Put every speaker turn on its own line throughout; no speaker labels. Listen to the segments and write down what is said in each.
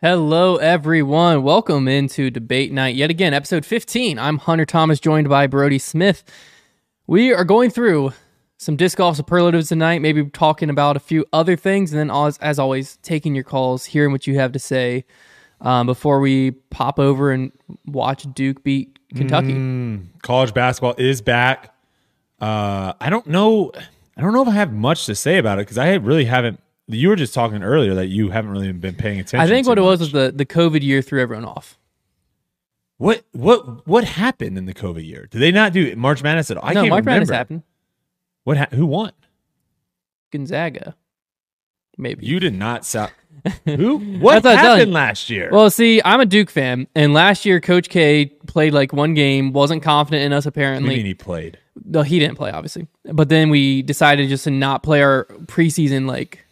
Hello, everyone. Welcome into Debate Night yet again, episode 15. I'm Hunter Thomas, joined by Brody Smith. We are going through some disc golf superlatives tonight, maybe talking about a few other things, and then, as, as always, taking your calls, hearing what you have to say um, before we pop over and watch Duke beat Kentucky.
Mm, college basketball is back. Uh, I don't know. I don't know if I have much to say about it because I really haven't. You were just talking earlier that you haven't really been paying attention.
I think
too
what it was
much.
was the, the COVID year threw everyone off.
what what what happened in the COVID year? Did they not do March Madness at all? I
no,
can't
March
remember.
Madness happened.
What ha- who won?
Gonzaga, maybe.
You did not sound. who? What
That's what I'm telling
happened
you.
last year?
Well, see, I'm a Duke fan, and last year Coach K played like one game, wasn't confident in us
What do you mean
apparently.
he played.
No, he didn't play, obviously. But then we decided just to not play our preseason like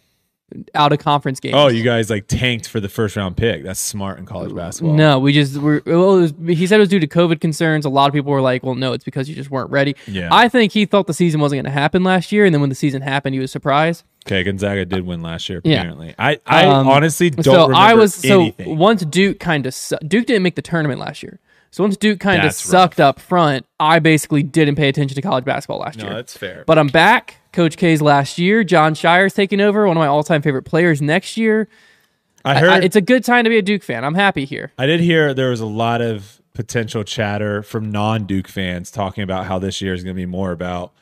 out of conference games.
Oh, you guys like tanked for the first round pick. That's smart in college basketball.
No, we just were. Well, it was, he said it was due to COVID concerns. A lot of people were like, "Well, no, it's because you just weren't ready."
Yeah.
I think he thought the season wasn't going to happen last year, and then when the season happened, he was surprised.
Okay, Gonzaga did win last year.
Yeah.
Apparently, I I
Um,
honestly don't.
so
remember
I was so
anything.
once Duke kind of su- Duke didn't make the tournament last year. So once Duke kind of
That's rough.
sucked up front, I basically didn't pay attention to college basketball last
no,
year.
that's fair.
But I'm back. Coach K's last year. John Shire's taking over. One of my all-time favorite players next year.
I
I-
heard
I- it's a good time to be a Duke fan. I'm happy here.
I did hear there was a lot of potential chatter from non-Duke fans talking about how this year is going to be more about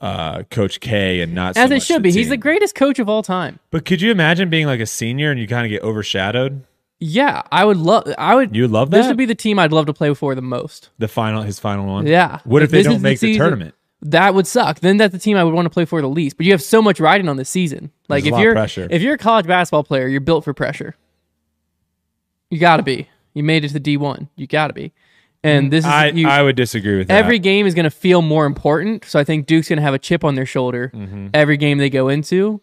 uh, Coach K and
As
not so
it
much
should
the
be. He's the
team.
greatest coach of all time.
But could you imagine being like a senior and you kind of get overshadowed?
Yeah, I would love. I would.
You would love
This
that?
would be the team I'd love to play for the most.
The final, his final one.
Yeah.
What if they
this is
don't make the
season-
tournament?
That would suck. Then that's the team I would want to play for the least. But you have so much riding on this season. Like
There's a
if
lot of
you're
pressure.
if you're a college basketball player, you're built for pressure. You got to be. You made it to D one. You got to be. And this is
Mm-hmm. I,
you,
I would disagree with that.
every game is going to feel more important. So I think Duke's going to have a chip on their shoulder
Mm-hmm.
every game they go into.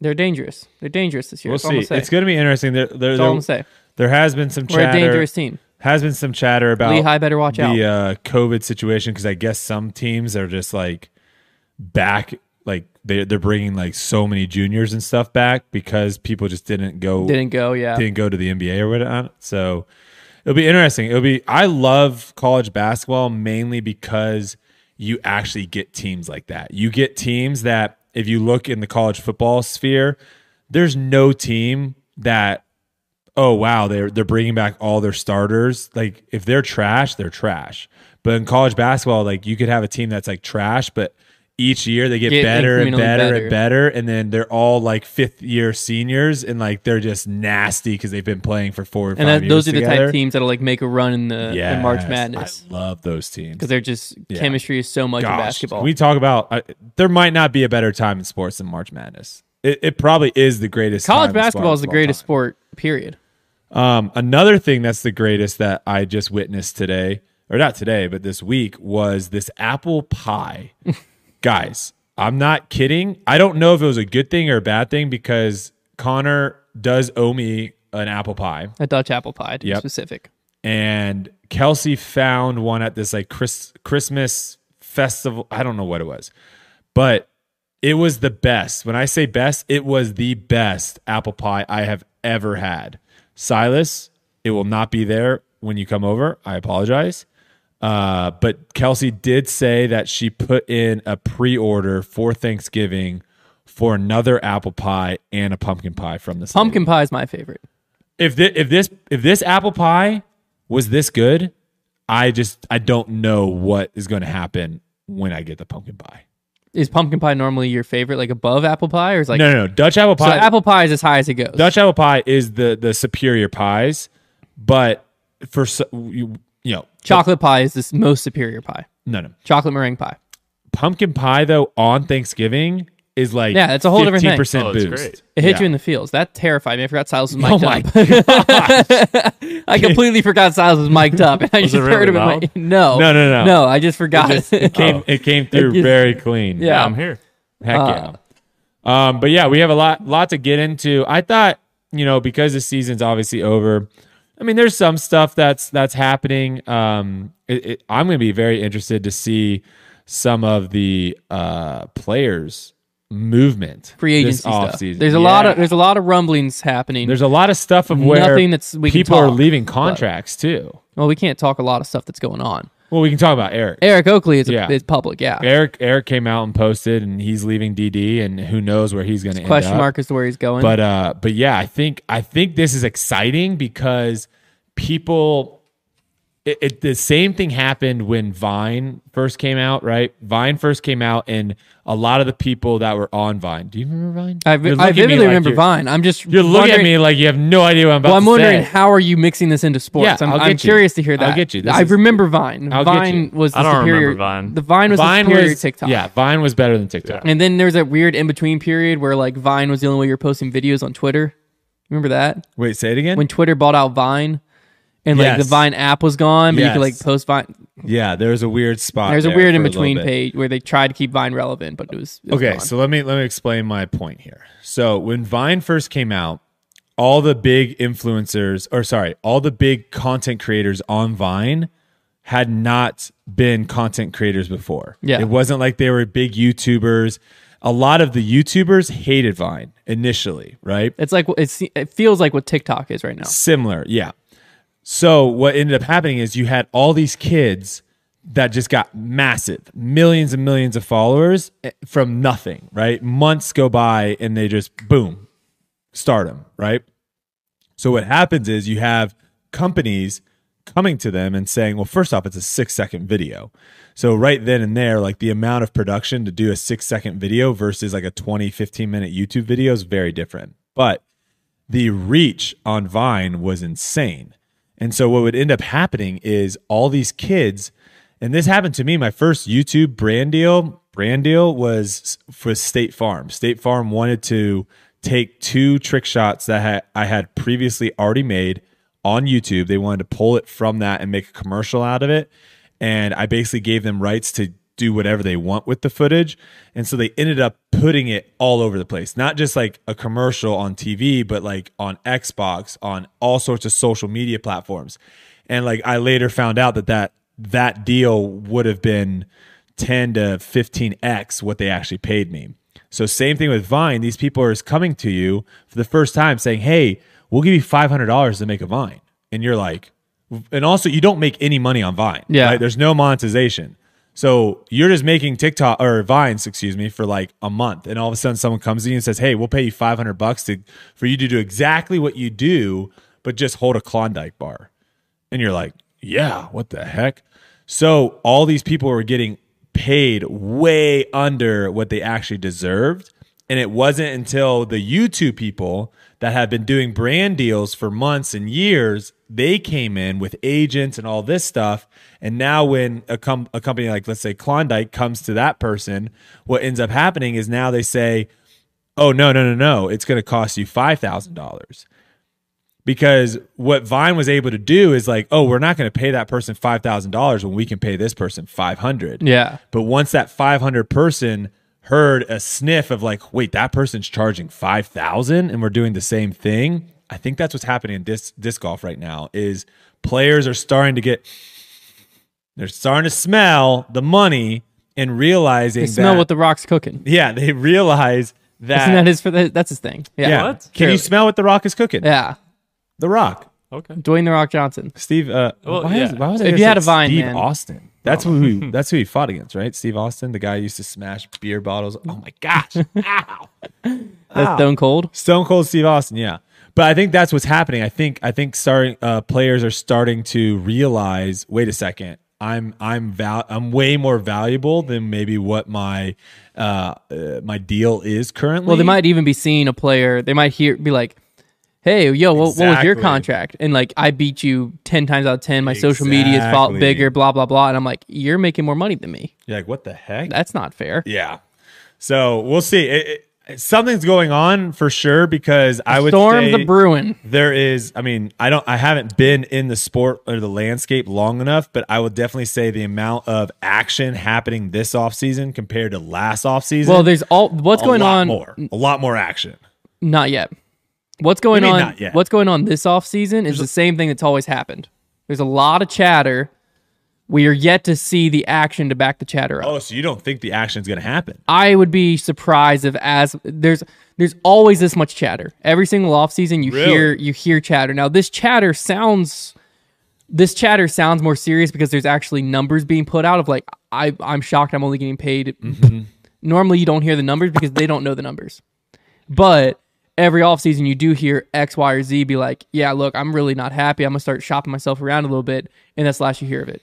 They're dangerous. They're dangerous this year.
we'll
That's all I'm
see.
gonna say.
It's going to be interesting. There, there,
That's all I'm
there,
gonna say.
there has been some
We're a
chatter.
dangerous team.
Has been some chatter about
Lehigh better watch out.
the uh, COVID situation because I guess some teams are just like back, like they they're bringing like so many juniors and stuff back because people just didn't go
Didn't go. Yeah.
didn't go to the NBA or whatnot. So it'll be interesting. It'll be I love college basketball mainly because you actually get teams like that. You get teams that if you look in the college football sphere, there's no team that oh wow they're they're bringing back all their starters. Like if they're trash, they're trash. But in college basketball, like you could have a team that's like trash, but each year they get,
Get
better and
incrementally
better and
better.
better better and then they're all like fifth year seniors and like they're just nasty because they've been playing for four or five
And that,
years
those are the
together.
type of teams that'll like make a run in the,
yeah
the March Madness
i love those teams
because they're just chemistry is so much in
Gosh,
basketball.
can we talk about I, there might not be a better time in sports than march madness it, it probably is the greatest
College
time in
basketball is the
sports of all
greatest
time.
sport. Period.
Um, another thing that's the greatest that I just witnessed today, or not today, but this week, was this apple pie. Guys, I'm not kidding. I don't know if it was a good thing or a bad thing because Connor does owe me an apple pie,
A Dutch apple pie, to be
Yep.
specific.
and Kelsey found one at this like Chris, Christmas festival. I don't know what it was, but it was the best. When I say best, it was the best apple pie I have ever had. Silas, it will not be there when you come over. I apologize. Uh, but Kelsey did say that she put in a pre order for Thanksgiving for another apple pie and a pumpkin pie from this. lady.
Pumpkin pie is my favorite.
If this, if this if this apple pie was this good, I just I don't know what is going to happen when I get the pumpkin pie.
Is pumpkin pie normally your favorite, like above apple pie, or is like
No, no, no. Dutch apple
so
pie.
apple pie is as high as it goes?
Dutch apple pie is the the superior pies, but for so- you you know
Chocolate pie is the s- most superior pie.
no no
Chocolate meringue pie.
pumpkin pie though on Thanksgiving is like
Yeah, it's a whole different thing.
percent
Oh, it's
boost.
great.
It hit
Yeah.
you in the feels. That terrified me. I forgot Silas was
Oh
mic'd
my
up. I completely forgot Silas was mic'd up, and I just
it really
heard him. In my,
loud?
no,
No, no, no.
no. I just forgot. Oh.
It came it came through
just-
very clean.
Yeah.
Yeah, I'm here.
Heck
Uh.
yeah. Um, but yeah, we have a lot lot to get into. I thought, you know, because the season's obviously over, I mean, there's some stuff that's that's happening. Um, it, it, I'm going to be very interested to see some of the uh, players movement.
Free
this
agency stuff.
offseason.
There's a lot of
Yeah.
there's a lot of rumblings happening.
there's a lot of stuff of where
Nothing that's- we can
people are
talk,
leaving contracts too.
well, we can't talk a lot of stuff that's going on.
Well, we can talk about Eric.
Eric Oakley is, a,
Yeah.
is public, yeah.
Eric Eric came out and posted, and he's leaving DD, and who knows where he's going to end
Question
up.
mark as to where he's going.
But uh, but yeah, I think I think this is exciting because people. It, it, the same thing happened when Vine first came out, right? Vine first came out, and a lot of the people that were on Vine. Do you remember Vine?
I,
You're
vi-
looking
I
at me
vividly
like
remember
you're-
Vine. I'm just
You're looking at
wondering-
me like you have no idea what I'm about
Well, I'm
to
wondering
say.
how are you mixing this into sports?
Yeah,
I'm,
I'll
I'm
get you.
curious to hear that.
I'll get you. This
I
is-
remember Vine.
I'll get
Vine
you.
was the
I don't
superior.
remember Vine.
The Vine was
Vine
the superior
was
TikTok.
Yeah, Vine was better than TikTok.
And then there was that weird in between period where like Vine was the only way you're posting videos on Twitter. Remember that
Wait, say it again.
when Twitter bought out Vine, and like the
Yes.
Vine app was gone, but you could like
Yes.
post Vine.
yeah, there was a weird spot.
There's a
there
weird
for
in
little
between
bit.
page where they tried to keep Vine relevant, but it was, it was
Okay,
gone.
so let me let me explain my point here. So when Vine first came out, all the big influencers, or sorry, all the big content creators on Vine had not been content creators before.
Yeah.
It wasn't like they were big YouTubers. A lot of the YouTubers hated Vine initially, right?
it's like it's it feels like what TikTok is right now.
Similar, yeah. So what ended up happening is you had all these kids that just got massive, millions and millions of followers eh, from nothing, right? Months go by and they just boom, stardom, right? So what happens is you have companies coming to them and saying, well, first off, it's a six second video. So right then and there, like the amount of production to do a six second video versus like a 20, 15 minute YouTube video is very different. But the reach on Vine was insane. And so what would end up happening is all these kids, and this happened to me, my first YouTube brand deal, brand deal was for State Farm. State Farm wanted to take two trick shots that ha- I had previously already made on YouTube. They wanted to pull it from that and make a commercial out of it. And I basically gave them rights to do whatever they want with the footage. And so they ended up putting it all over the place, not just like a commercial on TV, but like on Xbox, on all sorts of social media platforms. And like I later found out that that, that deal would have been 10 to 15x what they actually paid me. So same thing with Vine. These people are coming to you for the first time saying, "Hey, we'll give you five hundred dollars to make a Vine," and you're like, and also you don't make any money on Vine.
Yeah.
right? there's no monetization. So you're just making TikTok or Vines, excuse me, for like a month, and all of a sudden someone comes to you and says, "Hey, we'll pay you five hundred bucks to for you to do exactly what you do, but just hold a Klondike bar." And you're like, yeah, what the heck? So all these people were getting paid way under what they actually deserved. And it wasn't until the YouTube people that had been doing brand deals for months and years, they came in with agents and all this stuff. And now, when a, com- a company like, let's say Klondike comes to that person, what ends up happening is now they say, oh, no, no, no, no, it's going to cost you $5,000 because what Vine was able to do is like, oh, we're not going to pay that person five thousand dollars when we can pay this person five hundred.
Yeah,
But once that five hundred person heard a sniff of like, wait, that person's charging five thousand, and we're doing the same thing. I think that's what's happening in disc, disc golf right now. Is players are starting to get, they're starting to smell the money and realizing
they smell
that,
what the rock's cooking.
yeah, they realize that,
Isn't that his for the, that's his thing? Yeah.
yeah.
What?
Can
Clearly.
you smell what the Rock is cooking?
yeah.
The Rock.
Okay.
Dwayne the Rock Johnson.
Steve. Uh,
Well,
why,
yeah.
is, why was I
If you
gonna say
had a Vine,
Steve
man.
Austin. That's who. He, that's who he fought against, right? Steve Austin, the guy who used to smash beer bottles. Oh my gosh! Ow.
That's Stone Cold.
Stone Cold Steve Austin. Yeah, but I think that's what's happening. I think I think starting uh, players are starting to realize. Wait a second. I'm I'm val- I'm way more valuable than maybe what my uh, uh my deal is currently.
Well, they might even be seeing a player. They might hear be like, "Hey, yo, what, what was your
Exactly.
contract?" And like, I beat you ten times out of ten. My social media is fought
Exactly.
bigger, blah blah blah. And I'm like, "You're making more money than me.
You're like, what the heck?
That's not fair."
Yeah. So we'll see. It, it, something's going on for sure because I would
Storm
say
the Bruin.
there is. I mean, I don't. I haven't been in the sport or the landscape long enough, but I would definitely say the amount of action happening this offseason compared to last offseason.
Well, there's all what's
a
going
lot
on.
More, a lot more action.
Not yet. What's going
What do you
on?
mean not yet?
What's going on this offseason is the same thing that's always happened. There's a lot of chatter We are yet to see the action to back the chatter up.
Oh, so you don't think the action's going to happen?
I would be surprised if as there's there's always this much chatter. Every single offseason you
Really?
hear you hear chatter. Now this chatter sounds this chatter sounds more serious because there's actually numbers being put out of like I I'm shocked I'm only getting paid. Normally you don't hear the numbers because they don't know the numbers. But every offseason you do hear X, Y, or Z be like, Yeah, look, I'm really not happy. I'm gonna start shopping myself around a little bit, and that's the last you hear of it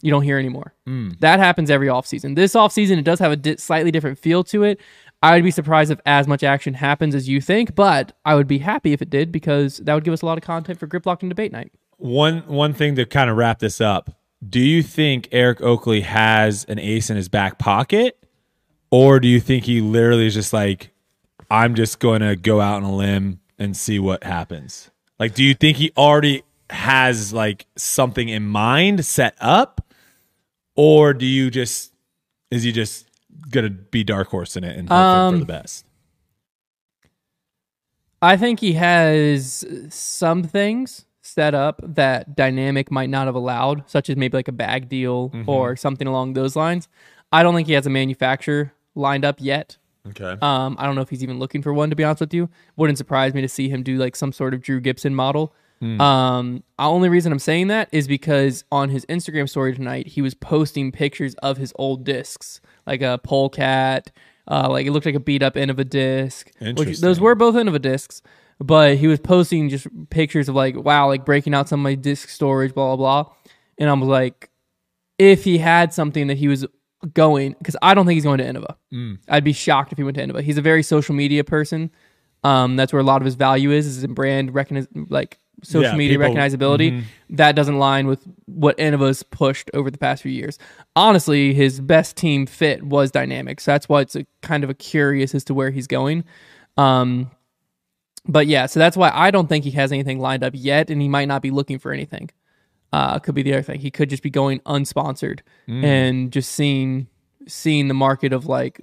you don't hear anymore. That happens every offseason. This offseason, it does have a di- slightly different feel to it. I would be surprised if as much action happens as you think, but I would be happy if it did because that would give us a lot of content for Grip Locked and Debate Night.
One one thing to kind of wrap this up. Do you think Eric Oakley has an ace in his back pocket? Or do you think he literally is just like, I'm just going to go out on a limb and see what happens? Like, do you think he already has like something in mind set up? Or do you just, is he just going to be dark horse in it and hope
Um,
for the best?
I think he has some things set up that Dynamic might not have allowed, such as maybe like a bag deal or something along those lines. I don't think he has a manufacturer lined up yet.
Okay.
Um, I don't know if he's even looking for one. To be honest with you, wouldn't surprise me to see him do like some sort of Drew Gibson model. Um, the only reason I'm saying that is because on his Instagram story tonight, he was posting pictures of his old discs, like a polecat. Uh, like it looked like a beat up end of a disc. Which,
Interesting.
those were both end of a discs, but he was posting just pictures of like wow, like breaking out some of my disc storage, blah blah blah. And I was like, if he had something that he was going, because I don't think he's going to Innova. I'd be shocked if he went to Innova. He's a very social media person. Um, that's where a lot of his value is, is in brand recognize like social
Yeah,
media
people- mm-hmm.
recognizability. That doesn't line with what Innova's pushed over the past few years. Honestly, his best team fit was Dynamics. That's why it's a, kind of a curious as to where he's going. Um, but yeah, so that's why I don't think he has anything lined up yet, and he might not be looking for anything. Uh, could be the other thing. He could just be going unsponsored
Mm.
and just seeing seeing the market of like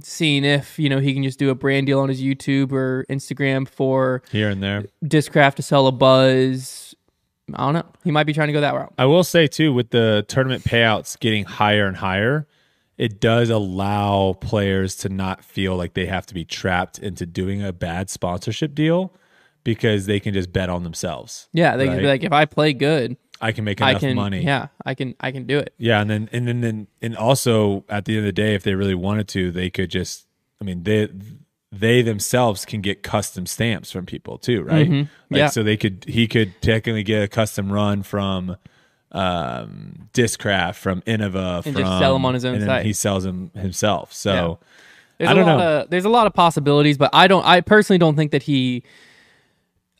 seeing if you know he can just do a brand deal on his YouTube or Instagram for
Here and there.
Discraft to sell a buzz. I don't know. He might be trying to go that route.
I will say too, with the tournament payouts getting higher and higher, it does allow players to not feel like they have to be trapped into doing a bad sponsorship deal because they can just bet on themselves.
Yeah, they could be
Right.
like, if I play good,
I can make
I
enough
can.
money.
Yeah, I can. I can do it.
Yeah, and then and then, then and also at the end of the day, if they really wanted to, they could just. I mean, they they themselves can get custom stamps from people too, right? Like,
Mm-hmm. Yeah.
So they could he could technically get a custom run from um Discraft, from Innova,
And
from,
just sell 'em on his own
and then
site.
He sells them himself. So
There's
I
a
don't
lot
know.
Of, there's a lot of possibilities, but I don't. I personally don't think that he.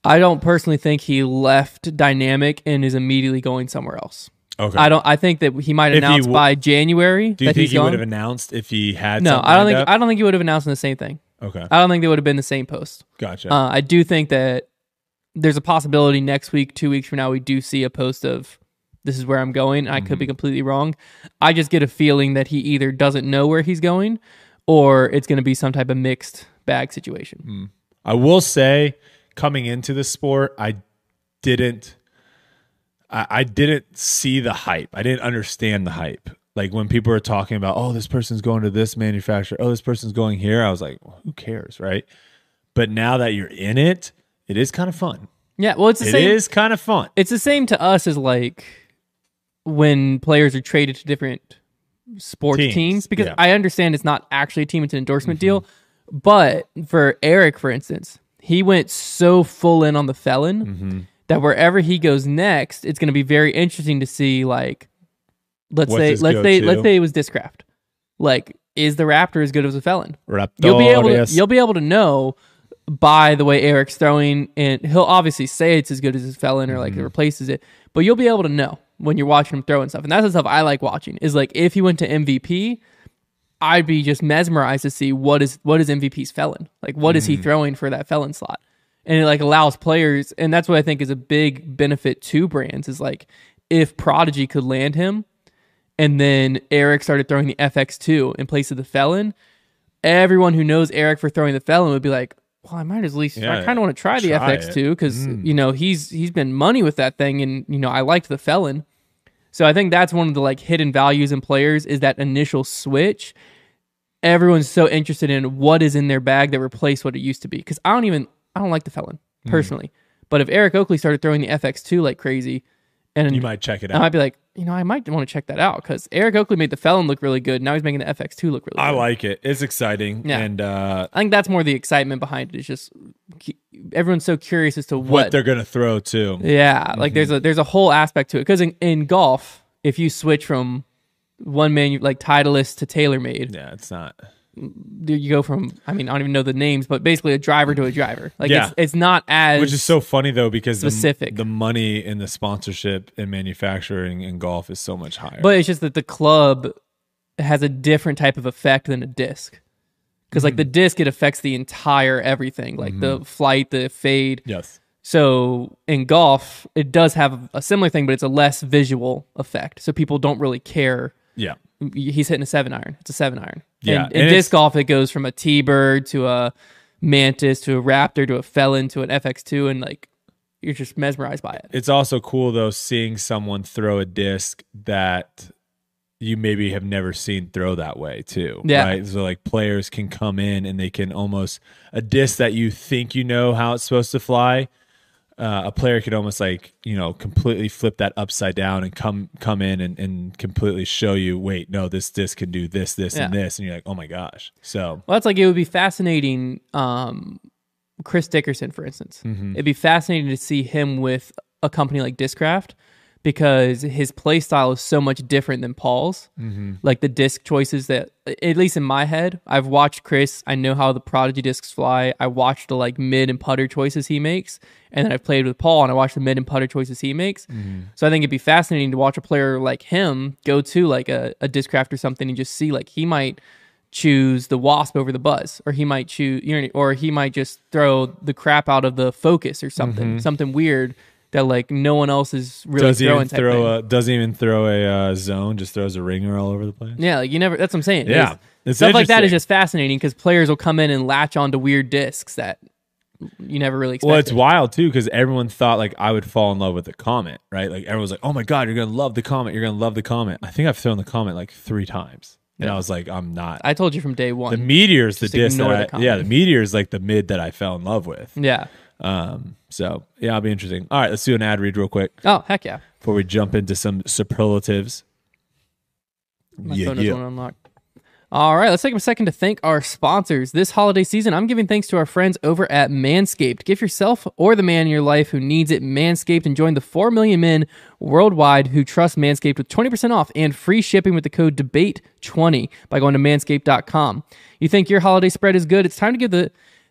I don't personally think he left Dynamic and is immediately going somewhere else.
okay,
I don't. I think that he might
he
announce
w-
by January
do you
that
think
he's
he would have
gone.
announced if he had?
No,
something
I don't
lined
think.
up?
I don't think he would have announced the same thing.
okay,
I don't think they would have been the same post.
gotcha.
Uh, I do think that there's a possibility next week, two weeks from now, we do see a post of this is where I'm going. I could be completely wrong. I just get a feeling that he either doesn't know where he's going or it's going to be some type of mixed bag situation.
I will say, coming into the sport, I didn't, I, I didn't see the hype. I didn't understand the hype. Like when people were talking about, oh, this person's going to this manufacturer, oh, this person's going here. I was like, well, who cares, right? But now that you're in it, it is kind of fun.
Yeah. Well, it's the
It
same.
is kind of fun.
It's the same to us as like when players are traded to different sports teams,
Teams,
because
yeah. Mm-hmm.
I understand it's not actually a team, it's an endorsement deal. But for Eric, for instance, he went so full in on the felon
Mm-hmm.
that wherever he goes next, it's going to be very interesting to see. Like, let's
What's
say,
his
let's say,
go-to?
let's say it was Discraft. Like, is the Raptor as good as a felon? you'll be able to
Raptors.
you'll be able to know by the way Eric's throwing, and he'll obviously say it's as good as his felon or like it replaces it, but you'll be able to know when you're watching him throw and stuff. And that's the stuff I like watching is like if he went to MVP, I'd be just mesmerized to see what is what is MVP's felon like. What is he throwing for that felon slot? And it like allows players, and that's what I think is a big benefit to brands is like if Prodigy could land him, and then Eric started throwing the FX two in place of the felon. Everyone who knows Eric for throwing the felon would be like, "Well, I might as least. I
Yeah,
kind of want to try the
try
FX two because you know he's he's been money with that thing, and you know I liked the felon." So I think that's one of the like hidden values in players is that initial switch. Everyone's so interested in what is in their bag that replaced what it used to be. Because I don't even I don't like the felon
Mm.
personally, but if Eric Oakley started throwing the FX two like crazy, and
You might check it
I
out.
might be like, you know, I might want to check that out because Eric Oakley made the felon look really good. Now he's making the FX two look really.
I
good.
like it. It's exciting.
Yeah.
And uh,
I think that's more the excitement behind it. It's just ke- everyone's so curious as to
what?
what.
they're Mhm. going to throw, too.
yeah, like there's a there's a whole aspect to it because in, in golf, if you switch from one man like Titleist to TaylorMade,
Yeah, it's not.
there you go from I mean I don't even know the names, but basically a driver to a driver. Like
Yeah.
it's it's not as
Which is so funny, though, because the-
Specific.
The, money in the sponsorship and manufacturing in golf is so much higher.
But it's just that the club has a different type of effect than a disc. Because like the
Mm-hmm.
disc, it affects the entire everything, like the flight, the fade.
yes.
So in golf, it does have a similar thing, but it's a less visual effect. So people don't really care.
Yeah.
He's hitting a seven iron. It's a seven iron.
Yeah,
In, in
and
disc
it's-
golf, it goes from a T bird to a mantis to a raptor to a felon to an FX two, and like you're just mesmerized by it.
It's also cool though seeing someone throw a disc that you maybe have never seen throw that way too.
Yeah.
Right. So like players can come in and they can almost a disc that you think you know how it's supposed to fly. Uh, a player could almost like you know completely flip that upside down and come come in and, and completely show you wait no this disc can do this this and
Yeah.
this and you're like oh my gosh so
Well, that's like it would be fascinating. Um, Chris Dickerson, for instance, it'd be fascinating to see him with a company like Discraft because his play style is so much different than Paul's. Like the disc choices that, at least in my head, I've watched Chris. I know how the Prodigy discs fly. I watched the like mid and putter choices he makes, and then I've played with Paul and I watched the mid and putter choices he makes. So I think it'd be fascinating to watch a player like him go to like a, a Discraft or something and just see like he might choose the wasp over the buzz or he might choose you know or he might just throw the crap out of the focus or something something weird that like no one else is really
Mm-hmm. does he
throwing
even
type thing.
throw a doesn't even throw a uh, zone just throws a ringer all over the place
yeah like you never that's what i'm saying
Yeah.
It's-
It's
stuff like that is
interesting.
just fascinating because players will come in and latch onto weird discs that you never really expect
Well, it's wild too because everyone thought like I would fall in love with the comet, right? Like everyone's like, "Oh my god, you're gonna love the comet! You're gonna love the comet!" I think I've thrown the comet like three times, and I was like, "I'm not."
i told you from day
the
one
meteor's the disc,
ignore
that
the
I- yeah.
comet.
The meteor's like the mid that I fell in love with.
yeah
Um, so yeah, it'll be interesting. All right, let's do an ad read real quick
oh heck yeah
before we jump into some superlatives.
My
Yeah,
phone doesn't
yeah.
want to unlock. All right, let's take a second to thank our sponsors. This holiday season, I'm giving thanks to our friends over at Manscaped. Give yourself or the man in your life who needs it Manscaped and join the 4 million men worldwide who trust Manscaped with 20% off and free shipping with the code DEBATE20 by going to manscaped.com. You think your holiday spread is good? It's time to give the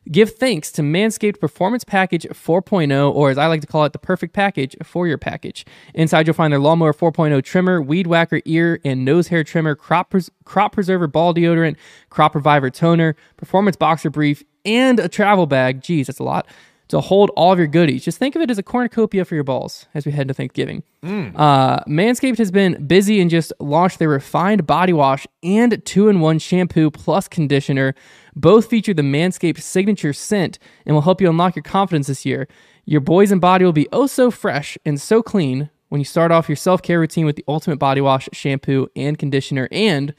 Give thanks to Manscaped Performance Package 4.0, or as I like to call it, the perfect package for your package. Inside, you'll find their Lawnmower 4.0 trimmer, Weed Whacker ear and nose hair trimmer, Crop, pres- crop Preserver ball deodorant, Crop Reviver toner, Performance Boxer brief, and a travel bag. Geez, that's a lot. To hold all of your goodies. Just think of it as a cornucopia for your balls as we head into Thanksgiving. Uh, Manscaped has been busy and just launched their refined body wash and two in one shampoo plus conditioner. Both feature the Manscaped signature scent and will help you unlock your confidence this year. Your boys and body will be oh so fresh and so clean when you start off your self care routine with the ultimate body wash, shampoo, and conditioner. And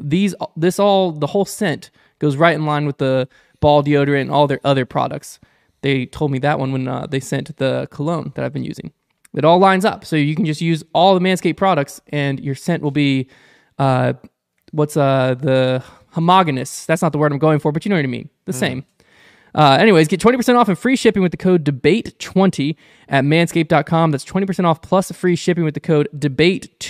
these, this all, the whole scent goes right in line with the ball deodorant and all their other products. They told me that one when uh, they sent the cologne that I've been using it all lines up. So you can just use all the Manscaped products, and your scent will be, uh, what's uh the homogenous? That's not the word I'm going for, but you know what I mean. The same. Uh, anyways, get 20% off and free shipping with the code DEBATE20 at manscaped.com. That's 20% off plus free shipping with the code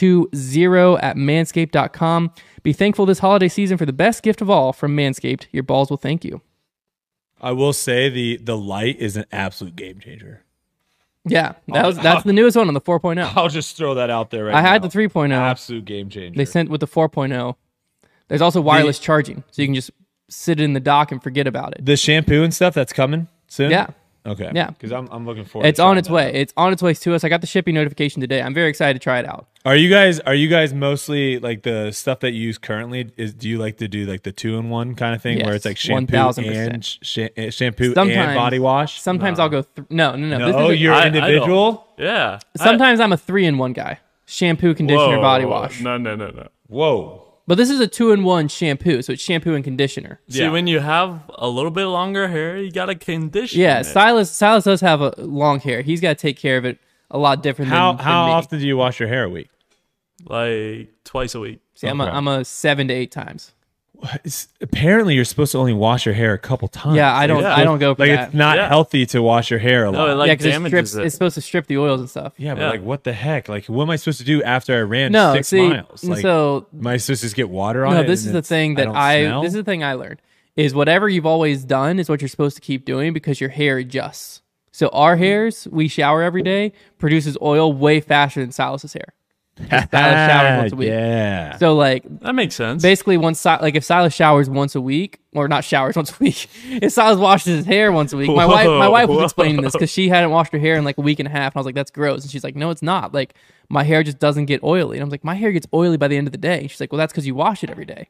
DEBATE20 at manscaped.com. Be thankful this holiday season for the best gift of all from Manscaped. Your balls will thank you.
I will say the the light is an absolute game changer.
Yeah, that was, that's the newest one on the 4.0.
I'll just throw that out there. Right
I had
now.
the 3.0.
absolute game changer.
They sent with the 4.0. There's also wireless charging, so you can just sit in the dock and forget about it.
the shampoo and stuff that's coming soon.
Yeah.
Okay.
Yeah.
Because I'm, I'm looking forward.
It's
to
on
trying
its
that.
way. It's on its way to us. I got the shipping notification today. I'm very excited to try it out.
Are you guys are you guys mostly like the stuff that you use currently? Is do you like to do like the two in one kind of thing where it's like
Yes,
shampoo
1000%.
and sh- sh- shampoo and
Sometimes-
body wash?
Sometimes I'll go. Th- no, no, no.
no, oh,
this is a-
you're
I- I don't.
individual.
Yeah. I-
sometimes I'm a three in one guy. shampoo, conditioner,
Whoa,
body
whoa,
wash.
No, no, no, no.
Whoa.
But this is a two in one shampoo, so it's shampoo and conditioner.
See,
Yeah.
when you have a little bit longer hair, you gotta condition.
Yeah,
it.
Silas Silas does have a long hair. He's got to take care of it a lot different
How
than, than
how
me.
often do you wash your hair a week?
like twice a week.
See, I'm a,
Okay.
I'm a seven to eight times.
It's, apparently, you're supposed to only wash your hair a couple times.
Yeah, I don't
Yeah.
I don't go for
like
that.
it's not
Yeah.
healthy to wash your hair a lot.
No, it like
yeah, because it
damages
strips.
it.
It's supposed to strip the oils and stuff.
yeah, but
Yeah.
like what the heck? Like what am I supposed to do after I ran
No,
six
see,
miles? Like
so
am I supposed to just get water on
no,
it?
this
and
is the
it's-
thing that
don't
I,
smell?
this is the thing I learned is whatever you've always done is what you're supposed to keep doing because your hair adjusts. So our hairs, we shower every day, produces oil way faster than Silas's hair. Silas showers once a week.
Ah, Yeah.
So like
That makes sense.
basically once Si- like if Silas showers once a week or not showers once a week, if Silas washes his hair once a week, my wife my
Whoa,
wife was
whoa.
explaining this because she hadn't washed her hair in like a week and a half, and I was like, that's gross, and she's like, no, it's not. Like my hair just doesn't get oily, and I'm like, my hair gets oily by the end of the day. She's like, well, that's because you wash it every day.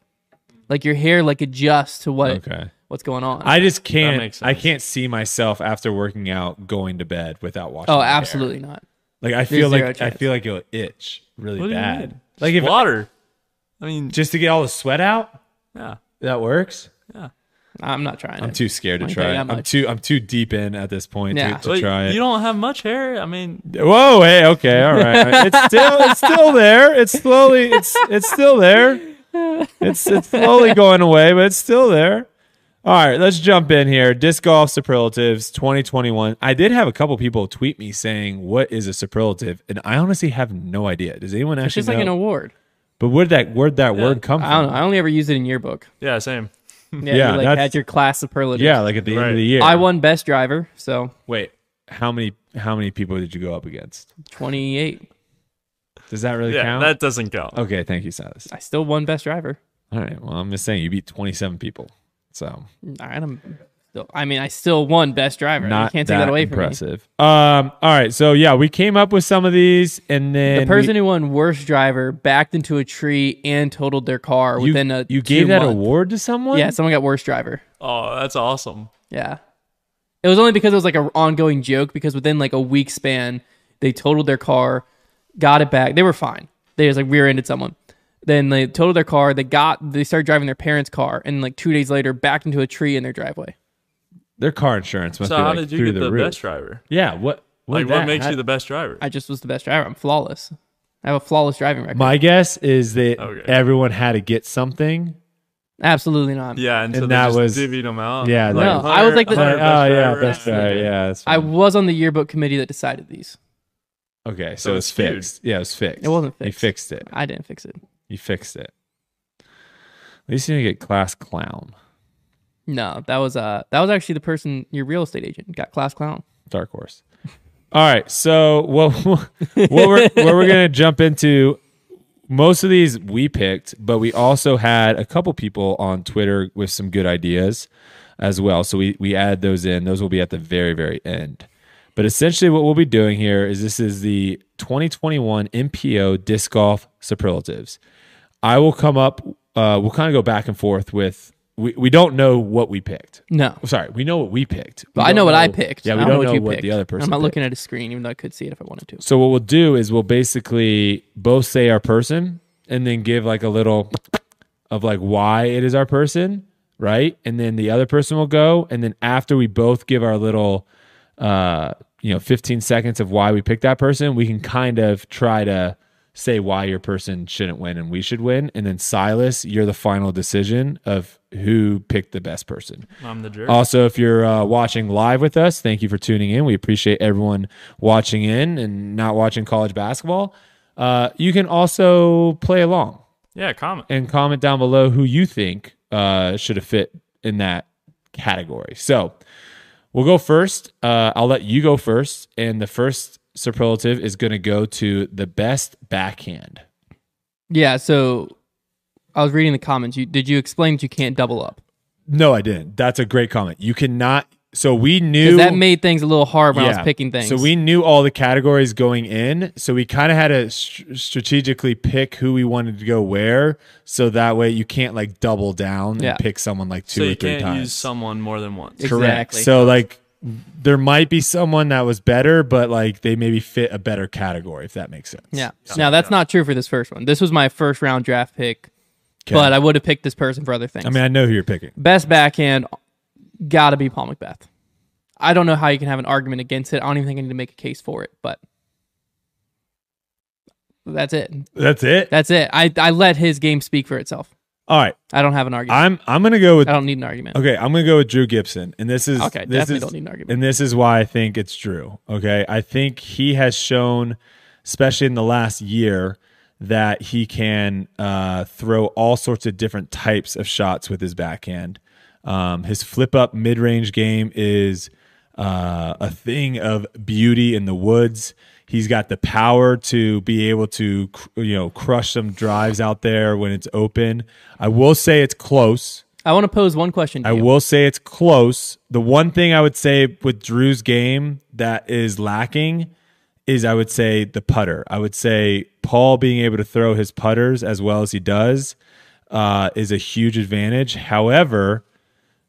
Like your hair like adjusts to what
Okay.
what's going on.
I just can't.
makes sense.
I can't see myself after working out going to bed without washing.
oh,
my hair.
absolutely not.
Like I feel
zero
like I
chance.
feel like it'll itch really
What do you
bad.
mean?
Like
Just
if
water. I mean,
just to get all the sweat out,
yeah.
that works.
I'm not trying.
I'm
it.
too scared to
Might
try.
take
it.
that
I'm
much.
too I'm too deep in at this point
Yeah.
to, to
But
try it.
you don't have much hair. I mean,
Whoa, hey, okay, all right. It's still it's still there. It's slowly it's it's still there. It's it's slowly going away, but it's still there. All right, let's jump in here. Disc golf superlatives 2021. I did have a couple people tweet me saying, "What is a superlative?" And I honestly have no idea. Does anyone
It's
actually
just like
know?
an award.
but where'd that where'd that word come from?
I don't know. I only ever use it in yearbook.
yeah, same.
Yeah,
Yeah,
you like
that's-
had your class superlative.
Yeah, like at the end
Right.
of the year.
I won best driver, so
Wait, how many how many people did you go up against?
28.
Does that really
Yeah,
count? Um,
that doesn't count.
okay, thank you, Silas.
I still won best driver.
All right. Well, I'm just saying you beat 27 people. So
All right, I'm still, I mean, I still won best driver.
not
you can't take that, away from
impressive. Um. All right. So yeah, we came up with some of these, and
me.
then
The person who won worst driver backed into a tree and totaled their car
we, you,
within a
you gave
two
that
month-
award to someone.
Yeah, someone got worst driver.
Oh, that's awesome.
Yeah, it was only because it was like an ongoing joke. Because within like a week span, they totaled their car, got it back. They were fine. They just like rear-ended someone. Then they totaled their car. They got they started driving their parents' car, and like two days later, backed into a tree in their driveway.
Their car insurance must
So
be
how
like
did you
through
get the,
the, roof.
best driver?
Yeah. What? What,
Like, what
that-
makes
how-
you the best driver?
I just was the best driver. I'm flawless. I have a flawless driving record.
My guess is that
Okay.
everyone had to get something.
Absolutely not.
yeah, and, so
And
they
that
just
was-
divvied them out.
Yeah, No,
that- I was like the-
Like,
Hundred
oh
best
yeah,
driver.
best driver. Yeah. That's
I
fine.
was on the yearbook committee that decided these.
okay.
So
So, it's
it's skewed.
fixed. Yeah, it was fixed.
It wasn't
You
fixed.
fixed it.
I didn't fix it.
You fixed it. At least you didn't get class clown.
No, that was uh that was actually the person your real estate agent got class clown.
Dark Horse. All right, so what what we're what we're gonna jump into? Most of these we picked, but we also had a couple people on Twitter with some good ideas as well. So we we add those in. Those will be at the very very end. But essentially, what we'll be doing here is this is the 2021 MPO disc golf superlatives. I will come up. Uh, we'll kind of go back and forth with. We, we don't know what we picked.
No.
Sorry, we know what we picked. We
But I
don't
know what I picked.
Yeah, we
I
don't,
know
know
you
what
picked.
the other person.
I'm not
picked.
looking at a screen, even though I could see it if I wanted to.
So what we'll do is we'll basically both say our person and then give like a little of like why it is our person, right? And then the other person will go, and then after we both give our little, uh, you know, 15 seconds of why we picked that person, we can kind of try to say why your person shouldn't win and we should win, and then Silas, you're the final decision of who picked the best person.
I'm the jerk.
Oh.
Also, if you're uh, watching live with us, thank you for tuning in. We appreciate everyone watching in and not watching college basketball. Uh, you can also play along
yeah, comment.
and comment down below who you think uh, should have fit in that category. So we'll go first. Uh, I'll let you go first. And the first superlative is going to go to the best backhand.
Yeah, so I was reading the comments. You did you explain that you can't double up?
No, I didn't. That's a great comment. You cannot. So we knew
Because that made things a little hard when I
Yeah.
was picking things.
So we knew all the categories going in. So we kind of had to str strategically pick who we wanted to go where. So that way you can't like double down
Yeah.
and pick someone like two
So
or
you
three
can't
times.
use someone more than once.
Ex-
Correct.
Exactly.
So like there might be someone that was better, but like they maybe fit a better category, if that makes sense.
Yeah. Now that's not true for this first one. This was my first round draft pick, but I would have picked this person for other things.
I mean, I know who you're picking.
best backhand got to be Paul Macbeth. I don't know how you can have an argument against it. I don't even think I need to make a case for it, but that's it.
That's it.
That's it. I, I let his game speak for itself.
All right.
I don't have an argument.
I'm I'm gonna go with
I don't need an argument.
Okay, I'm gonna go with Drew Gibson, and this is
Okay,
this
definitely
is-
don't need an argument.
And this is why I think it's Drew. Okay, I think he has shown, especially in the last year, that he can uh, throw all sorts of different types of shots with his backhand. Um, his flip up mid range game is uh, a thing of beauty in the woods. He's got the power to be able to, cr- you know, crush some drives out there when it's open. I will say it's close.
I want to pose one question to
I
you.
will say it's close. The one thing I would say with Drew's game that is lacking is I would say the putter. I would say Paul being able to throw his putters as well as he does uh, is a huge advantage. However,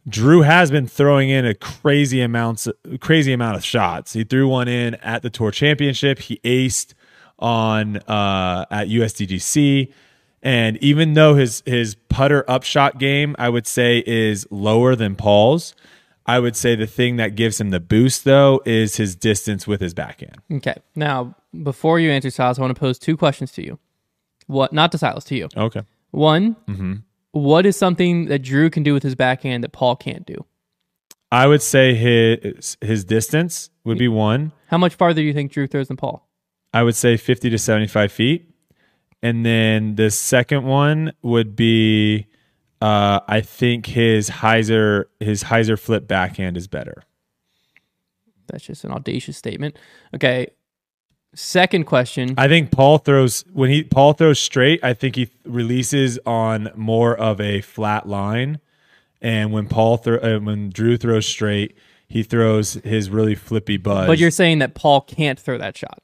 Drew has been throwing in a crazy amounts, crazy amount of shots. He threw one in at the Tour Championship. He aced on uh, at USDGC, and even though his his putter upshot game, I would say, is lower than Paul's. I would say the thing that gives him the boost though is his distance with his backhand.
Okay. Now, before you answer, Silas, I want to pose two questions to you. What? Not to Silas, to you.
Okay.
One,
Mm-hmm.
what is something that Drew can do with his backhand that Paul can't do?
I would say his his distance would be one.
How much farther do you think Drew throws than Paul?
I would say 50 to 75 feet. And then the second one would be uh, I think his Heiser his Heiser flip backhand is better.
That's just an audacious statement. Okay. Second question.
I think Paul throws when he Paul throws straight, I think he releases on more of a flat line. And when Paul throw uh, when Drew throws straight, he throws his really flippy buzz.
but you're saying that Paul can't throw that shot.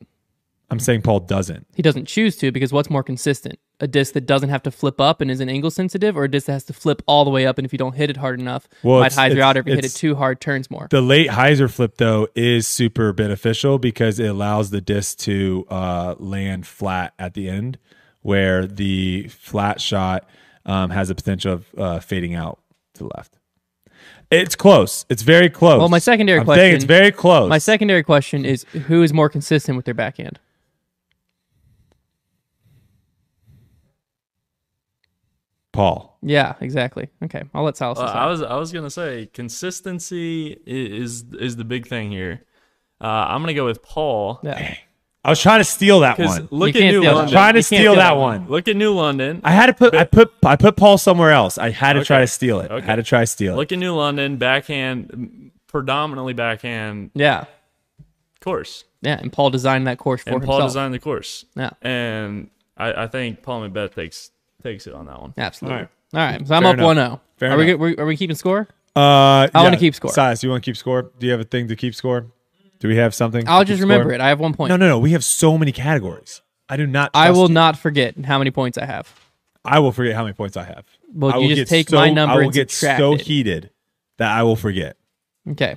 I'm saying Paul doesn't.
He doesn't choose to because what's more consistent? A disc that doesn't have to flip up and isn't angle sensitive, or a disc that has to flip all the way up and if you don't hit it hard enough,
Well,
might
it's-
hide you
it's-
out. Or if you hit it
it's-
too hard, turns more.
The late hyzer flip though is super beneficial because it allows the disc to uh, land flat at the end, where the flat shot um, has a potential of uh, fading out to the left. It's close. It's very close.
Well, my secondary
I'm
question-
saying it's very close.
My secondary question is who is more consistent with their backhand?
Paul.
Yeah, exactly. Okay, I'll let Salas
Uh,
decide.
I was I was gonna say consistency i- is is the big thing here. Uh, I'm gonna go with Paul
yeah.
I was trying to steal that
because
one.
You
look at
can't
New
steal that.
London.
trying to
you can't
steal
do
that
that
one.
Look at New London.
I had to put I put I put Paul somewhere else. I had to try to steal it. I
Okay.
had to try to steal it.
Look at New London backhand, m- predominantly backhand
yeah,
course,
yeah. And Paul designed that course for
and
himself.
Paul designed the course.
Yeah.
and I, I think Paul Macbeth takes takes it on that one.
Absolutely. All
All
right.
right.
So I'm
Fair
up
enough.
one zero.
Fair
are we,
enough.
good- we are we keeping score?
Uh, I
wanna keep score.
Size, you want to keep score? Do you have a thing to keep score? Do we have something?
I'll
to
just
keep score?
remember it. I have one point.
No, no, no. We have so many categories. I do not.
I
trust
will
you.
not forget how many points I have.
I will forget how many points I have.
Well,
I
you
will
just
get
take
so-
my number
I will
and
get
subtract
so
it.
heated that I will forget.
Okay.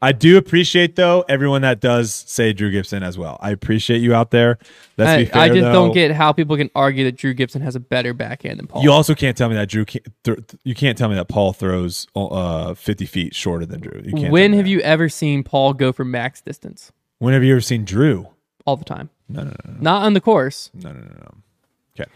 I do appreciate though everyone that does say Drew Gibson as well. I appreciate you out there. Let's
I,
be fair.
I just
though.
don't get how people can argue that Drew Gibson has a better backhand than Paul.
You also can't tell me that Drew. Can't th- you can't tell me that Paul throws uh, fifty feet shorter than Drew. You can't. tell
when
me
have
that.
you ever seen Paul go for max distance?
When have you ever seen Drew?
All the time. No, no, no. Not on the course.
No, no, no, no. Okay.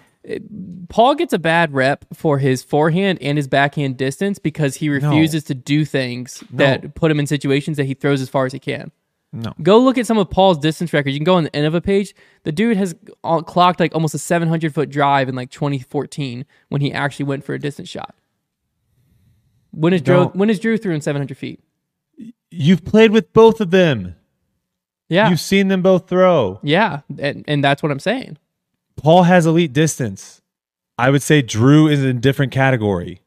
Paul gets a bad rep for his forehand and his backhand distance because he refuses to do things that put him in situations that he throws as far as he can.
No.
Go look at some of Paul's distance records. You can go on the end of a page. The dude has all- clocked like almost a 700 foot drive in like 2014 when he actually went for a distance shot. When is Drew?
Don't-
When is Drew through in 700 feet?
You've played with both of them.
Yeah,
You've seen them both throw.
yeah, and and that's what I'm saying.
Paul has elite distance. I would say Drew is in a different category.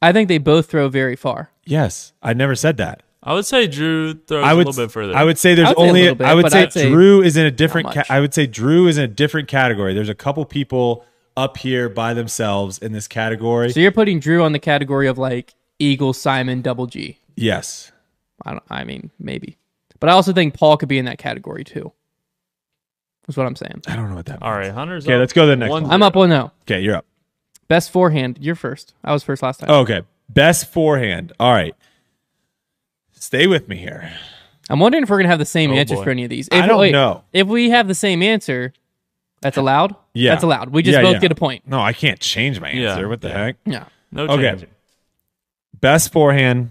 I think they both throw very far.
Yes, I never said that.
I would say Drew throws
I would
a little bit further.
I would say there's
I would say a
only
little bit,
I would
but
say,
I'd say
Drew is in a different ca-
much.
I would say Drew is in a different category. There's a couple people up here by themselves in this category.
So you're putting Drew on the category of like Eagle, Simon, Double G.
yes.
I don't. I mean, maybe, but I also think Paul could be in that category too. Is what I'm saying.
I don't know what that means.
All right, Hunter's
Okay,
up.
let's go to the next
One
one.
I'm up one now.
Okay, you're up.
Best forehand. You're first. I was first last time.
okay. Best forehand. All right. Stay with me here.
I'm wondering if we're gonna have the same
Oh,
answers
boy.
for any of these.
I
If-
don't
wait,
know.
If we have the same answer, that's allowed.
Yeah.
that's allowed. We just
Yeah,
both
yeah.
get a point.
No, I can't change my answer.
Yeah.
What the
Yeah.
heck?
Yeah.
No
Okay.
change.
Best forehand,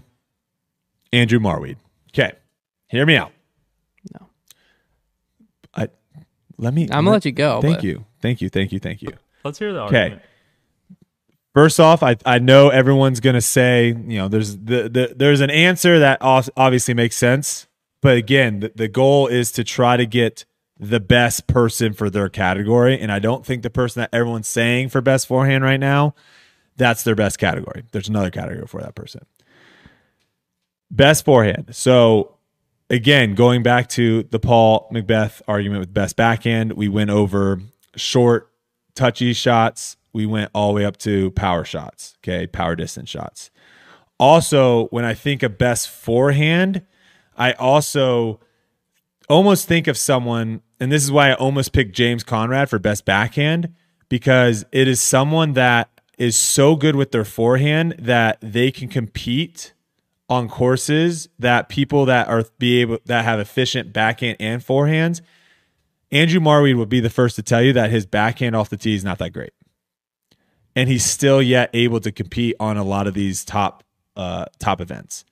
Andrew Marweed. Okay. Hear me out.
No.
I, let me.
I'm gonna let you go,
Thank
but-
you. Thank you. Thank you. Thank you.
Let's hear the
Okay.
argument.
First off, I, I know everyone's gonna say you know there's the, the there's an answer that ob- obviously makes sense, but again, the, the goal is to try to get the best person for their category, and I don't think the person that everyone's saying for best forehand right now, that's their best category. There's another category for that person. Best forehand. So again, going back to the Paul Macbeth argument with best backhand, we went over short, touchy shots. We went all the way up to power shots, okay, power distance shots. Also, when I think of best forehand, I also almost think of someone, and this is why I almost picked James Conrad for best backhand, because it is someone that is so good with their forehand that they can compete on courses that people that are be able that have efficient backhand and forehands. Andrew Marweed would be the first to tell you that his backhand off the tee is not that great, and he's still yet able to compete on a lot of these top uh, top events.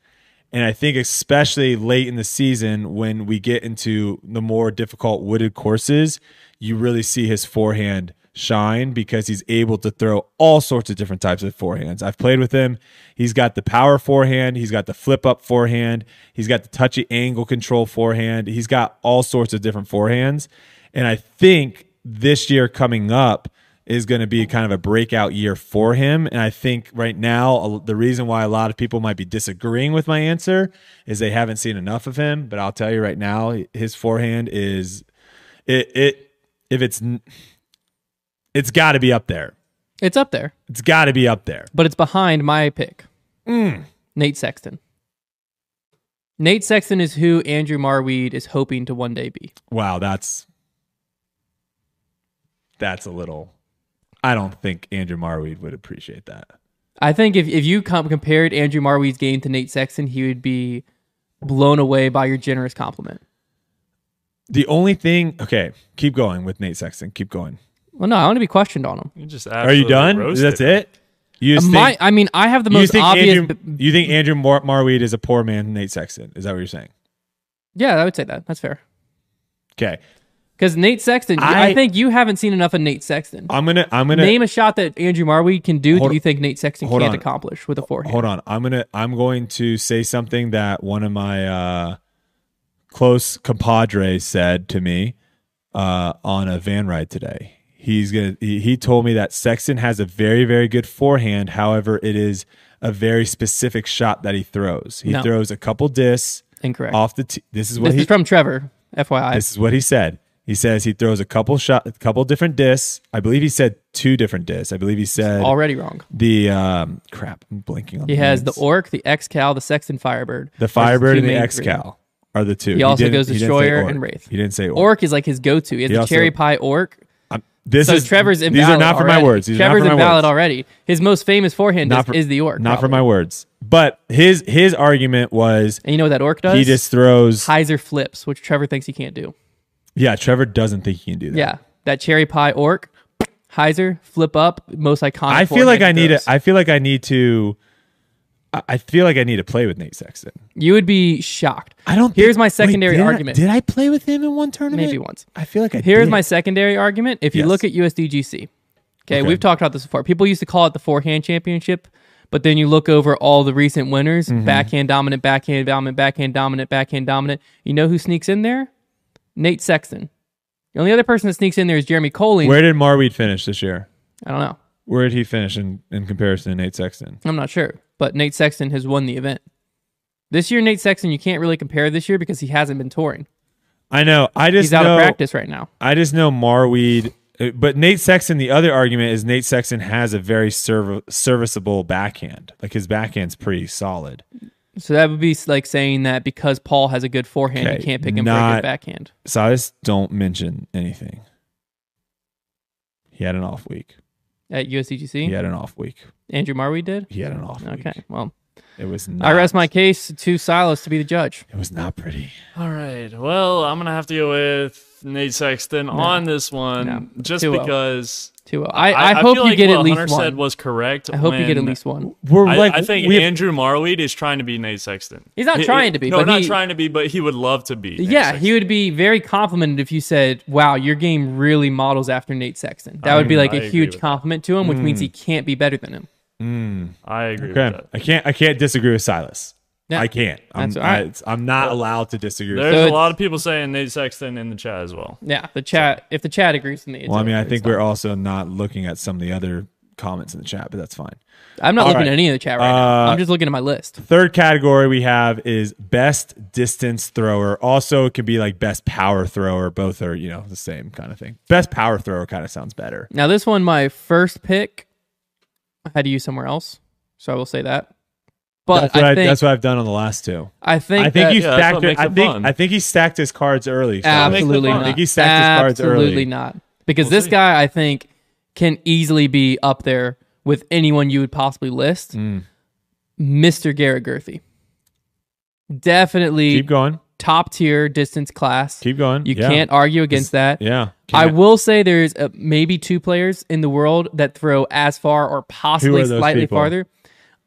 And I think especially late in the season when we get into the more difficult wooded courses, you really see his forehand shine because he's able to throw all sorts of different types of forehands. I've played with him. He's got the power forehand, he's got the flip up forehand, he's got the touchy angle control forehand. He's got all sorts of different forehands. And I think this year coming up, is going to be kind of a breakout year for him. And I think right now, a- the reason why a lot of people might be disagreeing with my answer is they haven't seen enough of him. But I'll tell you right now, his forehand is it. it if it's n- it's got to be up there.
It's up there,
It's got to be up there.
but it's behind my pick.
Hmm.
Nate Sexton. Nate Sexton is who Andrew Marweed is hoping to one day be.
Wow, that's that's a little. I don't think Andrew Marweed would appreciate that.
I think if, if you com- compared Andrew Marweed's game to Nate Sexton, he would be blown away by your generous compliment.
The only thing, okay, keep going with Nate Sexton. Keep going.
Well, no, I want to be questioned on him.
You just
Are you
absolutely
done?
roasted
That's
him.
it. You just
My,
think,
I mean, I have the
you
most
think
obvious.
Andrew,
b-
you think Andrew Mar- Marweed is a poor man, Nate Sexton? Is that what you're saying?
yeah, I would say that. That's fair.
Okay,
Because Nate Sexton, I,
I-
think you haven't seen enough of Nate Sexton.
I'm gonna I'm gonna
Name a shot that Andrew Marweed can do
Hold-
that you think Nate Sexton
hold
can't
on.
accomplish with a forehand.
hold on. I'm gonna I'm going to say something that one of my uh, close compadres said to me uh, on a van ride today. He's gonna he, he told me that Sexton has a very very good forehand. However, it is a very specific shot that he throws. He
No.
throws a couple discs
Incorrect.
off the. T- this is what
this
he
is from Trevor, FYI.
This is what he said. He says he throws a couple shot, a couple different discs. I believe he said two different discs. I believe he said
Already wrong.
the um, crap. I'm blinking on.
He
the
has the
names.
Orc, the Excal, the Sexton Firebird.
the Firebird
Those
and
are
the
his two main three.
Excal are the two. He,
also
didn't-
goes
he didn't say
Destroyer
orc.
and Wraith.
He didn't say orc.
Orc is like his go-to. He has
He
the
also-
cherry pie orc.
I'm- this
So
is
Trevor's
These
invalid.
are not for
already.
my words. These
Trevor's
are not for my
invalid
words.
already. His most famous forehand
Not
is,
for-
is the orc.
Not for
probably.
my words. But his his argument was
And you know what that orc does?
he just throws.
Heiser flips, which Trevor thinks he can't do.
Yeah, Trevor doesn't think he can do that.
Yeah, that cherry pie orc, Heiser flip up, most iconic.
I feel
forehand
like
he
I need. A,
throws.
I feel like I need to. I- I feel like I need to play with Nate Sexton.
You would be shocked.
I don't.
Here's
think-
my
wait,
secondary
did I-
argument.
did I play with him in one tournament?
Maybe once.
I feel like I.
Here's
did.
my secondary argument. If you
Yes.
look at USDGC, okay,
Okay.
we've talked about this before. People used to call it the forehand championship, but then you look over all the recent winners
Mm-hmm.
backhand dominant, backhand dominant, backhand dominant, backhand dominant. You know who sneaks in there? Nate Sexton. The only other person that sneaks in there is Jeremy Coley.
Where did Marweed finish this year?
I don't know.
Where did he finish in, in comparison to Nate Sexton?
I'm not sure, but Nate Sexton has won the event. This year, Nate Sexton, you can't really compare this year because he hasn't been touring.
I know. I just
He's out
know,
of practice right now.
I just know Marweed. uh, But Nate Sexton, the other argument is Nate Sexton has a very serv- serviceable backhand. Like his backhand's pretty solid.
So that would be like saying that because Paul has a good forehand,
Okay,
you can't pick him for a
not-
good backhand.
Silas, don't mention anything. He had an off week.
At USCGC,
He had an off week.
Andrew Marwe did.
He had an off week.
Okay, well,
It was not.
I rest my case to Silas to be the judge.
It was not pretty.
All right. Well, I'm gonna have to go with Nate Sexton on this one,
No.
just
2-0.
because
Two. uh, I, I, hope
feel
you
like
get
what
at least
Hunter
one.
said was correct.
I hope you get at
when-
least one.
We're
I,
like
I think
we have-
Andrew Marweed is trying to be Nate Sexton.
He's not
He-
trying to be,
No,
but
not
he-
trying to be, but he would love to be. Nate
Yeah,
Sexton.
he would be very complimented if you said, "Wow, your game really models after Nate Sexton." That would be like
I
a
agree
huge
with
compliment to him, which means
Hmm.
he can't be better than him.
I agree with
okay.
that.
I can't. I can't disagree with Silas.
Yeah.
I can't. I'm,
That's all right.
I, it's- I'm not allowed to disagree. with
There's
So
a
it's-
lot of people saying Nate Sexton in the chat as well.
Yeah, the chat. If the chat agrees with me, it's
Well, I mean,
okay.
I
It's
think
not-
we're also not looking at some of the other comments in the chat, but that's fine.
I'm not
all
looking
right.
at any of the chat right now.
Uh,
I'm just looking at my list.
Third category we have is best distance thrower. Also, it could be like best power thrower. Both are, you know, the same kind of thing. Best power thrower kind of sounds better.
Now, this one, my first pick, I had to use somewhere else, so I will say that. But
that's, what
I
I-
think
that's what I've done on the last two.
I think
I think
that-
he
Yeah, that's
stacked.
what
it-
makes
I
it
think
fun.
I think he stacked his cards early. so-
Absolutely
fun.
not.
I think he stacked his cards early.
Absolutely not. Because
We'll
this
see.
guy, I think, can easily be up there with anyone you would possibly list.
Hmm.
Mr. Garrett Gerthy. Definitely
Keep going.
top tier distance class.
Keep going.
you
Yeah.
can't argue against that.
Yeah.
I
Can't.
will say there's uh, maybe two players in the world that throw as far or possibly
those
slightly
people?
farther.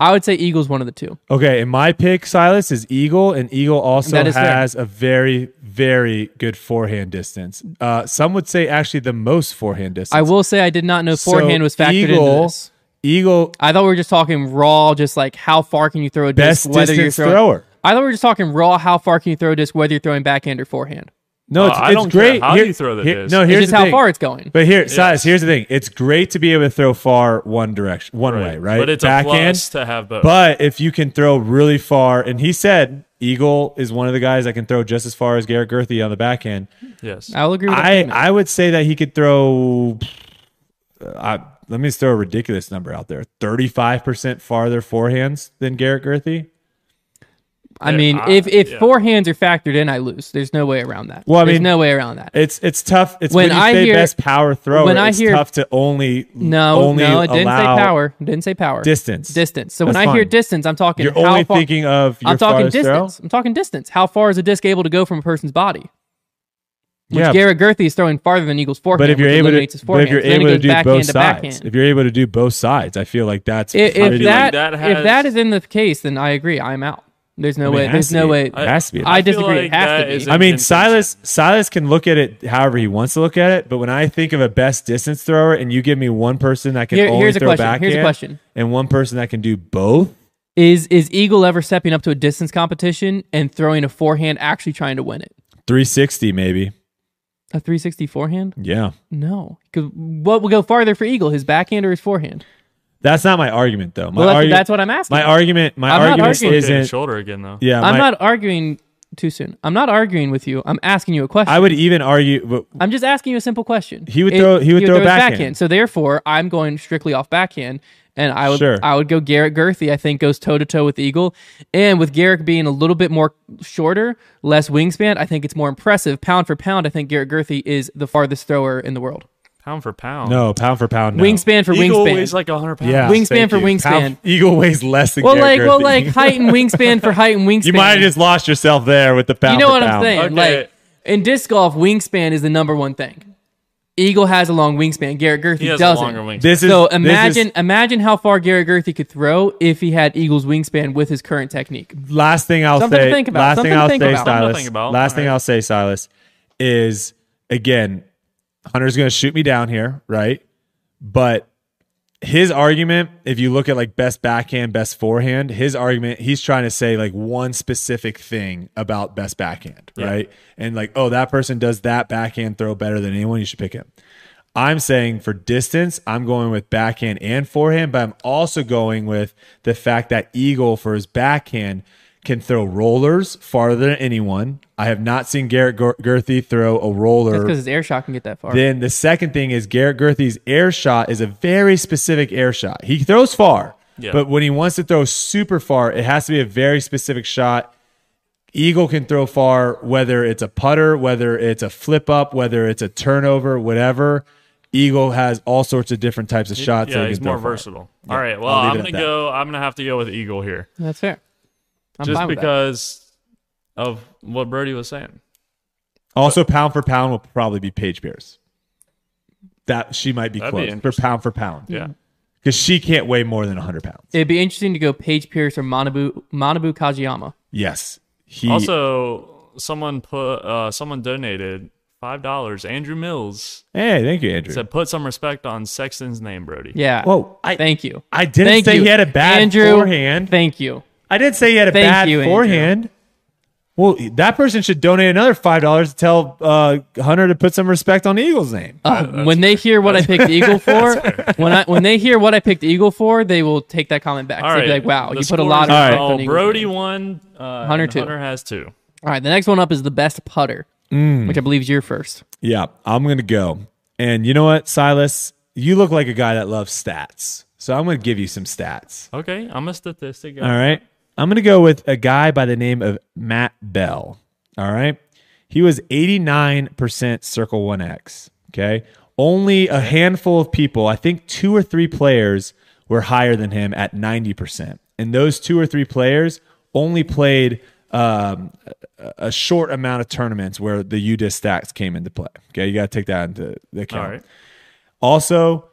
I would say Eagles one of the two.
Okay, and my pick, Silas, is Eagle, and Eagle also
That is fair.
has a very, very good forehand distance. Uh, some would say actually the most forehand distance.
I will say I did not know
So
forehand was factored into
Eagle-
this.
Eagle
I thought we were just talking raw, just like how far can you throw a disc,
best distance
throwing-
thrower.
I thought we were just talking raw, how far can you throw a disc, whether you're throwing backhand or forehand.
No,
Uh,
it's,
I
it's
don't care
great.
how you throw the
here-
disc.
No,
It's
here's
just
the
how
thing.
far it's going.
But here, Silas, here's the thing. It's great to be able to throw far one direction, one way, right?
But it's a
backhand.
plus to have both.
But if you can throw really far, and he said Eagle is one of the guys that can throw just as far as Garrett Gerthy on the backhand.
yes.
I'll agree with that.
I
statement.
I would say that he could throw. I, let me just throw a ridiculous number out there: thirty-five percent farther forehands than Garrett Gerthy.
I mean,
I-
if if
yeah.
forehands are factored in, I lose. There's no way around that.
Well, I
There's
mean-
no way around that.
It's it's tough. It's
When
when, you
I
say
hear-
best power thrower.
when I
it's
hear-
tough to only
No,
only
no, it didn't say
allow
power. It didn't say power.
distance
Distance. So when
That's
I hear
fine.
distance, I'm talking
You're
how
only
far,
thinking of your
I'm talking
farthest throw?
distance. I'm talking distance. How far is a disc able to go from a person's body? Which
Yeah,
Garrett Gerthy is throwing farther than Eagles forehand.
but if you're
which
able to,
eliminates his
but if
forehand.
you're
So then it
able to
goes
do
backhand
both
to
sides,
backhand.
if you're able to do both sides, I feel like that's
if, if
pretty-
that,
that
if
has-
that is in the case, then I agree. I'm out. There's no
I mean,
way.
it has
There's
to
no
be.
way.
It has to be.
I,
I feel
disagree. it
like
has
that
to be.
is a-
I mean,
Intention.
Silas Silas can look at it however he wants to look at it, but when I think of a best distance thrower, and you give me one person that can
Here-
only
here's a
throw
question.
backhand,
Here's a question.
and one person that can do both,
Is is Eagle ever stepping up to a distance competition and throwing a forehand, actually trying to win it?
three sixty maybe.
A 360 forehand?
Yeah,
No. 'Cause What will go farther for Eagle, his backhand or his forehand?
that's not my argument though. My
Well, that's,
argument,
that's what I'm asking.
my argument, my
I'm not
argument
arguing.
Dislocated
isn't.
shoulder again though.
Yeah,
I'm
my-
not arguing too soon. I'm not arguing with you. I'm asking you a question.
I would even argue. but
I'm just asking you a simple question.
He would throw- he would throw
his
backhand.
So therefore, I'm going strictly off backhand, and I would
Sure.
I would go Garrett Gerthy. I think goes toe to toe with Eagle, and with Garrett being a little bit more shorter, less wingspan, I think it's more impressive pound for pound. I think Garrett Gerthy is the farthest thrower in the world.
Pound for pound.
No, pound for pound. No.
Wingspan for
Eagle
wingspan.
weighs like 100 pounds.
Yeah,
Wingspan
thank
for
you.
wingspan.
Pound- Eagle weighs less than.
well, like
Garrett
well,
Gerthy.
like height and wingspan for height and wingspan.
you might have just lost yourself there with the pound.
You know
for
what I'm
pound.
saying?
Okay.
Like in disc golf, wingspan is the number one thing. Eagle has a long wingspan. Garrett Gerthy
He has a
doesn't.
longer wing.
This is
so
this is-
imagine imagine how far Garrett Gerthy could throw if he had Eagle's wingspan with his current technique.
last thing I'll
Something to
say.
think about.
Last
Something
thing
to
I'll
think
say,
about.
Something to
Silas.
think about.
Last
All
thing
right.
I'll say, Silas, is again, Hunter's going to shoot me down here, right? But his argument, if you look at like best backhand, best forehand, his argument, he's trying to say like one specific thing about best backhand, right? And like, oh, that person does that backhand throw better than anyone. You should pick him. I'm saying for distance, I'm going with backhand and forehand, but I'm also going with the fact that Eagle for his backhand can throw rollers farther than anyone. I have not seen Garrett Ger- Gerthy throw a roller
That's because his air shot can get that far.
then the second thing is Garrett Gerthy's air shot is a very specific air shot. He throws far,
Yeah.
But when he wants to throw super far, it has to be a very specific shot. Eagle can throw far, whether it's a putter, whether it's a flip up, whether it's a turnover, whatever. Eagle has all sorts of different types of shots. that
yeah,
he
he's
can throw
more
far.
versatile. All right, well,
I'll leave
I'm
it at
gonna
that.
go. I'm gonna have to go with Eagle here,
That's fair. I'm
just
fine with that.
because of what Brody was saying.
Also, pound for pound will probably be Paige Pierce. That she might be
That'd be
close for
interesting.
pound for pound
Yeah,
because she can't weigh more than 100 pounds.
It'd be interesting to go Paige Pierce or Manabu Manabu Kajiyama.
Yes, he
Also, someone put uh, someone donated five dollars. Andrew Mills
Hey, thank you, Andrew.
said, "Put some respect on Sexton's name, Brody."
Yeah.
Whoa, I
Thank you.
I didn't
Thank
say
you.
he had a bad
Andrew,
forehand.
Thank you.
I didn't say he had a
Thank
bad
you, Andrew.
forehand. Well, that person should donate another five dollars to tell uh, Hunter to put some respect on Eagle's name.
Oh, when they hear what I picked the eagle for, when I when they hear what I picked the eagle for, they will take that comment back.
All
They'll
right.
be like, "Wow,
the
you put a
scores
lot of
are-
All right.
respect on
Oh,
Eagle."
Brody won. Uh,
Hunter
and
two.
Hunter has two.
All right, the next one up is the best putter,
Mm.
which I believe is your first.
Yeah, I'm gonna go. And you know what, Silas, you look like a guy that loves stats, so I'm gonna give you some stats.
Okay, I'm a statistic. guy.
All right. I'm going to go with a guy by the name of Matt Bell. All right. He was 89% Circle 1X. Okay. Only a handful of people, I think two or three players, were higher than him at 90%. And those two or three players only played um, a- a short amount of tournaments where the UDIS stacks came into play. Okay. You got to take that into account.
All right.
Also,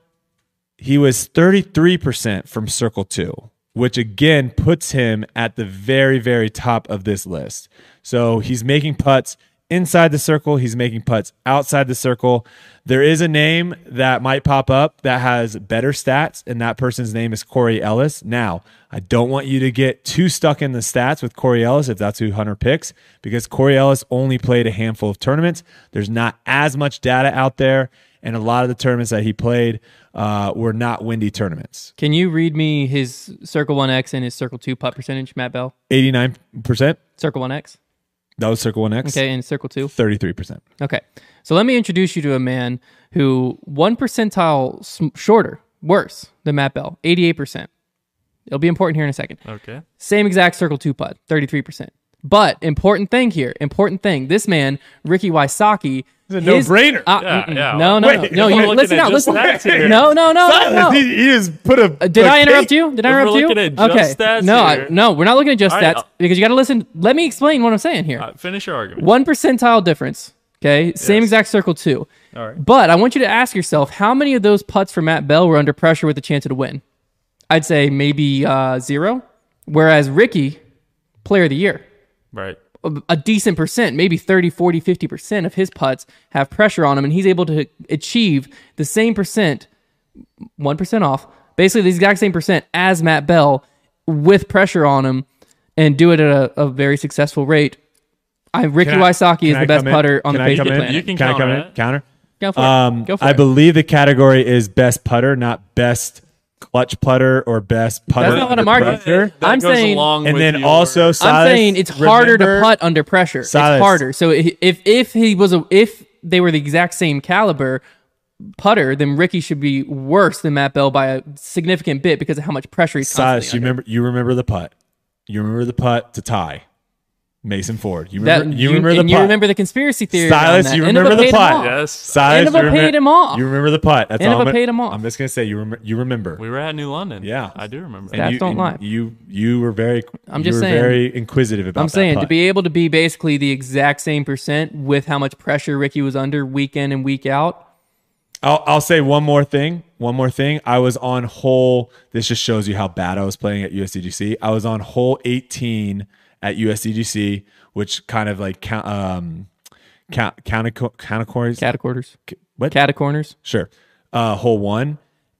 he was 33% from circle two, which again puts him at the very, very top of this list. So he's making putts inside the circle, he's making putts outside the circle. There is a name that might pop up that has better stats, and that person's name is Corey Ellis. Now, I don't want you to get too stuck in the stats with Corey Ellis if that's who Hunter picks, because Corey Ellis only played a handful of tournaments. There's not as much data out there and a lot of the tournaments that he played uh, were not windy tournaments.
Can you read me his circle one X and his circle two putt percentage, Matt Bell?
Eighty nine percent.
Circle one X,
That was Circle One X.
okay, and circle two.
Thirty three percent.
Okay. So let me introduce you to a man who one percentile sm- shorter, worse than Matt Bell, 88%. It'll be important here in a second.
Okay.
Same exact circle two putt, 33%. But important thing here, important thing. This man, Ricky Wysocki,
It's a no-brainer.
Uh,
Yeah,
mm-mm.
yeah.
No, no,
Wait,
no.
we're
no you,
looking
listen
at
out.
just
Listen.
stats here.
No, no, no, no.
He, he just put a.
Uh, Did I interrupt you? Did I
If we're
interrupt you?
looking at just stats
no, I-
here-
no, we're not looking at just
All right,
stats
uh,
because you got to listen. Let me explain what I'm saying here.
Uh, finish your argument.
One percentile difference. Okay. Same
Yes.
exact circle two.
All right.
But I want you to ask yourself how many of those putts for Matt Bell were under pressure with a chance to win? I'd say maybe uh, zero. Whereas Ricky, player of the year,
Right.
a- a decent percent, maybe 30, 40, 50% of his putts have pressure on him, and he's able to achieve the same percent, 1% off, basically the exact same percent as Matt Bell with pressure on him and do it at a, a very successful rate. I, Ricky
Can I-
Wysocki
can
is
I
the best
come in?
putter on
Can
the
I
face of
come
the
in?
planet.
You can
Can I come
counter
in?
it.
Counter.
Go for
Um,
it. Go for
I
it.
believe the category is best putter, not best clutch putter or best putter.
not what I'm
under
arguing.
pressure.
That I'm goes saying- along
And then also,
I'm
Silas,
saying it's harder
remember-
to putt under pressure.
Silas.
It's harder. So i- if if he was a, if they were the exact same caliber putter, then Ricky should be worse than Matt Bell by a significant bit because of how much pressure he's
Silas,
constantly
you remember you remember the putt. You remember the putt to tie. Mason Ford. You
under.
remember
That-
you, remember the
and
putt.
you remember the conspiracy theory. around
Silas,
that.
you
Innova
remember the
paid him
putt.
off.
Yes.
Silas,
Innova
you remember,
paid him off.
You remember the putt. That's all
Innova
I'm,
paid him off.
I'm just gonna say you remember. You remember.
We were at New London.
Yeah.
I do remember.
And
Stats
you,
don't
and
lie.
You you were very.
I'm
you
just
were
saying.
Very inquisitive about.
I'm
that
saying to
putt.
be able to be basically the exact same percent with how much pressure Ricky was under week in and week out.
I'll, I'll say one more thing. One more thing. I was on hole. This just shows you how bad I was playing at USDGC. I was on hole 18 at USDGC, which kind of like count um count counted co- counted corners.
Cata quarters,
what?
cata corners.
Sure. Uh, hole one.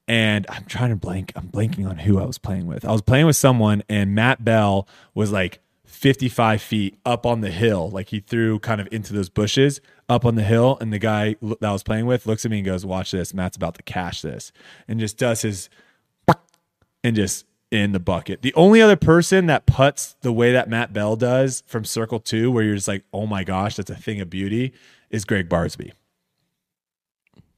And I'm trying to blank. I'm blanking on who I was playing with. I was playing with someone, and Matt Bell was like 55 feet up on the hill. Like he threw kind of into those bushes up on the hill. And the guy l- that I was playing with looks at me and goes, Watch this. Matt's about to cash this. And just does his and just in the bucket. The only other person that puts the way that Matt Bell does from circle two, where you're just like, Oh my gosh, that's a thing of beauty, is Greg Barsby.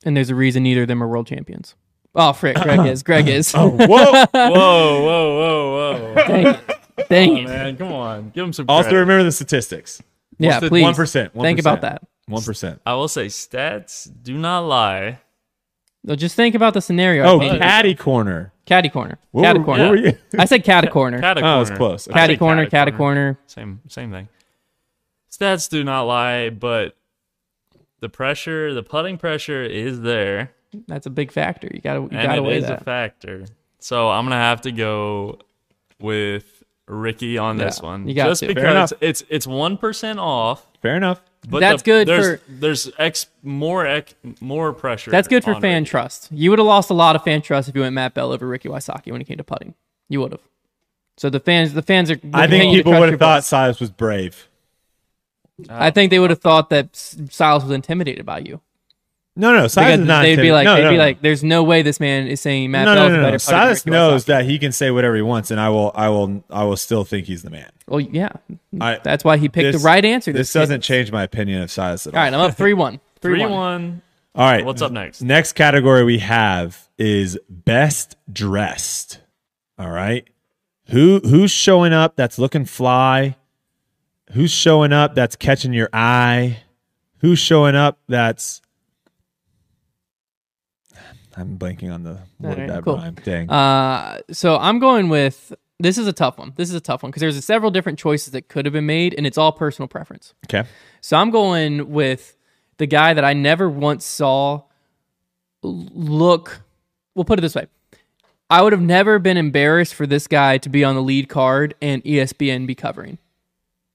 And there's a reason neither of them are world champions. Oh, frick, Greg is. Greg is. oh,
Whoa!
Whoa, whoa, whoa, whoa.
dang it. Dang
Come on,
it.
man, come on. Give him some
also
credit.
remember the statistics.
Yeah, please.
One percent.
Think about that.
One percent.
I will say stats do not lie.
No, just think about the scenario. I
Oh,
painted.
caddy corner.
catty corner.
What
catty
were-
corner.
What were you?
I said catty corner.
Cat a
Oh,
corner.
it's close.
I
Catty
say
corner,
cat a
catty corner.
Same same thing. Stats do not lie, but the pressure, the putting pressure is there.
That's a big factor. You gotta you
and
gotta
it
weigh
is a
that.
factor. So I'm gonna have to go with Ricky on this
Yeah,
one.
you got
Just
to. Fair
enough.
because it's it's one percent off.
Fair enough.
But
That's
the-
good for-
there's, There's ex more ex, more pressure.
That's good for
on
fan
Ricky.
trust. You would have lost a lot of fan trust if you went Matt Bell over Ricky Wysocki when it came to putting. You would have. So the fans, the fans are.
I think
continue to
people
trust
would
your votes.
have thought Silas was brave.
I think they would have thought that S- Silas was intimidated by you.
No, no, Silas
Because
is not.
they'd be
intimidated.
like,
no,
they'd
no,
be
no.
like, "There's no way this man is saying Matt
no,
Bell's
no,
a better."
no, no.
putter than
Silas
Ricky
knows
Wysocki."
that he can say whatever he wants, and I will, I will, I will still think he's the man.
Well, yeah,
I-
that's why he picked
this-
the right answer.
This
game.
doesn't change my opinion of Silas at all.
All right, I'm up three one.
Three one.
All right.
What's up next?
Next category we have is best dressed. All right. Who who's showing up that's looking fly? Who's showing up that's catching your eye? Who's showing up that's I'm blanking on the
All
what did
right,
that
cool.
rhyme? Dang.
Uh, so I'm going with this is a tough one. This is a tough one because there's several different choices that could have been made, and it's all personal preference.
okay.
So I'm going with the guy that I never once saw l- look. We'll put it this way. I would have never been embarrassed for this guy to be on the lead card and E ESPN be covering.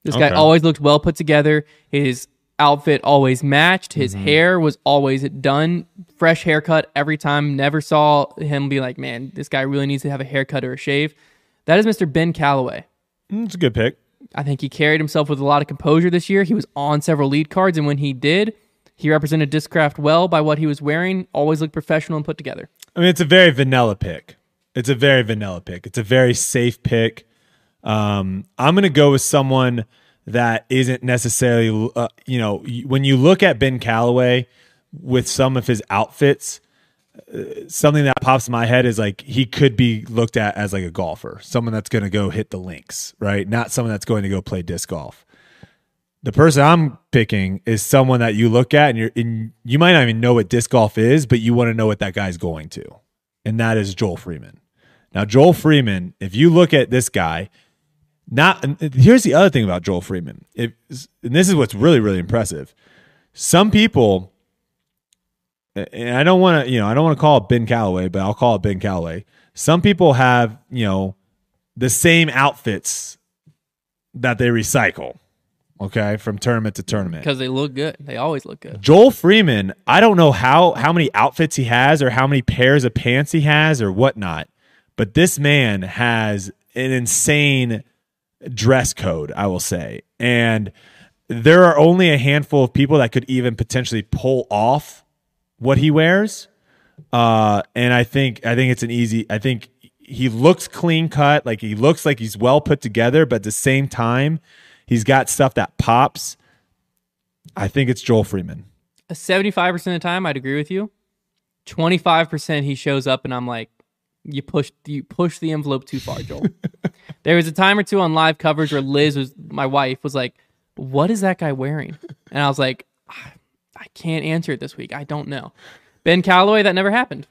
This guy
Okay.
always looked well put together. His outfit always matched. His hair was always done. Fresh haircut every time. Never saw him be like, man, this guy really needs to have a haircut or a shave. That is Mr. Ben Calloway.
Mm, It's a good pick.
I think he carried himself with a lot of composure this year. He was on several lead cards, and when he did, he represented Discraft well by what he was wearing. Always looked professional and put together.
I mean, it's a very vanilla pick. It's a very vanilla pick. It's a very safe pick. Um, I'm going to go with someone that isn't necessarily, uh, you know, y- when you look at Ben Calloway with some of his outfits, uh, something that pops in my head is like he could be looked at as like a golfer, someone that's going to go hit the links, right? Not someone that's going to go play disc golf the person I'm picking is someone that you look at and you're in you might not even know what disc golf is, but you want to know what that guy's going to. And that is Joel Freeman. Now, Joel Freeman, if you look at this guy, not and here's the other thing about Joel Freeman. If, and this is what's really, really impressive. Some people and I don't want to, you know, I don't want to call it Ben Calloway, but I'll call it Ben Calloway. Some people have, you know, the same outfits that they recycle, okay, from tournament to tournament.
Because they look good. They always look good.
Joel Freeman, I don't know how how many outfits he has or how many pairs of pants he has or whatnot, but this man has an insane dress code, I will say. And there are only a handful of people that could even potentially pull off what he wears. Uh, and I think I think it's an easy. I think he looks clean cut, like he looks like he's well put together, but at the same time, he's got stuff that pops. I think it's Joel Freeman.
Seventy-five percent of the time, I'd agree with you. Twenty-five percent, he shows up, and I'm like, you pushed you pushed the envelope too far, Joel. there was a time or two on live coverage where Liz was my wife was like, "What is that guy wearing?" And I was like, "I- "I can't answer it this week. I don't know." Ben Calloway, that never happened.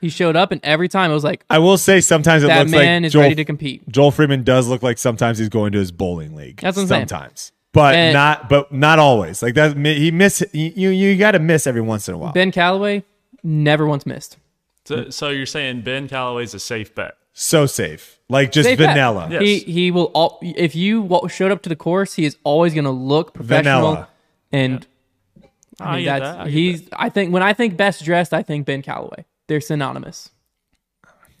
He showed up, and every time it was like,
I will say sometimes it
that
looks
man
like
is
Joel,
ready to compete.
Joel Freeman does look like sometimes he's going to his bowling league.
That's what I'm saying.
sometimes, but
And-
not but not always. Like that, he miss you. You, you got to miss every once in a while.
Ben Calloway never once missed.
So, so you're saying Ben Calloway's a safe bet?
so safe, like just
Safe bet.
vanilla.
Yeah.
He
Yes.
he will all if you wa- showed up to the course, he is always going to look professional
Vanilla.
and
I,
mean,
get
that's-
that. I get
he's. I think when I think best dressed, I think Ben Calloway. They're synonymous.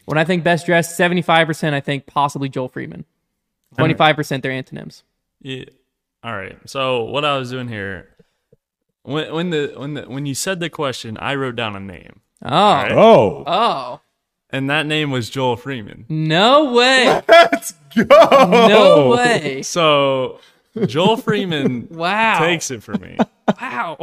When I think best dressed, seventy five percent I think possibly Joel Freeman. Twenty five percent they're antonyms.
Yeah. All right. So what I was doing here, when when the when the when you said the question, I wrote down a name,
Oh,
Oh,
oh,
and that name was Joel Freeman.
no way,
let's go!
no way,
So Joel Freeman
wow,
takes it for me.
wow.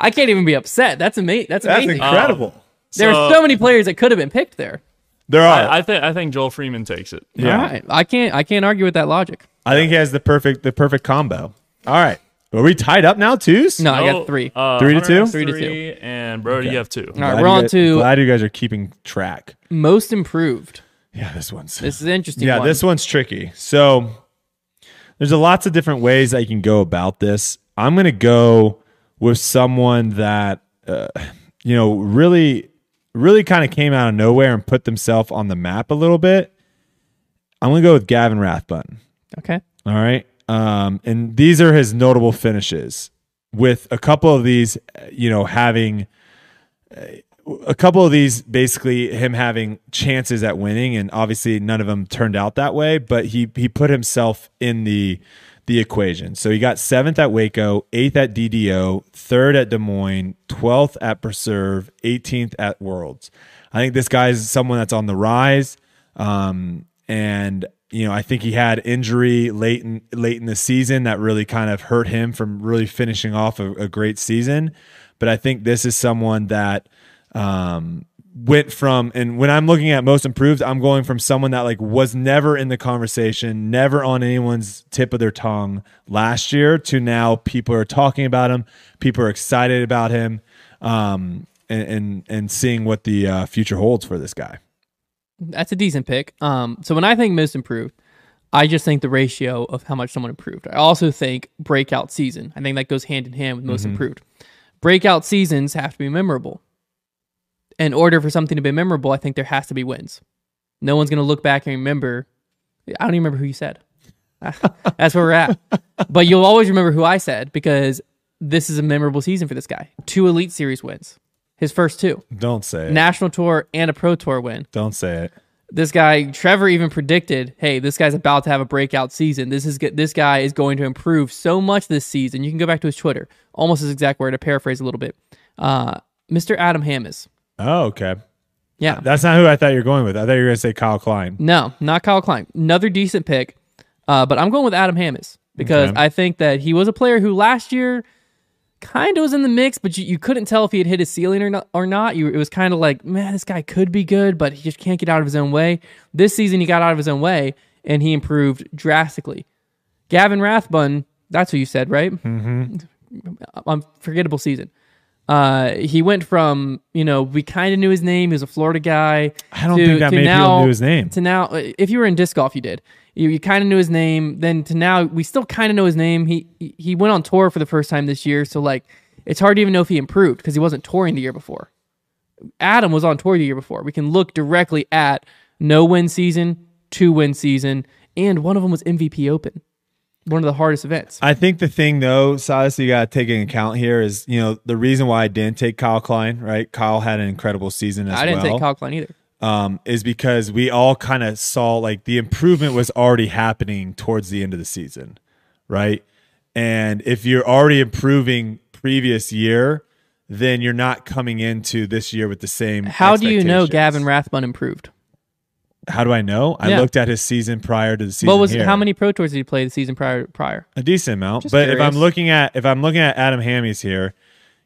I can't even be upset. That's amazing. That's
That's
amazing.
Um,
incredible.
There are so many players that could have been picked there.
There are.
I, I think I think Joel Freeman takes it.
yeah.
All right. I can't I can't argue with that logic.
I think he has the perfect the perfect combo. All right. Are we tied up now, twos?
No, I
No,
got three. All
uh,
Three to
Hunter
two?
has
Three to
three, and Brody, you have two.
right,
Glad
we're
you
on
guys-
to
Glad you guys are keeping track.
most improved.
Yeah, this one's
This is an interesting.
yeah,
one.
this one's tricky. So there's a lots of different ways I can go about this. I'm gonna go with someone that uh, you know really, really kind of came out of nowhere and put themselves on the map a little bit. I'm gonna go with Gavin Rathbun.
Okay.
All right. Um, and these are his notable finishes, with a couple of these, uh, you know, having uh, a couple of these basically him having chances at winning, and obviously none of them turned out that way. But he he put himself in the the equation. So he got seventh at Waco, eighth at DDO, third at Des Moines, twelfth at Preserve, eighteenth at Worlds. I think this guy is someone that's on the rise. Um, and you know, I think he had injury late in late in the season that really kind of hurt him from really finishing off a, a great season. But I think this is someone that um, went from and when I'm looking at most improved, I'm going from someone that like was never in the conversation, never on anyone's tip of their tongue last year to now people are talking about him, people are excited about him, um, and and, and seeing what the uh, future holds for this guy.
That's a decent pick. Um, so when I think most improved, I just think the ratio of how much someone improved. I also think breakout season. I think that goes hand in hand with
Mm-hmm.
most improved. Breakout seasons have to be memorable. In order for something to be memorable, I think there has to be wins. No one's going to look back and remember. I don't even remember who you said. That's where we're at. but you'll always remember who I said because this is a memorable season for this guy. Two Elite Series wins, his first two,
Don't say it.
national tour and a pro tour win
Don't say it.
this guy Trevor even predicted, "Hey, this guy's about to have a breakout season. This is this guy is going to improve so much this season." You can go back to his Twitter, almost his exact word. To paraphrase a little bit, uh, Mr. Adam Hammes.
Oh, okay.
Yeah,
That's not who I thought you were going with. I thought you were going to say Kyle Klein.
no, not Kyle Klein. Another decent pick, uh, but I'm going with Adam Hammes because
Okay.
I think that he was a player who last year kind of was in the mix, but you, you couldn't tell if he had hit his ceiling or not. Or not. You, it was kind of like, man, this guy could be good, but he just can't get out of his own way. This season, he got out of his own way and he improved drastically. Gavin Rathbun, that's what you said, right? Mm-hmm. Unforgettable season. Uh, he went from you know we kind of knew his name. He was a Florida guy.
I don't think that many people knew his name.
To now, uh, if you were in disc golf, you did. You, you kind of knew his name. Then to now, we still kind of know his name. He he- he went on tour for the first time this year, so like it's hard to even know if he improved because he wasn't touring the year before. Adam was on tour the year before. We can look directly at no win season, two win season, and one of them was MVP Open, one of the hardest events.
I think the thing though, Silas, you got to take into account here is you know the reason why I didn't take Kyle Klein. Right, Kyle had an incredible season as
I didn't
well.
take Kyle Klein either.
um, is because we all kind of saw like the improvement was already happening towards the end of the season, right? And if you're already improving previous year, then you're not coming into this year with the same.
How do you know
expectations.
Gavin Rathbun improved?
How do I know? I
Yeah.
looked at his season prior to the season.
What was
here.
how many pro tours did he play the season prior? Prior,
A decent amount.
Just
but if
curious.
I'm looking at if I'm looking at Adam Hammies here,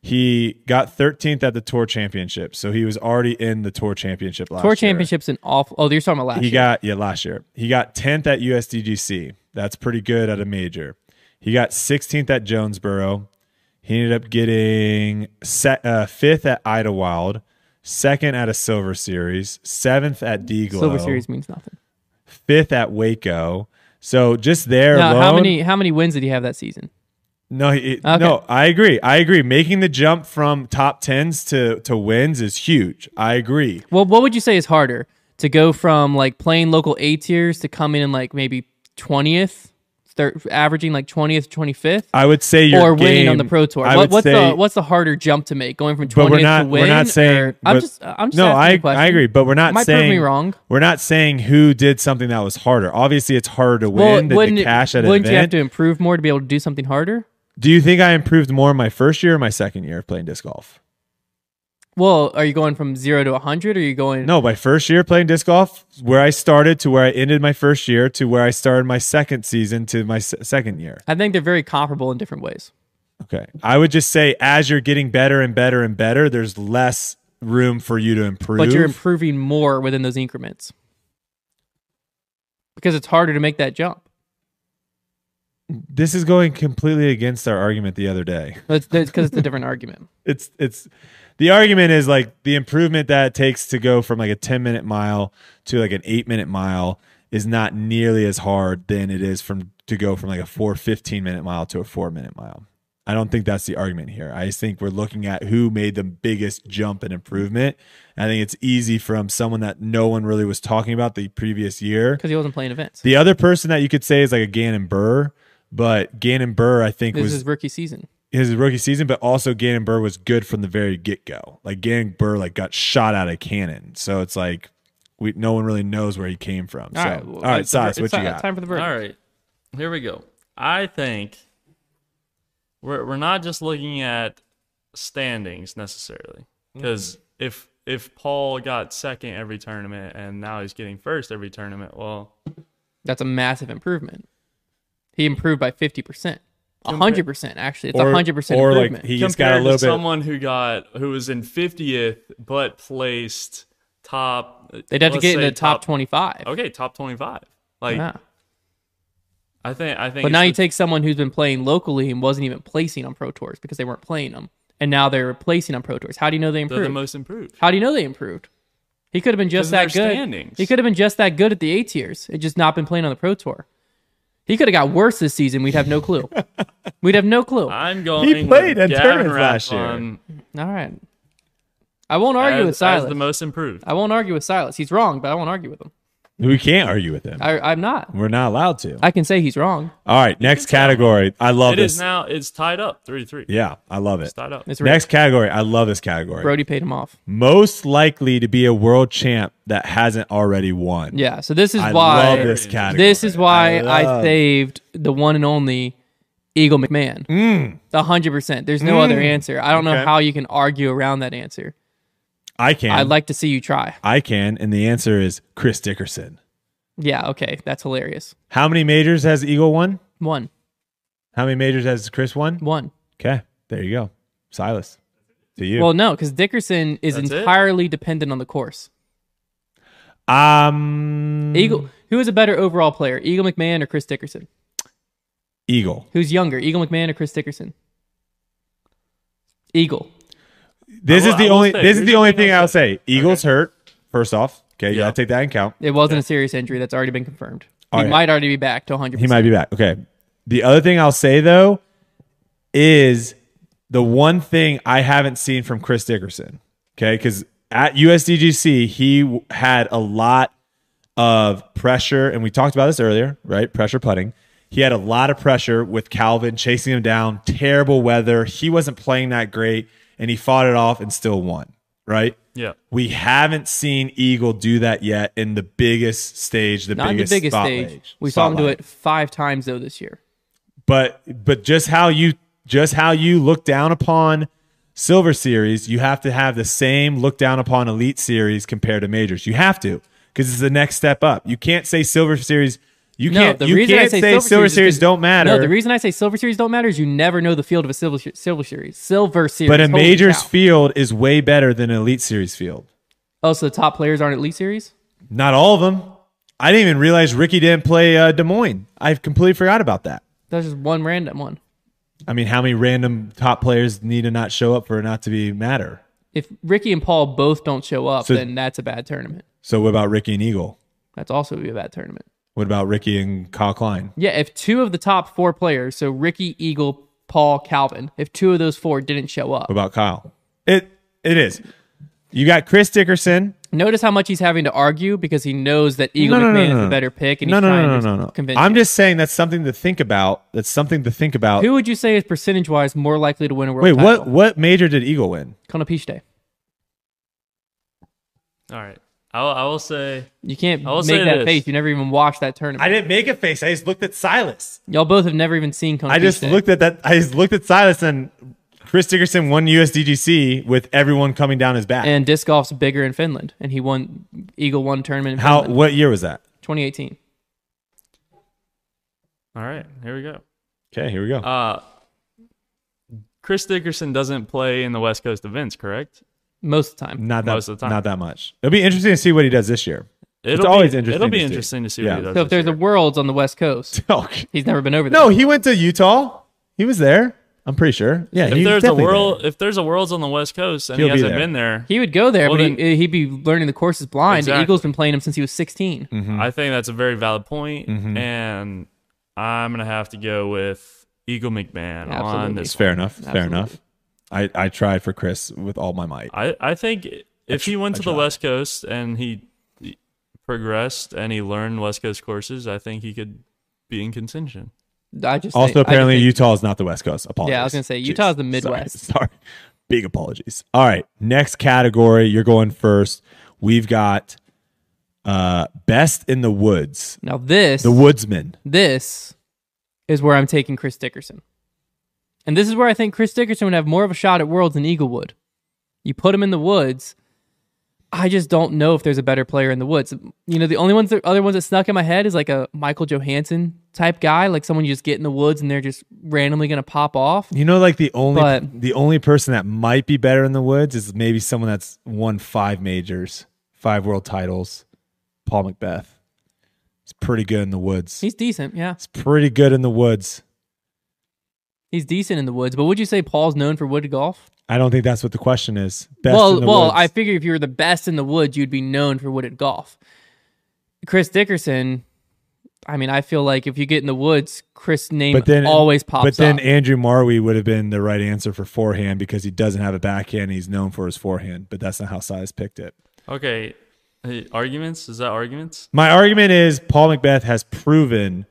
he got 13th at the Tour Championship, so he was already in the Tour Championship last
tour
year.
championships and awful. Oh, you're talking about last
He
year.
got yeah last year. He got 10th at USDGC. That's pretty good at a major. He got 16th at Jonesboro. He ended up getting se- uh, fifth at Idlewild, second at a Silver Series, seventh at Deglow,
Silver Series means nothing.
fifth at Waco. So just there
Now,
alone,
how many how many wins did he have that season?
No, he,
Okay.
no, I agree. I agree. Making the jump from top tens to to wins is huge. I agree.
Well, what would you say is harder to go from like playing local A tiers to come in and like maybe twentieth, thir- averaging like twentieth, twenty fifth,
I would say Uh, your
or winning on the
game-
pro tour?
I
What,
would
what's
say-
the what's the harder jump to make, going from
but we're
twentieth
not.
to win?
we're not saying.
or- I'm
but-
just I'm just
no.
asking
I
you a question.
I agree. But we're not
Might prove
saying
me wrong.
We're not saying who did something that was harder. Obviously, it's harder to
Well,
win than
wouldn't
to
it-
cash at an
wouldn't you have
event.
to improve more to be able to do something harder?
Do you think I improved more in my first year or my second year of playing disc golf?
Well, are you going from zero to hundred? Or are you going?
No, my first year playing disc golf, where I started to where I ended my first year to where I started my second season to my se- second year.
I think they're very comparable in different ways.
Okay. I would just say as you're getting better and better and better, there's less room for you to improve.
but you're improving more within those increments because it's harder to make that jump.
this is going completely against our argument the other day.
That's because it's a different argument.
It's it's the argument is like the improvement that it takes to go from like a 10 minute mile to like an 8 minute mile is not nearly as hard than it is from to go from like a 4 15 minute mile to a 4 minute mile. I don't think that's the argument here. I just think we're looking at who made the biggest jump and improvement. I think it's easy from someone that no one really was talking about the previous year
Because he wasn't playing events.
The other person that you could say is like a Gannon Burr, but Gannon Burr, I think,
This
was
is rookie season.
his rookie season, but also Gannon Burr was good from the very get go. Like Gannon Burr, like got shot out of cannon, so it's like we no one really knows where he came from. so, all right, Sauce, what you got?
Time for the verdict.
All right, here we go. I think we're we're not just looking at standings necessarily, because
Mm-hmm.
if if Paul got second every tournament and now he's getting first every tournament, well,
That's a massive improvement. He improved by 50%. 100% actually. It's a
Or-
100%
or like
improvement.
he just got a
compared
little
to
bit.
someone who got who was in fiftieth but placed top,
They'd have to
let's
get in
say
the top, 25.
Okay, top twenty-five. Like
Yeah.
I think I think.
But
it's
now you
just-
take someone who's been playing locally and wasn't even placing on Pro Tours because they weren't playing them. And now they're placing on Pro Tours. How do you know they
they're the
improved?
most improved.
How do you know they improved? He could have been just
Because
that
of
good.
their standings.
He could have been just that good at the A tiers. It just not been playing on the Pro Tour. He could have got worse this season. We'd have no clue. We'd have no clue. All
I'm going.
played in
with Gavin
tournaments last year.
Rathbun
right. I won't argue with
As, as
Silas.
the most improved.
I won't argue with Silas. He's wrong, but I won't argue with him.
We can't argue with him.
I, I'm not.
We're not allowed to.
I can say he's wrong.
all right, next category. I love
It is
this.
now. It's tied up three three.
yeah, I love it.
It's tied up.
It's real.
Next category. I love this category.
Brody paid him off.
Most likely to be a world champ that hasn't already won.
Yeah. So this is
I
why
love this category.
This is why I,
love-
saved the one and only Eagle McMahon. A hundred percent. There's no other answer. I don't know
Mm. Okay.
how you can argue around that answer.
I can.
I'd like to see you try.
I can, and the answer is Chris Dickerson.
Yeah, okay. That's hilarious.
How many majors has Eagle won?
One.
How many majors has Chris won?
One.
Okay, there you go, Silas. To you.
Well, no, because Dickerson is
That's it?
entirely dependent on the course.
um,
Eagle who is a better overall player? Eagle McMahon or Chris Dickerson?
Eagle.
Who's younger? Eagle McMahon or Chris Dickerson? Eagle.
This
I will-
is the
I will
only.
say,
this is
here's
the
the
only
thing
thing
I'll
I'll
say.
say. Eagles hurt. First off, okay, you
Yeah.
gotta take that in count.
It wasn't a serious injury. That's already been confirmed.
All
he
right.
might already be back to 100%.
He might be back. Okay. The other thing I'll say though is the one thing I haven't seen from Chris Dickerson. Okay, because at USDGC he w- had a lot of pressure, and we talked about this earlier, right? Pressure putting. He had a lot of pressure with Calvin chasing him down. Terrible weather. He wasn't playing that great, and he fought it off and still won. Right.
Yeah.
We haven't seen Eagle do that yet in the biggest stage, the
Not in the
biggest,
biggest
spotlight-
stage. We saw him do
spotlight
it five times though this year.
but but just how you just how you look down upon silver series you have to have the same look down upon elite series compared to majors you have to because it's the next step up you can't say silver series you can't
no, the
you
reason
can't
I say,
silver,
is
series
'cause-
don't matter
No, the reason I say silver series don't matter is you never know the field of a silver Se- silver series. Silver series,
but a
holy
majors
cow.
field is way better than an elite series field
Oh, so the top players aren't at least series.
not all of them i didn't even realize ricky didn't play uh, des moines i completely forgot about that
That's just one random one.
i mean how many random top players need to not show up for it not to be matter
If Ricky and Paul both don't show up,
So-
then that's a bad tournament.
so what about ricky and eagle
That's also be a bad tournament.
What about Ricky and Kyle Klein?
Yeah, if two of the top four players, so Ricky, Eagle, Paul, Calvin, if two of those four didn't show up,
What about Kyle? It it is. You got Chris Dickerson.
notice how much he's having to argue because he knows that Eagle
No, no, no,
McMahon
no,
is
no.
the better pick, and
No,
he's
no,
trying
no, no,
to
no, no.
convince.
I'm
you.
just saying that's something to think about. That's something to think about.
Who would you say is percentage wise more likely to win a world
Wait,
title?
what what major did Eagle win?
Konopishte.
All right. I will, I will say
You can't
I will
make
say
that
this.
face. You never even watched that tournament.
didn't make a face. I just looked at Silas.
Y'all both have never even seen Konopishte.
I just looked at that. I just looked at Silas and Chris Dickerson won USDGC with everyone coming down his back.
And disc golf's bigger in Finland, and he won Eagle One tournament. In
How?
Finland,
What year was that?
2018.
all right. Here we go.
Okay, here we go.
Uh, Chris Dickerson doesn't play in the West Coast events, correct?
most of the time.
Not that,
Most of the time.
not that much. It'll be interesting to see what he does this year.
It'll
always
be,
interesting
It'll be
to see.
interesting to see
Yeah.
what he does.
So if
this
there's a
year.
worlds on the West Coast,
Oh,
he's never been over there.
no, he went to Utah. He was there. I'm pretty sure. Yeah,
if
he's
there's a
definitely
world, if there's a world's on the West Coast and
He'll
he
be
hasn't
there.
been there,
He would go there,
Well,
but
then-
he, he'd be learning the courses blind. The
Exactly.
Eagles been playing him since he was 16.
Hmm. Mm-hmm.
I think that's a very valid point, and I'm gonna have to go with Eagle McMahon
Absolutely.
on this.
It's fair enough. Fair
Absolutely.
enough. I, I tried for Chris with all my might.
I I think if he
I
went to the
tried.
West Coast and he he progressed and he learned West Coast courses, I think he could be in contention.
I just
Also,
think- I just
apparently,
think-
Utah is not the West Coast. Apologies.
Yeah, I was gonna say,
Jeez.
Utah's the
Sorry.
Midwest.
Sorry. Big apologies. All right. Next category. You're going first. We've got uh Best in the Woods.
now this
The Woodsman.
this is where I'm taking Chris Dickerson, and this is where I think Chris Dickerson would have more of a shot at Worlds than Eagle would. You put him in the woods. I just don't know if there's a better player in the woods. You know, the only ones, that, other ones that snuck in my head is like a Michael Johansson type guy, like someone you just get in the woods and they're just randomly going to pop off.
You know, like the only
But-
the only person that might be better in the woods is maybe someone that's won five majors, five world titles. Paul Macbeth. He's pretty good in the woods. He's
He's decent, yeah.
pretty good in the woods.
He's decent in the woods, but would you say Paul's known for wood golf?
I don't think that's what the question is. Best
well,
in the
well,
woods.
I figure if you were the best in the woods, you'd be known for wooded golf. Chris Dickerson, I mean, I feel like if you get in the woods, Chris' name
but then
always pops
But then
up.
Andrew Marwee would have been the right answer for forehand because he doesn't have a backhand. He's known for his forehand, but that's not how Size picked it.
Okay, Hey, arguments? Is that arguments?
My argument is Paul Macbeth has proven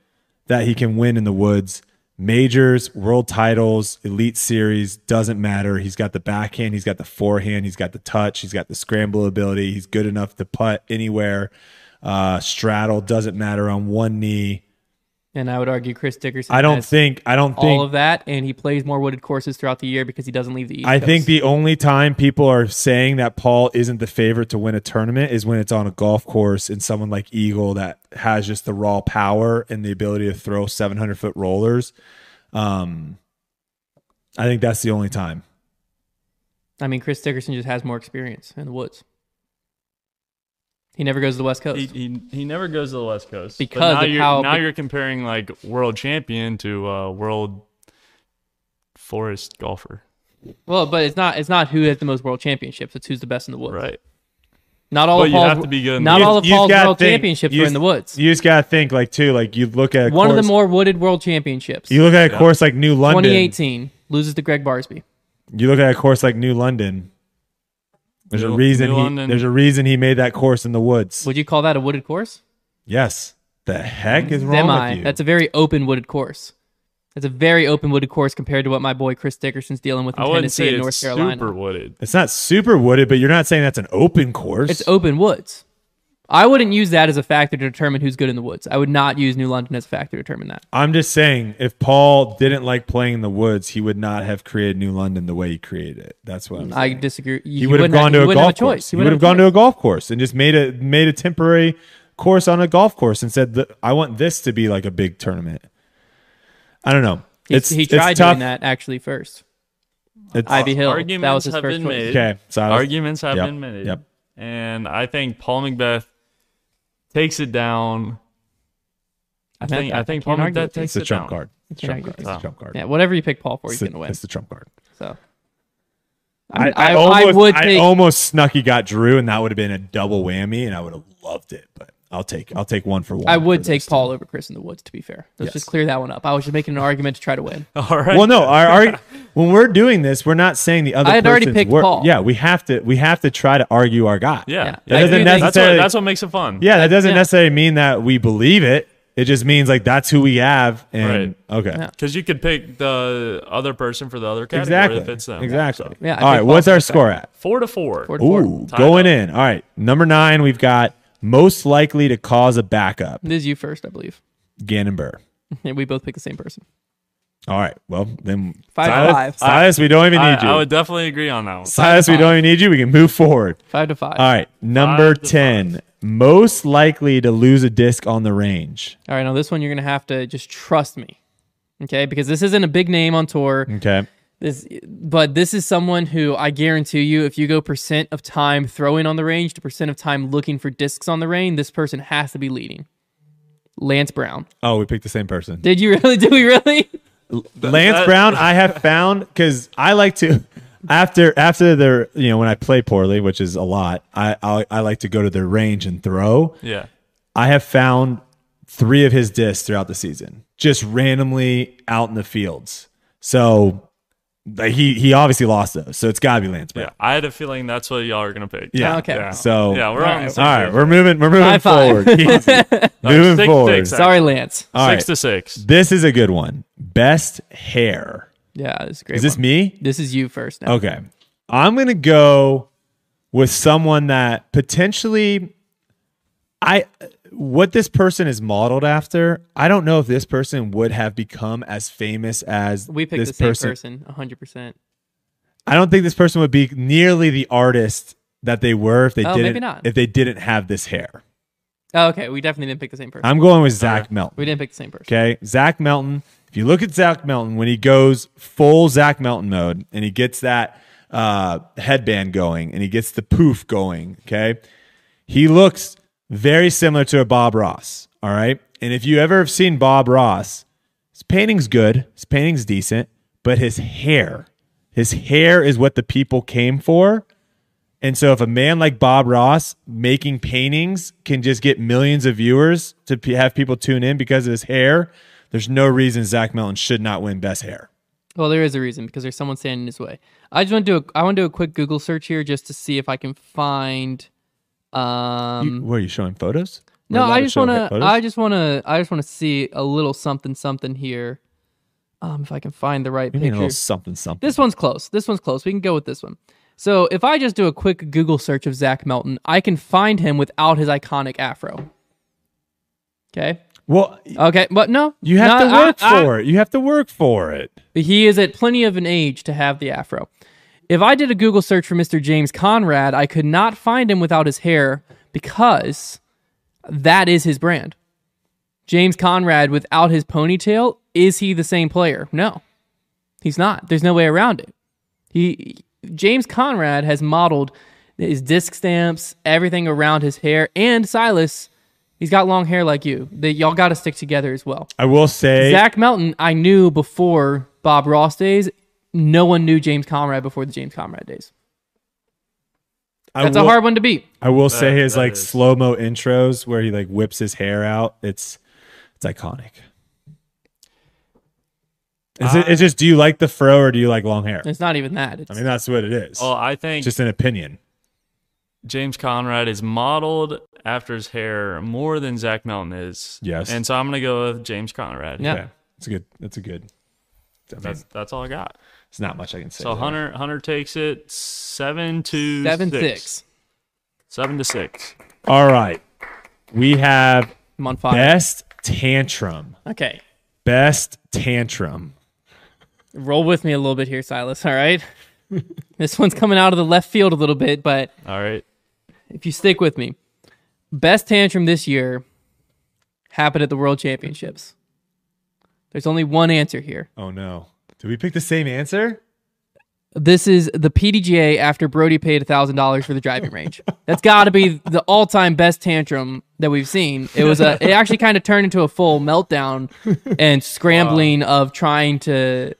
that he can win in the woods. Majors, world titles, elite series, doesn't matter. He's got the backhand, he's got the forehand, he's got the touch, he's got the scramble ability, he's good enough to putt anywhere. Uh, straddle doesn't matter on one knee.
and I would argue Chris Dickerson.
I don't
has
think I don't
all
think
of that, and he plays more wooded courses throughout the year because he doesn't leave the East
I think
Coast.
the only time people are saying that Paul isn't the favorite to win a tournament is when it's on a golf course and someone like Eagle that has just the raw power and the ability to throw 700 foot rollers. Um, I think that's the only time.
I mean, Chris Dickerson just has more experience in the woods. He never goes to the West Coast.
He, he, he never goes to the West Coast But
Because
now
of
you're,
how-
now you're comparing like world champion to uh, world forest golfer,
well, but it's not it's not who has the most world championships. It's who's the best in the woods.
right?
Not all
But
of
you
Paul's,
have to be good in the
Not
woods.
all of
You've
Paul's
gotta
world
think-
championships
you
were in the
just-
woods.
You just got to think like too, like you look at a
One of
course-
the more wooded world championships.
you look at a course like New London,
2018 loses to Greg Barsby.
you look at a course like New London. There's a
New-
reason
New
he,
London.
there's a reason he made that course in the woods.
Would you call that a wooded course?
Yes. The heck is wrong
Semi.
with you?
That's a very open wooded course. That's a very open wooded course compared to what my boy Chris Dickerson's dealing with in
I wouldn't
Tennessee
say
and
it's
North Carolina.
super wooded.
It's not super wooded, but you're not saying that's an open course.
It's open woods. I wouldn't use that as a factor to determine who's good in the woods. I would not use New London as a factor to determine that.
I'm just saying, if Paul didn't like playing in the woods, he would not have created New London the way he created it. That's what I'm saying.
I disagree.
he would have
wouldn't
gone
he
to a
wouldn't
golf
have
course.
choice.
He would have gone to a golf course and just made a made a temporary course on a golf course and said, "Th- "I want this to be like a big tournament." I don't know.
He,
it's
he
it's
tried
tough.
doing that actually first.
It's-
Ivy Hill.
Arguments
that was his
have
first
been
choice.
made.
Okay, so I was-
Arguments have
Yep,
been made.
yep.
And I think Paul Macbeth takes it down. I
meant
think
that.
I
I can't
think Paul
argue
Macbeth
with you.
it's
takes
the
it
trump
down.
card. It's a
Can't
trump card.
argue
It's a trump card.
Yeah, whatever you pick Paul for, he's
It's the-
going to win.
it's the trump card.
So
I,
I-
I
I
almost,
would
I
take-
almost snuck he got Drew, and that would have been a double whammy, and I would have loved it. But I'll take I'll take one for one.
I would
for
take
this.
Paul over Chris in the woods. To be fair, let's
Yes.
just clear that one up. I was just making an argument to try to win.
All right.
Well, no, our, our when we're doing this, we're not saying the other.
I had already
person's
picked
wor-
Paul.
Yeah, we have to we have to try to argue our guy.
yeah.
Yeah.
yeah.
I do
doesn't
think-
That's what
necessarily-
that's what makes it fun.
yeah. That doesn't
Yeah.
necessarily mean that we believe it. It just means like that's who we have. And okay,
Yeah.
Because you could pick the other person for the other category
exactly,
if it's them.
exactly.
Yeah, I
All right,
picked
what's
Paul.
our score at?
Four to four.
Four to four.
Ooh,
Tied
going
up.
in. All right, number nine. We've got most likely to cause a backup.
This is you first, I believe.
Gannon Burr.
And we both pick the same person.
All right. Well, then
Five to
Silas,
five.
Silas, we don't even
I,
need you.
I would definitely agree on that one.
Silas, we don't even need you. We can move forward.
Five to five.
All right. Number
to
10, most likely to lose a disc on the range.
All
Mm.
right, now this one you're gonna have to just trust me, okay? Because this isn't a big name on tour.
Okay.
This, but this is someone who I guarantee you, if you go percent of time throwing on the range to percent of time looking for discs on the range, this person has to be leading. Lance Brown.
Oh, we picked the same person.
Did you really? Did we really?
Lance
that-
Brown, I have found because I like to after after their you know when I play poorly, which is a lot. I I, I like to go to their range and throw.
Yeah.
I have found three of his discs throughout the season, just randomly out in the fields. So like, he he obviously lost those. So it's got to be Lance Brown.
Yeah. I had a feeling that's what y'all are gonna pick.
Yeah.
Okay.
Yeah.
So
Yeah, we're on the same
all right.
page.
We're moving. We're moving
High five.
forward. Easy. moving
six-
forward.
six.
Sorry, Lance.
All right.
six to six.
This is a good one. Best hair.
Yeah, this is a great.
Is this
one.
me?
This is you first now.
Okay. I'm going to go with someone that potentially I what this person is modeled after. I don't know if this person would have become as famous as
We picked
this
the same person, a 100%.
I don't think this person would be nearly the artist that they were if they
Oh, maybe
didn't
not.
if they didn't have this hair.
Oh, okay, we definitely didn't pick the same person.
I'm going with Zach Melton.
we didn't pick the same person.
Okay. Zach Melton. If you look at Zach Melton, when he goes full Zach Melton mode and he gets that uh, headband going and he gets the poof going, okay, he looks very similar to a Bob Ross. All right. And if you ever have seen Bob Ross, his painting's good, his painting's decent, but his hair, his hair is what the people came for. And so, if a man like Bob Ross making paintings can just get millions of viewers to p- have people tune in because of his hair, there's no reason Zach Melton should not win Best Hair.
Well, there is a reason because there's someone standing in his way. I just want to do a I want to do a quick Google search here just to see if I can find. Um,
You- what are you showing photos? We're
no,
allowed
I just
show
want
hair
to.
photos?
I just want to. I just want to see a little something something here. Um, if I can find the right
You mean a
picture.
little something something.
This one's close. This one's close. We can go with this one. So if I just do a quick Google search of Zach Melton, I can find him without his iconic afro. Okay.
Well,
Okay, but no,
you have
no,
to work
I- I-
for it. You have to work for it.
He is at plenty of an age to have the afro. If I did a Google search for Mr. James Conrad, I could not find him without his hair because that is his brand. James Conrad without his ponytail, is he the same player? No. He's not. There's no way around it. He James Conrad has modeled his disc stamps, everything around his hair, and Silas, he's got long hair like you. That y'all got to stick together as well.
I will say,
Zach Melton, I knew before Bob Ross days. No one knew James Conrad before the James Conrad days.
I
That's
will,
a hard one to beat.
I will say his
that
like
is-
slow mo intros where he like whips his hair out. It's it's iconic. Is it, it's just, do you like the fro or do you like long hair?
It's not even that. It's,
I mean, that's what it is.
Well, I think
just an opinion.
James Conrad is modeled after his hair more than Zach Melton is.
Yes.
And so I'm gonna go with James Conrad.
yeah.
Okay. That's a good. That's a good. I mean,
That's that's all I got.
it's not much I can say.
So
there.
Hunter Hunter takes it seven to
Seven six.
Seven to six.
All right, we have
I'm on fire.
best tantrum.
Okay.
Best tantrum.
Roll with me a little bit here, Silas. All right. this one's coming out of the left field a little bit, but
All right.
if you stick with me, best tantrum this year happened at the World Championships. There's only one answer here.
Oh no! Did we pick the same answer?
This is the PDGA after Brody paid thousand dollars for the driving range. That's got to be the all-time best tantrum that we've seen. It was a. It actually kind of turned into a full meltdown and scrambling of trying to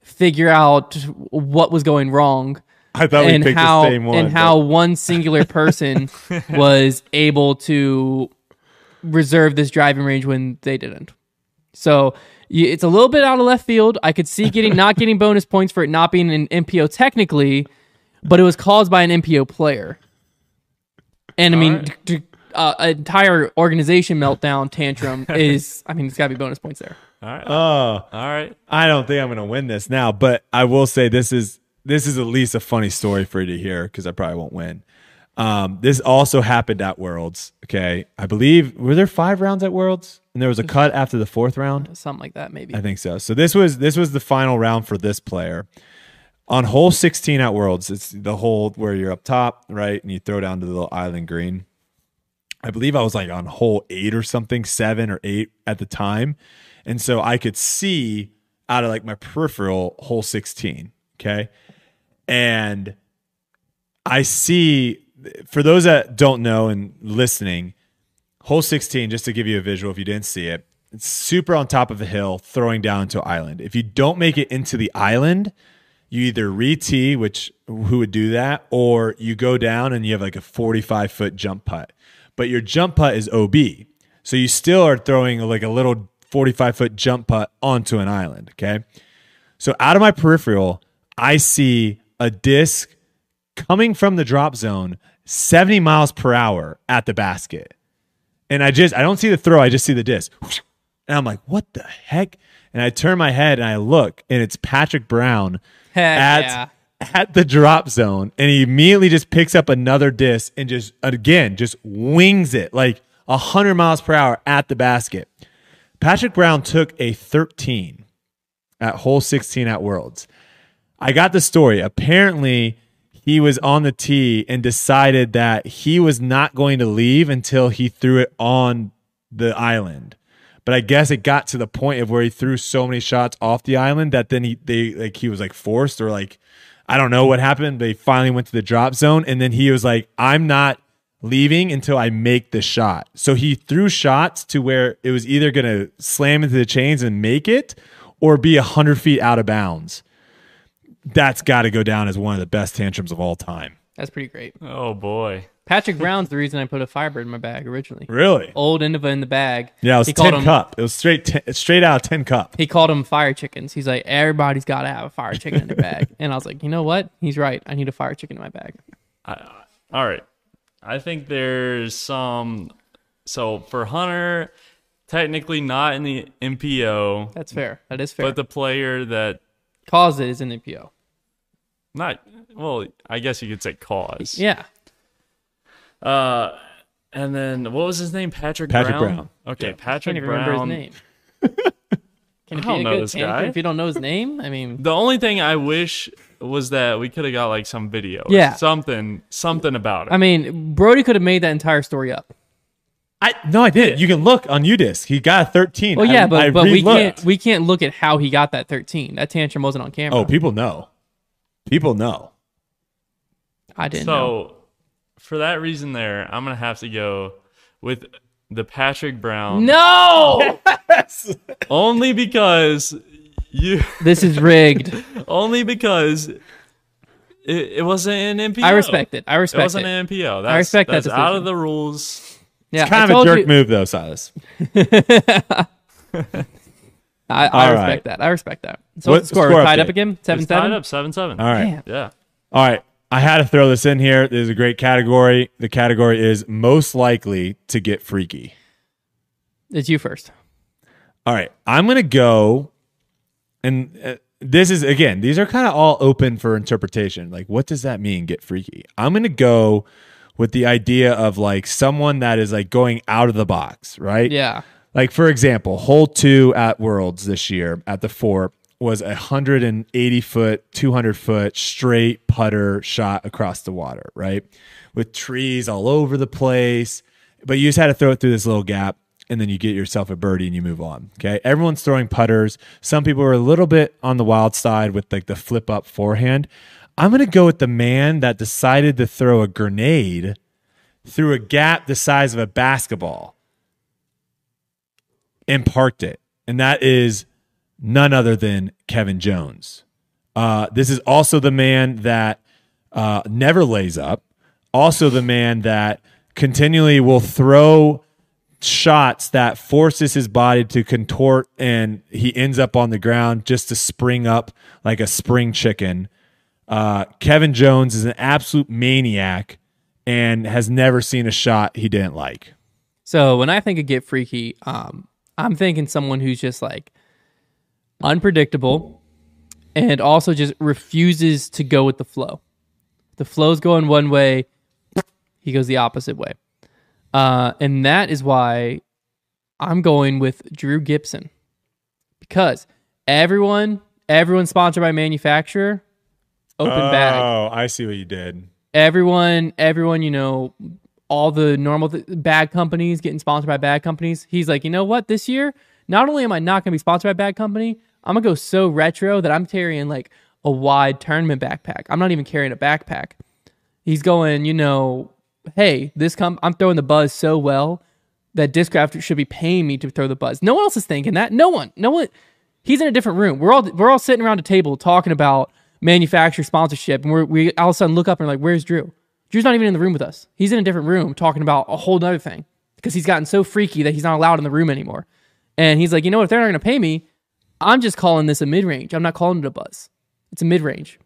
figure out what was going wrong
I thought
and
we picked
how
the same one.
and how one singular person was able to reserve this driving range when they didn't. So you, it's a little bit out of left field. I could see getting not getting bonus points for it not being an MPO technically, but it was caused by an MPO player. And I mean, d- d- uh, an entire organization meltdown tantrum is. I mean, it's got to be bonus points there.
All right.
but- oh,
all right.
I don't think I'm gonna win this now, but I will say this is this is at least a funny story for you to hear because I probably won't win. Um, this also happened at Worlds. Okay, I believe were there five rounds at Worlds, and there was a cut after the fourth round.
Something like that, maybe.
I think so. So this was this was the final round for this player. On hole 16 at Worlds, it's the hole where you're up top, right? And you throw down to the little island green. I believe I was like on hole eight or something, seven or eight at the time. And so I could see out of like my peripheral hole 16. Okay. And I see, for those that don't know and listening, hole 16, just to give you a visual if you didn't see it, it's super on top of a hill, throwing down to island. If you don't make it into the island, you either re tee, which who would do that, or you go down and you have like a 45 foot jump putt. But your jump putt is OB. So you still are throwing like a little 45 foot jump putt onto an island. Okay. So out of my peripheral, I see a disc coming from the drop zone 70 miles per hour at the basket. And I just, I don't see the throw, I just see the disc. And I'm like, what the heck? And I turn my head and I look, and it's Patrick Brown
Heck
at,
yeah.
at the drop zone. And he immediately just picks up another disc and just, again, just wings it like 100 miles per hour at the basket. Patrick Brown took a 13 at hole 16 at Worlds. I got the story. Apparently, he was on the tee and decided that he was not going to leave until he threw it on the island. But I guess it got to the point of where he threw so many shots off the island that then he they like he was like forced or like I don't know what happened. They finally went to the drop zone and then he was like, I'm not leaving until I make the shot. So he threw shots to where it was either gonna slam into the chains and make it or be a hundred feet out of bounds that's got to go down as one of the best tantrums of all time.
That's pretty great.
Oh boy.
Patrick Brown's the reason I put a Firebird in my bag originally.
Really?
Old Innova in the bag.
Yeah, it was
he called
ten
him.
cup. It was straight t- straight out of ten cup.
He called them fire chickens. He's like, everybody's got to have a fire chicken in their bag. And I was like, you know what? He's right. I need a fire chicken in my bag.
All right. I think there's some. So for Hunter, technically not in the MPO,
That's fair. That is fair.
but the player that
Cause it is an NPO.
not well, I guess you could say cause.
Yeah.
Uh, and then what was his name? Patrick.
Patrick
Brown.
Brown.
Okay,
Can't
Patrick
even
Brown.
remember his name. Can it
I don't
be a
know
good
this
tantrum
guy.
If you don't know his name, I mean,
The only thing I wish was that we could have got like some video. or
Yeah.
Something. Something about it.
I mean, Brody could have made that entire story up.
I no, I did. You can look on Udisc. He got a thirteen.
Well,
I-
yeah, but,
I
but we
re-looked.
can't we can't look at how he got that thirteen. That tantrum wasn't on camera.
Oh, people know. People know.
I didn't. know.
so for that reason, there, I'm gonna have to go with the Patrick Brown.
No,
Only because you.
this is rigged.
Only because it, it wasn't an MPO.
I respect it. I
It
respect
wasn't
it.
an MPO. That's,
respect that
that's out
decision.
of the rules.
Yeah, I
Kind of a
told
jerk
you-
move though, Silas.
I, I
All
respect
right.
that. I respect that. So
What
what's the score?
score
We're tied up
update?
again, seven
It's tied
seven.
up seven seven.
All right.
Damn.
Yeah.
All right. I had to throw this in here. This is a great category. The category is most likely to get freaky.
It's you first.
All right, I'm gonna go, and uh, this is again. These are kind of all open for interpretation. Like, what does that mean? Get freaky. I'm gonna go with the idea of like someone that is like going out of the box, right?
Yeah,
Like for example, hole two at Worlds this year at the four was a hundred and eighty foot, two hundred foot straight putter shot across the water, right? With trees all over the place. But you just had to throw it through this little gap and then you get yourself a birdie and you move on. Okay. Everyone's throwing putters. Some people are a little bit on the wild side with like the flip up forehand. I'm gonna go with the man that decided to throw a grenade through a gap the size of a basketball and parked it. And that is none other than Kevin Jones. Uh, this is also the man that uh, never lays up, also the man that continually will throw shots that forces his body to contort and he ends up on the ground just to spring up like a spring chicken. Uh, Kevin Jones is an absolute maniac and has never seen a shot he didn't like.
So when I think of get freaky, um, I'm thinking someone who's just like unpredictable and also just refuses to go with the flow. The flow's going one way, he goes the opposite way. Uh, and that is why I'm going with Drew Gibson because everyone, everyone sponsored by manufacturer, open bag
Oh, I see what you did.
everyone everyone you know all the normal th- bad companies getting sponsored by bad companies he's like you know what this year not only am i not going to be sponsored by bad company i'm going to go so retro that i'm carrying like a wide tournament backpack. I'm not even carrying a backpack. He's going, you know, hey, this com- I'm throwing the buzz so well that Discraft should be paying me to throw the buzz. No one else is thinking that. No one. No one. He's in a different room. We're all we're all sitting around a table talking about manufacturer sponsorship, and we're, we all of a sudden look up and are like, "Where's Drew? Drew's not even in the room with us. He's in a different room talking about a whole other thing because he's gotten so freaky that he's not allowed in the room anymore. And he's like, you know what? If they're not going to pay me, I'm just calling this a mid range. I'm not calling it a buzz. It's a mid range.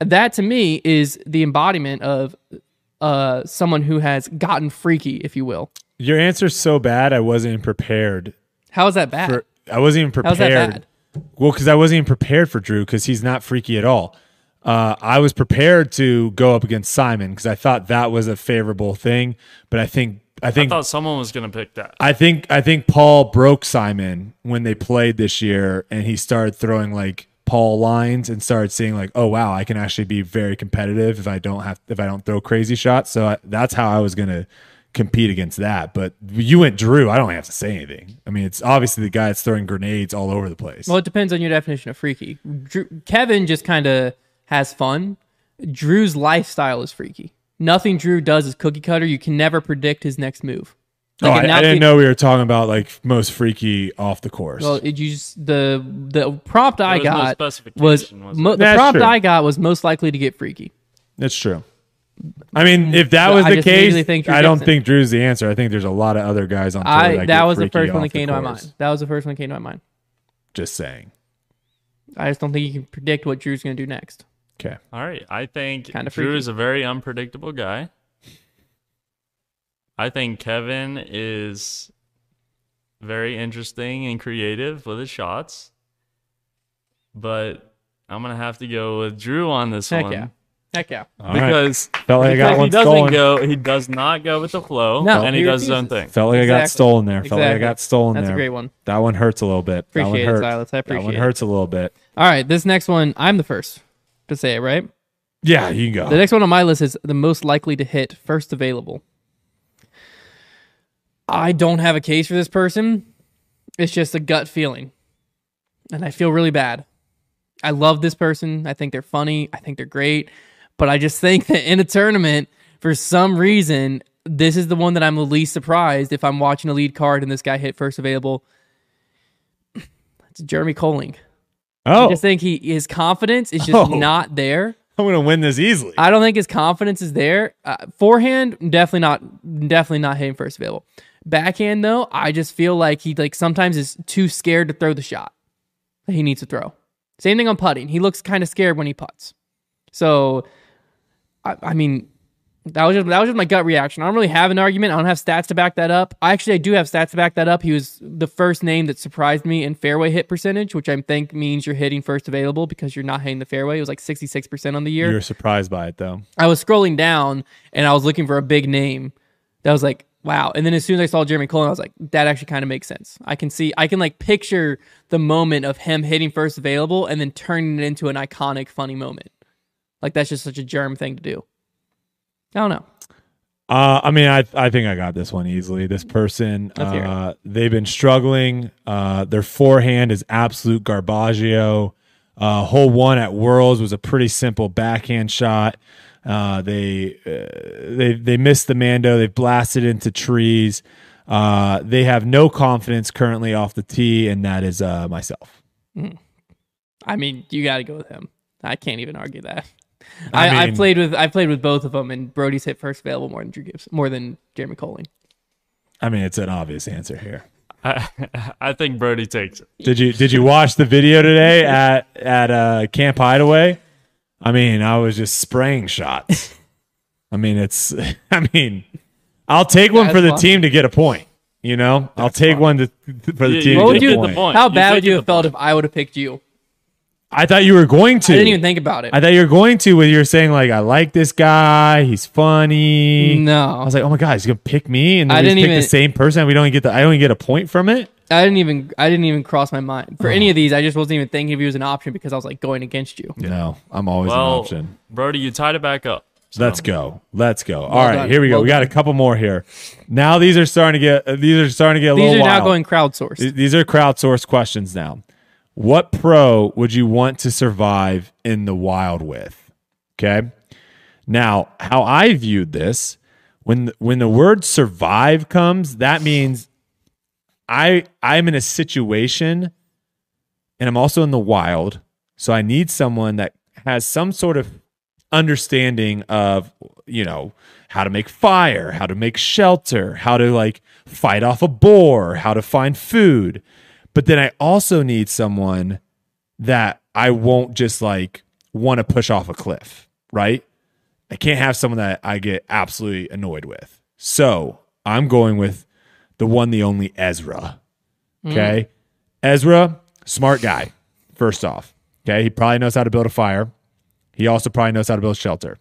That to me is the embodiment of uh, someone who has gotten freaky, if you will.
Your answer's so bad. I wasn't prepared.
How is that bad?
For, I wasn't even prepared.
How's that
Well, because I wasn't even prepared for Drew because he's not freaky at all. Uh, I was prepared to go up against Simon because I thought that was a favorable thing, but I think I
I
think
thought someone was gonna pick that.
I think I think Paul broke Simon when they played this year, and he started throwing like Paul lines and started seeing like, oh wow, I can actually be very competitive if I don't have if I don't throw crazy shots. So I, that's how I was gonna compete against that. But you went Drew. I don't have to say anything. I mean, it's obviously the guy that's throwing grenades all over the place.
Well, it depends on your definition of freaky. Drew, Kevin just kind of has fun. Drew's lifestyle is freaky. Nothing Drew does is cookie cutter. You can never predict his next move.
oh,
it
I,
now
I didn't
fe-
know we were talking about like most freaky off the course.
Well, it used the the prompt I
was no
got
specification,
was,
was
mo- the
That's
prompt
true.
I got was most likely to get freaky.
That's true. I mean, if that
So
was
I
the
just immediately
case,
think you're
I don't
Gibson.
think Drew's the answer. I think there's a lot of other guys on. Twitter
I
that,
that
get
was the
freaky
first one that
off
came
the
to my
course.
mind. That was the first one that came to my mind.
Just saying.
I just don't think you can predict what Drew's going to do next.
Okay.
All right. I think
Kinda
Drew
freaky.
is a very unpredictable guy. I think Kevin is very interesting and creative with his shots. But I'm going to have to go with Drew on this
Heck
one.
yeah, heck yeah.
All right.
Because,
felt like I
because
got
he
one
doesn't
stolen.
go, he does not go with the flow,
No,
and he
he
does his own
refuses.
thing.
Felt like I got
Exactly.
stolen there. Felt like I
Exactly.
got stolen
That's a
there.
great one.
That one hurts a little bit. that one
Appreciate it,
hurts.
Silas. I
that
appreciate
one
it.
hurts a little bit.
All right, this next one, I'm the first to say it, right?
Yeah, you can
The
go.
next one on my list is the most likely to hit first available. I don't have a case for this person. It's just a gut feeling. And I feel really bad. I love this person. I think they're funny. I think they're great. But I just think that in a tournament, for some reason, this is the one that I'm the least surprised if I'm watching a lead card and this guy hit first available. It's Jeremy Colling. I
Oh,
just think he his confidence is just
Oh.
not there.
I'm gonna win this easily.
I don't think his confidence is there. Uh, forehand, definitely not, definitely not hitting first available. Backhand though, I just feel like he like sometimes is too scared to throw the shot that he needs to throw. Same thing on putting. He looks kind of scared when he puts. So, I, I mean, that was just that was just my gut reaction. I don't really have an argument. I don't have stats to back that up. I actually I do have stats to back that up. He was the first name that surprised me in fairway hit percentage, which I think means you're hitting first available because you're not hitting the fairway. It was like 66% on the year.
you were surprised by it though.
I was scrolling down and I was looking for a big name that was like, wow. And then as soon as I saw Jeremy Colin, I was like, that actually kind of makes sense. I can see, I can like picture the moment of him hitting first available and then turning it into an iconic, funny moment. Like that's just such a germ thing to do. I don't know.
Uh, I mean, I I think I got this one easily. This person,
Let's hear it.
uh, they've been struggling. Uh, their forehand is absolute garbaggio. Uh, hole one at Worlds was a pretty simple backhand shot. Uh, they uh, they they missed the Mando. They blasted into trees. Uh, they have no confidence currently off the tee, and that is uh, myself.
I mean, you got to go with him. I can't even argue that. I,
I
I,
mean-
played with I played with both of them, and Brody's hit first available more than Drew Gibbs, more than Jeremy Colin.
I mean, it's an obvious answer here.
I, I think Brody takes it.
Did you did you watch the video today at at uh, Camp Hideaway? I mean, I was just spraying shots. I mean, it's. I mean, I'll take one
That's
for the
fun. team
team to get a point. You know, I'll take one to, for the
You-
team.
you
What
to
would you?
get a
the
point.
point.
How
You
bad
did
would
get
you
the
have felt if I would have picked you?
I thought you were going to.
I didn't even think about it.
I thought you were going to when you were saying like, I like this guy. He's funny.
No.
I was like, oh my god, he's gonna pick me, and
Mm.
then
I
we just
didn't
pick
even-
the same person. We don't get the. I don't get a point from it.
I didn't even I didn't even cross my mind for
Oh.
any of these. I just wasn't even thinking of you as an option because I was like going against you.
No, I'm always an
Well,
option.
Brody, you tied it back up. So
Let's go. Let's go. All right,
done.
here we go.
Well
we got a couple more here. Now these are starting to get uh, these are starting to get a
These
little
are now
wild.
going crowdsourced.
Th- These are crowdsourced questions now. What pro would you want to survive in the wild with? Okay. Now, how I viewed this, when when the word survive comes, that means I I'm in a situation and I'm also in the wild. So I need someone that has some sort of understanding of, you know, how to make fire, how to make shelter, how to like fight off a boar, how to find food. But then I also need someone that I won't just like want to push off a cliff, right? I can't have someone that I get absolutely annoyed with. So I'm going with the one, the only Ezra. Okay. Ezra, smart guy, first off. Okay. He probably knows how to build a fire. He also probably knows how to build shelter.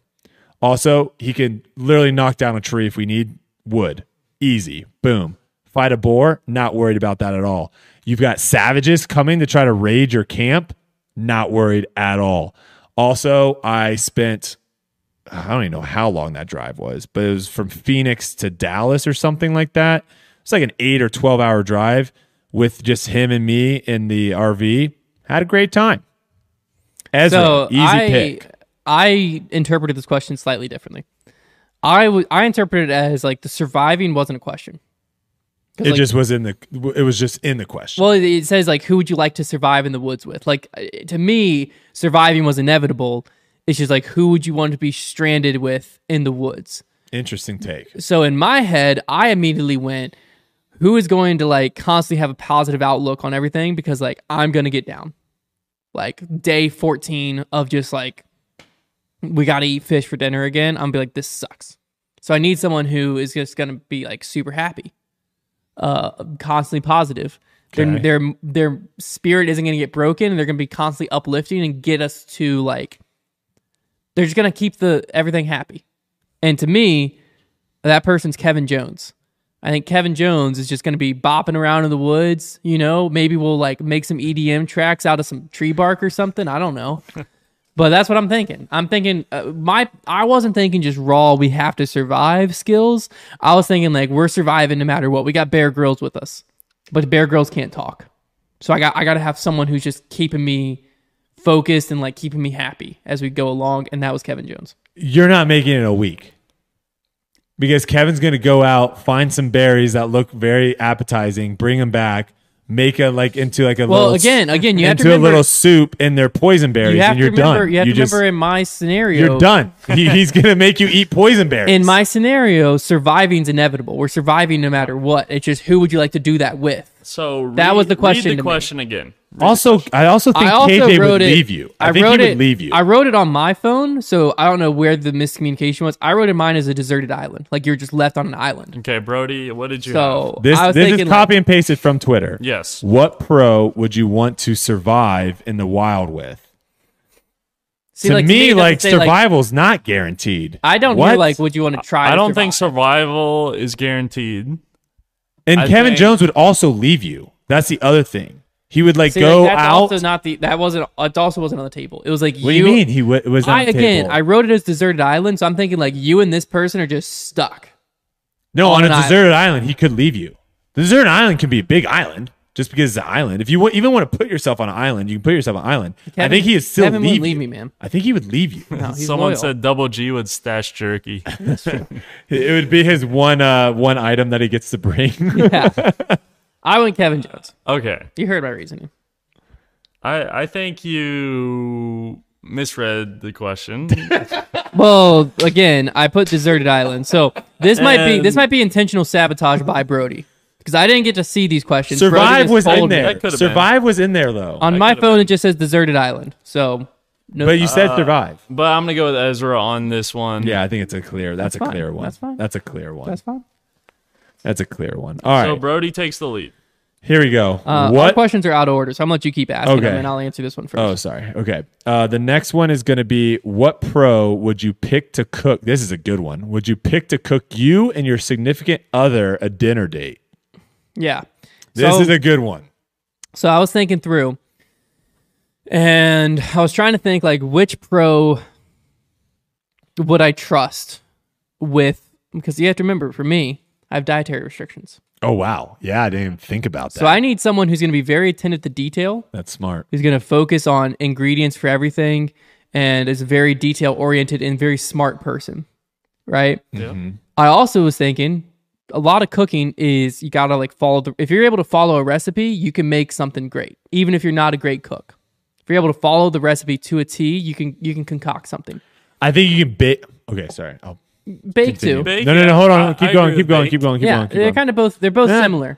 Also, he can literally knock down a tree if we need wood. Easy. Boom. Fight a boar, not worried about that at all. You've got savages coming to try to raid your camp, not worried at all. Also, I spent I don't even know how long that drive was, but it was from Phoenix to Dallas or something like that. It's like an eight or twelve hour drive with just him and me in the RV. Had a great time. Ezra,
So
easy
I
pick.
I interpreted this question slightly differently. I w- I interpreted it as like the surviving wasn't a question. 'Cause,
It
like,
just was in the. It was just in the question.
well, it- it says like who would you like to survive in the woods with? Like uh, to me, surviving was inevitable. It's just like who would you want to be stranded with in the woods?
Interesting take.
so in my head, I immediately went, who is going to like constantly have a positive outlook on everything? Because like I'm gonna get down. Like day 14 of just like we gotta eat fish for dinner again. I'm gonna be like, this sucks. So I need someone who is just gonna be like super happy. Uh constantly positive.
Okay.
Their, their their spirit isn't gonna get broken and they're gonna be constantly uplifting and get us to like they're just gonna keep the everything happy. And to me, that person's Kevin Jones. I think Kevin Jones is just going to be bopping around in the woods. You know, maybe we'll like make some EDM tracks out of some tree bark or something. I don't know, but that's what I'm thinking. I'm thinking uh, my I wasn't thinking just raw. We have to survive skills. I was thinking like we're surviving no matter what. We got Bear Grylls with us, but Bear Grylls can't talk, so I got I got to have someone who's just keeping me focused and like keeping me happy as we go along. And that was Kevin Jones.
You're not making it a week because Kevin's going to go out, find some berries that look very appetizing, bring them back, make a like into like a
Well,
little
again, again, you have to
into
remember
a little soup, and they're poison berries,
you have
and you're
to remember,
done.
You have to
just,
remember in my scenario,
You're done. He, he's gonna make you eat poison berries.
In my scenario, surviving's inevitable. We're surviving no matter what. It's just who would you like to do that with?
So
That
read-
was the question
Read
to
the
me.
question again.
also, I also think
I also
KJ
wrote
would
it.
leave you. I, think
wrote
he would
it,
leave you.
I wrote it on my phone, so I don't know where the miscommunication was. I wrote in mine as a deserted island, like you're just left on an island.
Okay, Brody, what did you have?
So
this
I was
this
thinking
is
like,
copy and pasted from Twitter.
Yes.
What pro would you want to survive in the wild with?
see,
to
like,
me,
that's
like
to say,
survival's not guaranteed.
I don't
What?
hear like would you want to try.
I
to
don't
survive?
think survival is guaranteed.
and
I
Kevin
think-
Jones would also leave you. That's the other thing. He would like
See, like,
go
that's
out.
Also not the that wasn't. It also wasn't on the table. It was like
what do you mean? He w- was
I
not on the
again,
table?
I wrote it as deserted island, so I'm thinking like you and this person are just stuck.
no on,
on
a
an
deserted island. He could leave you. The deserted island can be a big island, just because it's an island. If you w- even want to put yourself on an island, you can put yourself on an island. I
Kevin-
think he would still
Kevin
leave,
wouldn't leave me,
you.
man.
I think he would leave you.
No, he's
Someone
loyal.
said Double G would stash jerky.
it would be his one uh, one item that he gets to bring.
yeah. I went Kevin Jones.
Okay.
You heard my reasoning.
I, I think you misread the question.
Well, again, I put deserted island, so this might be this
And-
might be intentional sabotage by Brody because I didn't get to see these questions. Brody
Survive
just
was in
told me.
there.
That could've
Survive was in there though.
On my phone, it just says deserted island. So Uh, no,
but you said survive.
but I'm going to go with Ezra on this one.
Yeah, I think it's a clear. That's, a
fine.
clear one.
That's fine.
That's a clear one.
that's fine.
That's a clear one. All right.
So Brody takes the lead.
Here we go.
Uh, Our
what?
questions are out of order, so I'm gonna let you keep asking them,
Okay.
and I'll answer this one first.
Oh, sorry. Okay. Uh, the next one is going to be what pro would you pick to cook? This is a good one. Would you pick to cook you and your significant other a dinner date?
Yeah.
This
So-
is a good one.
So I was thinking through, and I was trying to think like which pro would I trust with because you have to remember for me, I have dietary restrictions.
Oh wow. Yeah, I didn't even think about that.
So I need someone who's going to be very attentive to detail,
That's smart.
who's going to focus on ingredients for everything, and is very detail oriented and very smart person, right?
Yeah.
I also was thinking a lot of cooking is you gotta like follow the if you're able to follow a recipe, you can make something great, even if you're not a great cook. If you're able to follow the recipe to a T, you can you can concoct something.
I think you can bake. Okay, sorry. I'll
Bake too.
Bake,
no, no, no. Hold
I-
on. Keep
I
going.
agree
Keep
with
going.
baked.
Keep going. Keep
Yeah,
going. Keep
they're
going.
kind of both they're both
Eh.
similar.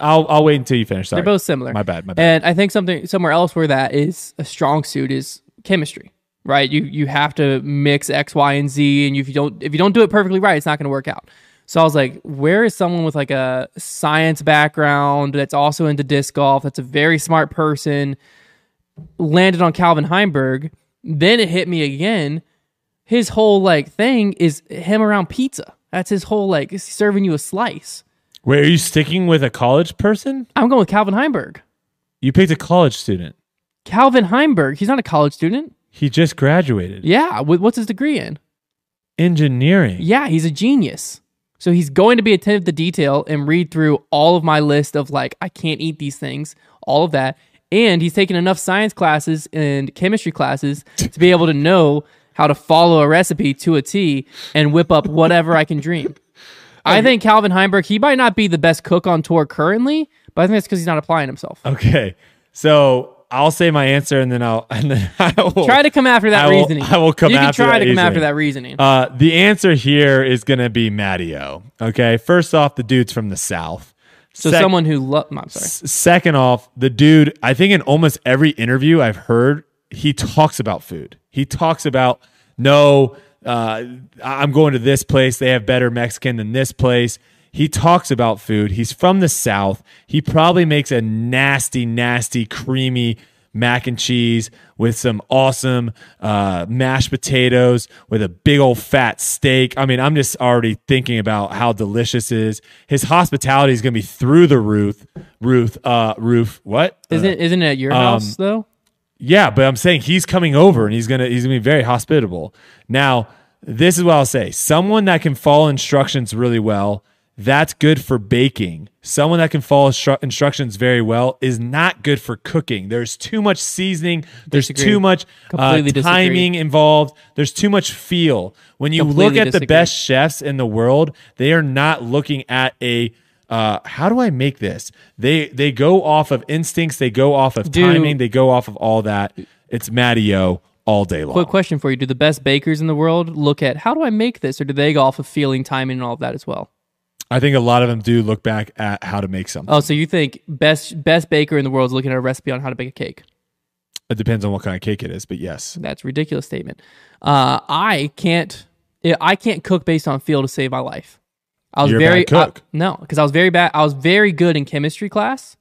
I'll I'll wait until you finish. Sorry.
They're both similar.
My bad. My bad.
And I think something somewhere else where that is a strong suit is chemistry, right? You you have to mix X, Y, and Z, and if you don't if you don't do it perfectly right, it's not going to work out. So I was like, where is someone with like a science background that's also into disc golf? That's a very smart person. Landed on Calvin Heinberg. Then it hit me again. His whole like thing is him around pizza. That's his whole like serving you a slice.
Wait, are you sticking with a college person?
I'm going with Calvin Heinberg.
You picked a college student.
Calvin Heinberg. He's not a college student.
He just graduated.
Yeah. wh- What's his degree in?
Engineering.
Yeah, he's a genius. So he's going to be attentive to detail and read through all of my list of like, I can't eat these things, all of that. And he's taken enough science classes and chemistry classes to be able to know how to follow a recipe to a T and whip up whatever I can dream. I think Calvin Heinberg, he might not be the best cook on tour currently, but I think that's because he's not applying himself.
Okay. So I'll say my answer and then I'll and then I will
Try to come after that
I will-
reasoning.
I will come
you
after
can try
that
to come after that reasoning.
reasoning. Uh, the answer here is going to be Mattio. Okay. First off, the dude's from the South.
so
Sec-
someone who loves, I'm sorry.
s- Second off, the dude, I think in almost every interview I've heard, he talks about food. He talks about, no, uh, I- I'm going to this place. They have better Mexican than this place. He talks about food. He's from the South. He probably makes a nasty, nasty, creamy mac and cheese with some awesome uh, mashed potatoes with a big old fat steak. I mean, I'm just already thinking about how delicious it is. His hospitality is going to be through the roof. Roof, uh, roof. What?
Isn't isn't it at your house
um,
though?
Yeah, but I'm saying he's coming over and he's gonna he's gonna be very hospitable. Now, this is what I'll say: someone that can follow instructions really well, that's good for baking. Someone that can follow instru- instructions very well is not good for cooking. There's too much seasoning. There's
Disagree.
too much uh,
Completely disagree.
timing involved. There's too much feel. When you
Completely
look at
disagree.
the best chefs in the world, they are not looking at a uh, how do I make this? They they go off of instincts. They go off of
Do-
timing. They go off of all that. It's Mattio all day long.
Quick question for you: Do the best bakers in the world look at how do I make this, or do they go off of feeling, timing, and all of that as well?
I think a lot of them do look back at how to make something.
Oh, so you think best best baker in the world is looking at a recipe on how to bake a cake?
It depends on what kind of cake it is, but yes.
That's a ridiculous statement. Uh, I can't I can't cook based on feel to save my life. I was
You're a
very
bad cook.
I- no, because I was very bad. I was very good in chemistry class,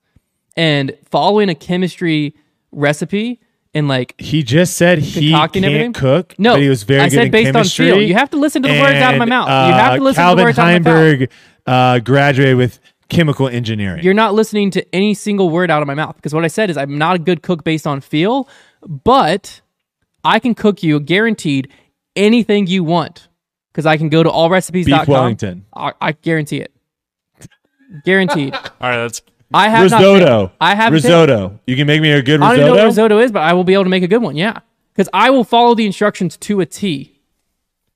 and following a chemistry recipe and like
He just said he can't
Concocting everything?
cook.
No,
but he was very
I
good
said
in
based on
chemistry.
feel. You have to listen to the words out of my
And,
mouth. You have
uh,
to listen to the
Calvin
words out of my mouth.
Heinberg, uh, graduated with chemical engineering.
you're not listening to any single word out of my mouth because what I said is I'm not a good cook based on feel, but I can cook you guaranteed anything you want because I can go to allrecipes.com.
Beef Wellington.
I, I guarantee it. Guaranteed.
All right, that's
I have not failed.
risotto.
I have
risotto. You can make me a good
I don't even know what
risotto.
risotto is, but I will be able to make a good one. Yeah, because I will follow the instructions to a T.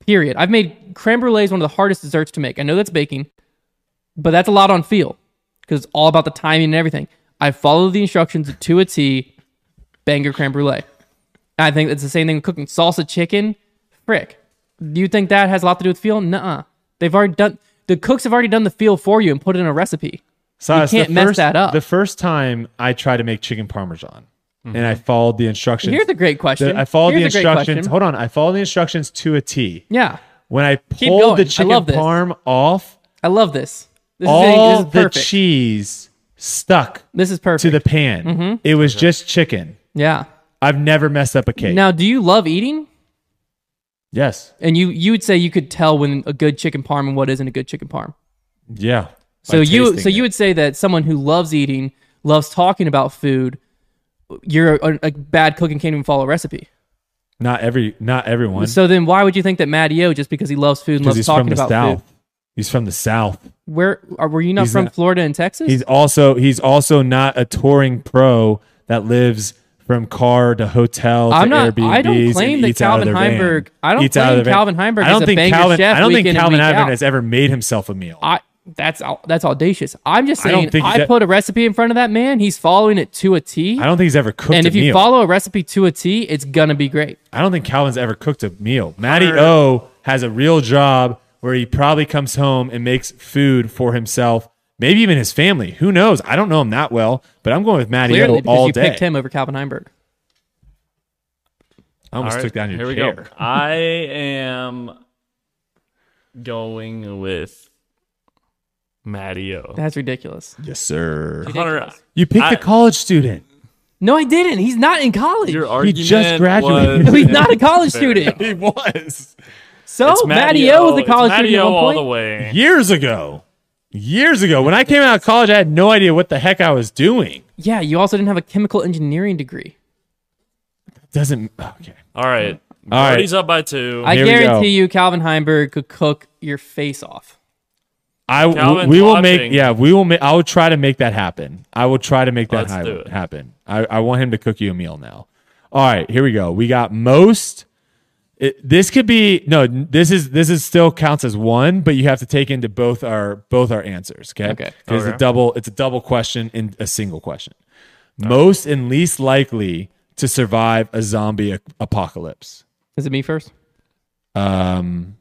Period. I've made creme brulee is one of the hardest desserts to make. I know that's baking, but that's a lot on feel because it's all about the timing and everything. I follow the instructions to a T. Banger creme brulee. I think it's the same thing with cooking salsa chicken. Frick, do you think that has a lot to do with feel? Nuh-uh. They've already done. The cooks have already done the feel for you and put it in a recipe.
Silas,
can't
the
mess
first-
that up.
The first time I tried to make chicken parmesan, and
Mm-hmm.
I followed the instructions.
Here's a great question.
I followed
Here's
the
a great
instructions.
question.
Hold on, I followed the instructions to a T.
Yeah,
When I
going.
pulled
I
the chicken
love this.
parm off,
I love this. This
all
is, this is
the
perfect.
cheese stuck
This is perfect.
to the pan.
Mm-hmm.
It was just chicken.
yeah.
I've never messed up a cake.
Now, do you love eating?
Yes.
And you you would say you could tell when a good chicken parm and what isn't a good chicken parm.
Yeah.
So
By
you
tasting
so
it.
you would say that someone who loves eating, loves talking about food, you're a, a bad cook and can't even follow a recipe.
not every not everyone
So then why would you think that Matty O just because he loves food and
because
loves
he's
talking
from the
about
south.
food?
He's from the South.
Where are, were you not
He's
from
not-
Florida and Texas?
He's also he's also not a touring pro that lives from car to hotel to
I'm not.
Airbnb.
I don't claim that Calvin Heinberg. I don't claim Calvin Heinberg.
I don't
is
think
a banger
Calvin.
Chef
I don't
week
think
in and
Calvin
week
Heinberg
out.
has ever made himself a meal.
I that's au- that's audacious. I'm just
I don't
saying. I,
think he's a-
put a recipe in front of that man. He's following it to a T.
I don't think he's ever cooked
And
a
if you
meal.
follow a recipe to a T, it's gonna be great.
I don't think Calvin's ever cooked a meal. Matty O has a real job where he probably comes home and makes food for himself, maybe even his family. Who knows? I don't know him that well, but I'm going with Matty
Clearly,
O
because
all
you
day.
picked him over Calvin Heinberg.
I almost
All right,
took down your
Here
chair.
we go. I am going with Matteo.
That's ridiculous.
Yes, sir.
Hunter,
You picked
I-
a college student.
No, I didn't. He's not in college.
your
He
argument
just graduated.
was-
He's not a college student.
He was
So
It's
Matty O was a
It's
college
Matty
student at
O all
one
the
point.
way.
years ago. Years ago, when I came out of college, I had no idea what the heck I was doing.
Yeah, you also didn't have a chemical engineering degree.
Doesn't okay.
All right.
All right.
Brady's up by two.
I
Here we go.
guarantee you, Calvin Heinberg could cook your face off.
I w-
Calvin's
we will make
watching.
yeah we will make I will try to make that happen. I will try to make that
Let's
hi-
do it.
happen. I, I want him to cook you a meal now. All right, here we go. We got most. It, this could be no. This is this is still counts as one, but you have to take into both our both our answers. Okay.
Okay.
'Cause It's
Okay.
a double. It's a double question in a single question. Most and least likely to survive a zombie a- apocalypse.
Is it me first?
Um,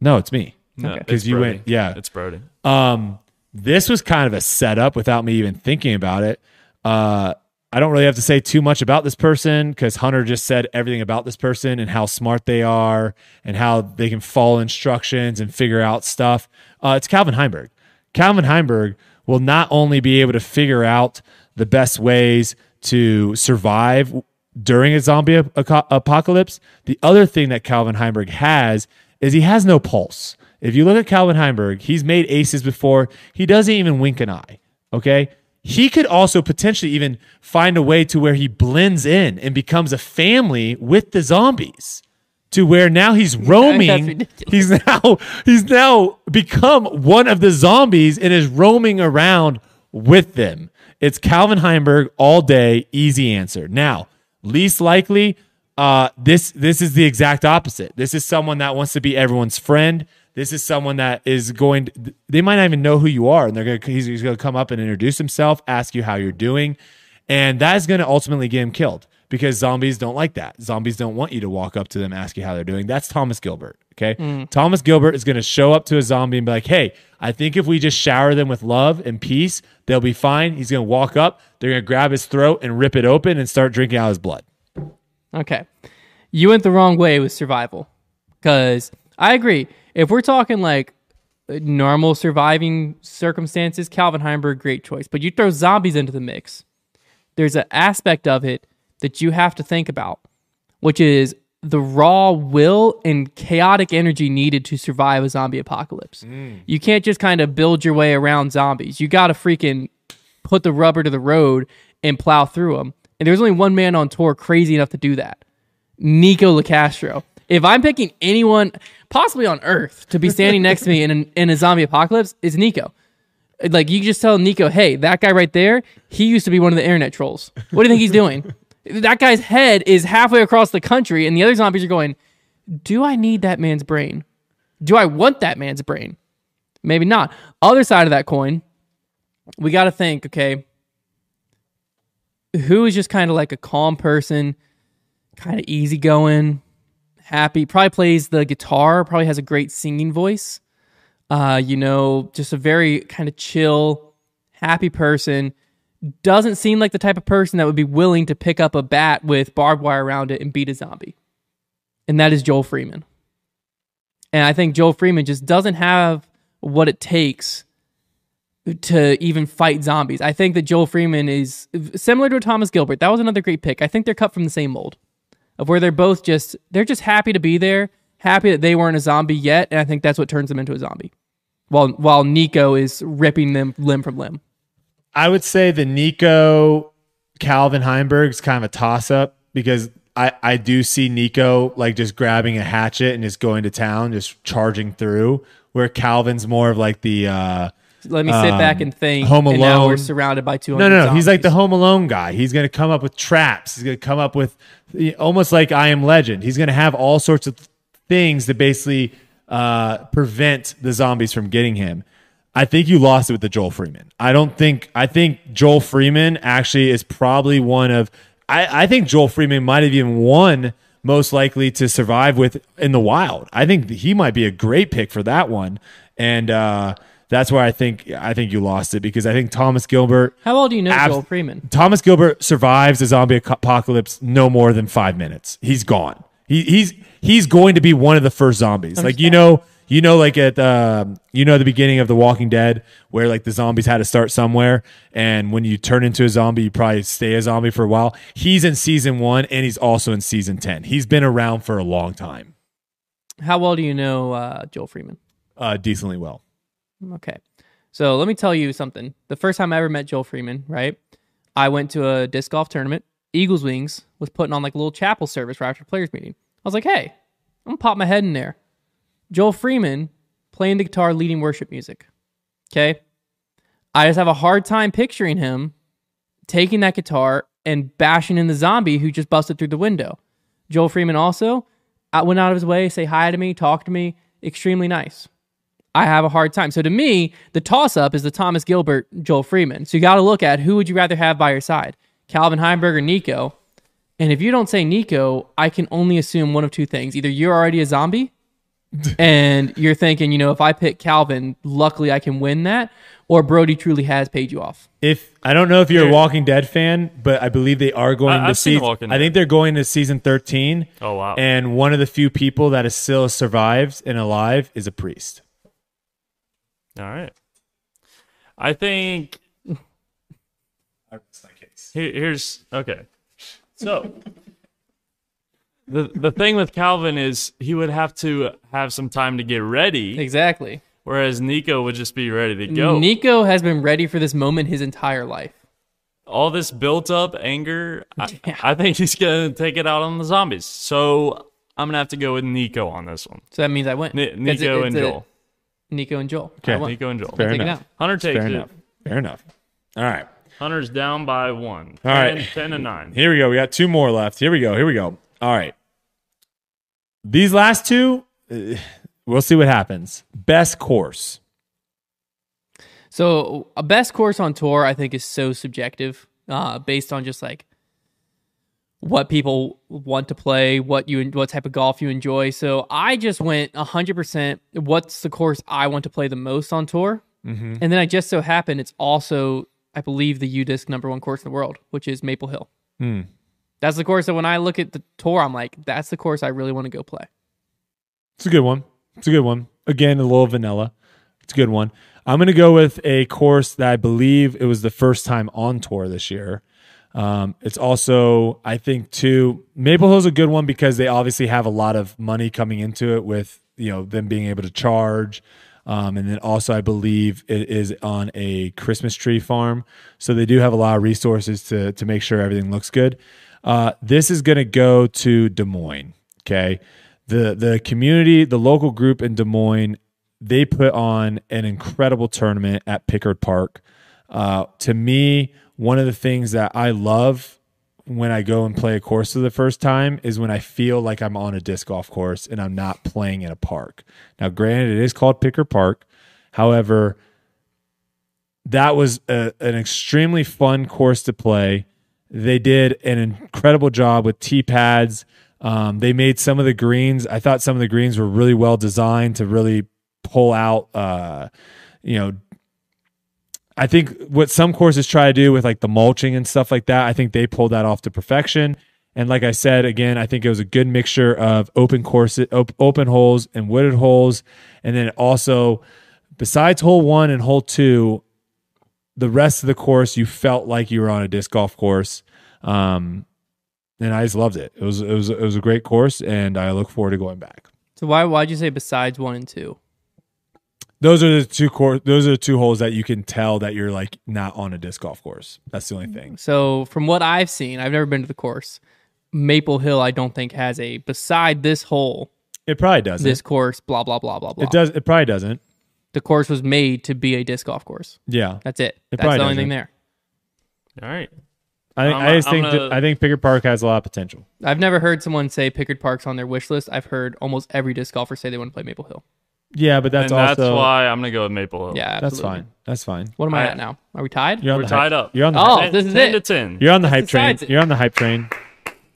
no, it's me.
No,
'Cause
it's
you
Brody.
went- yeah.
It's Brody.
Um, this was kind of a setup without me even thinking about it. Uh, I don't really have to say too much about this person because Hunter just said everything about this person and how smart they are and how they can follow instructions and figure out stuff. Uh, it's Calvin Heinberg. Calvin Heinberg will not only be able to figure out the best ways to survive during a zombie ap- aco- apocalypse, the other thing that Calvin Heinberg has is he has no pulse. If you look at Calvin Heinberg, he's made aces before. He doesn't even wink an eye. Okay. He could also potentially even find a way to where he blends in and becomes a family with the zombies to where now he's roaming.
ridiculous.
he's now he's now become one of the zombies and is roaming around with them. It's Calvin Heinberg all day, easy answer. Now, least likely, uh, this this is the exact opposite. This is someone that wants to be everyone's friend. This is someone that is going. They might not even know who you are, and they're gonna he's, he's gonna come up and introduce himself, ask you how you're doing, and that is gonna ultimately get him killed because zombies don't like that. Zombies don't want you to walk up to them, ask you how they're doing. That's Thomas Gilbert. Okay. Thomas Gilbert is going to show up to a zombie and be like, hey, I think if we just shower them with love and peace, they'll be fine. He's going to walk up, they're going to grab his throat and rip it open and start drinking out his blood.
Okay. You went the wrong way with survival. Because I agree. If we're talking like normal surviving circumstances, Calvin Heinberg, great choice. But you throw zombies into the mix, there's an aspect of it that you have to think about, which is the raw will and chaotic energy needed to survive a zombie apocalypse. You can't just kind of build your way around zombies. You got to freaking put the rubber to the road and plow through them. And there's only one man on tour crazy enough to do that Nico LaCastro. If I'm picking anyone possibly on earth to be standing next to me in, an, in a zombie apocalypse, it's Nico. Like, you just tell Nico, hey, that guy right there, he used to be one of the internet trolls. What do you think he's doing? that guy's head is halfway across the country, and the other zombies are going, do I need that man's brain? Do I want that man's brain? Maybe not. Other side of that coin, we got to think, okay, who is just kind of like a calm person, kind of easygoing, happy, probably plays the guitar, probably has a great singing voice. Uh, you know, just a very kind of chill, happy person. Doesn't seem like the type of person that would be willing to pick up a bat with barbed wire around it and beat a zombie. And that is Joel Freeman. And I think Joel Freeman just doesn't have what it takes to even fight zombies. I think that Joel Freeman is similar to a Thomas Gilbert. That was another great pick. I think they're cut from the same mold of where they're both just they're just happy to be there, happy that they weren't a zombie yet, and I think that's what turns them into a zombie. While while Nico is ripping them limb from limb.
I would say the Nico Calvin Heinberg is kind of a toss up because I, I do see Nico like just grabbing a hatchet and just going to town, just charging through. Where Calvin's more of like the uh,
Let me sit back and think.
Um, Home
And now we're
Alone.
surrounded by 200
no, no, no. He's like the
zombies.
Home Alone guy. He's going to come up with traps. He's going to come up with almost like I Am Legend. He's going to have all sorts of things to basically uh, prevent the zombies from getting him. I think you lost it with the Joel Freeman. I don't think. I think Joel Freeman actually is probably one of. I, I think Joel Freeman might have even won most likely to survive with in the wild. I think he might be a great pick for that one, and uh, that's why I think I think you lost it because I think Thomas Gilbert.
How well do you know
Abs-
Joel Freeman?
Thomas Gilbert survives the zombie ac- apocalypse no more than five minutes. He's gone. He, he's he's going to be one of the first zombies. Like you know, you know, like at um, you know the beginning of The Walking Dead, where like the zombies had to start somewhere, and when you turn into a zombie, you probably stay a zombie for a while. He's in season one, and he's also in season ten. He's been around for a long time,
How well do you know uh, Joel Freeman?
uh, decently well.
Okay. So let me tell you something. The first time I ever met Joel Freeman, right? I went to a disc golf tournament. Eagles Wings was putting on like a little chapel service right after players meeting. I was like, hey, I'm gonna pop my head in there. Joel Freeman playing the guitar, leading worship music. Okay. I just have a hard time picturing him taking that guitar and bashing in the zombie who just busted through the window. Joel Freeman also I went out of his way, say hi to me, talk to me, extremely nice. I have a hard time. So to me, the toss up is the Thomas Gilbert, Joel Freeman. So you got to look at who would you rather have by your side, Calvin Heinberg or Nico. And if you don't say Nico, I can only assume one of two things: either you're already a zombie, and you're thinking, you know, if I pick Calvin, luckily I can win that, or Brody truly has paid you off.
If I don't know if you're a Walking Dead fan, but I believe they are going
I-
to
I've seen
season.
Walking
I think they're going to season thirteen.
Oh, wow.
And one of the few people that is still survived and alive is a priest.
All right. I think Here, here's okay. So the the thing with Calvin is he would have to have some time to get ready,
Exactly.
whereas Nico would just be ready to go.
Nico has been ready for this moment his entire life.
All this built up anger, I,
Yeah.
I think he's gonna take it out on the zombies. So I'm gonna have to go with Nico on this one.
So that means I win.
Ni-
It's a-
Nico
it's
and
a-
Joel.
Nico and Joel.
Okay.
I won.
Nico and Joel.
Fair
Take it
enough.
out.
Hunter takes
Fair
it.
enough. Fair enough. All right.
Hunter's down by one.
All right.
10, ten to nine.
Here we go. We got two more left. Here we go. Here we go. All right. These last two, eh, we'll see what happens. Best course.
So a best course on tour, I think, is so subjective, uh, based on just like what people want to play, what you what type of golf you enjoy. So I just went hundred percent. What's the course I want to play the most on tour? Mm-hmm. And then I just so happened it's also I believe the U Disc number one course in the world, which is Maple Hill. That's the course that when I look at the tour, I'm like, that's the course I really want to go play.
It's a good one. It's a good one. Again, a little vanilla. It's a good one. I'm going to go with a course that I believe it was the first time on tour this year. Um, it's also, I think, too, Maple Hill's a good one because they obviously have a lot of money coming into it with, you know, them being able to charge. Um, and then also, I believe it is on a Christmas tree farm. So they do have a lot of resources to, to make sure everything looks good. Uh, this is going to go to Des Moines. Okay. The, the community, the local group in Des Moines they put on an incredible tournament at Pickard Park. Uh, to me, one of the things that I love when I go and play a course for the first time is when I feel like I'm on a disc golf course and I'm not playing in a park. Now, granted, it is called Pickard Park. However, that was a, an extremely fun course to play. They did an incredible job with tee pads. Um, they made some of the greens. I thought some of the greens were really well designed to really pull out. Uh, you know, I think what some courses try to do with like the mulching and stuff like that. I think they pulled that off to perfection. And like I said again, I think it was a good mixture of open courses, op- open holes, and wooded holes, and then also besides hole one and hole two, the rest of the course you felt like you were on a disc golf course um and i just loved it it was it was it was a great course and i look forward to going back
So why why'd you say besides one and two?
those are the two course those are the two holes that you can tell that you're like not on a disc golf course that's the only thing
So from what I've seen, I've never been to the course. Maple Hill, I don't think has a beside this hole,
It probably doesn't.
this course, blah blah blah blah blah.
it does. It probably doesn't.
The course was made to be a disc golf course.
Yeah,
That's it. That's the
probably
only
doesn't.
thing there.
All right.
I think.
I'm-
I just
I'm
think.
gonna-
that- I think Picker Park has a lot of potential.
I've never heard someone say Pickard Park's on their wish list. I've heard almost every disc golfer say they want to play Maple Hill.
Yeah, but that's
and that's
also.
why I'm going to go with Maple Hill.
Yeah,
Oh, that's
absolutely.
fine. That's fine.
What am I
I-
at now? Are we tied?
You're on
We're
the hype-
tied up.
You're on the.
Oh,
hype,
this is
10 to
it.
10.
you're on the hype train.
decides it.
You're on the hype train.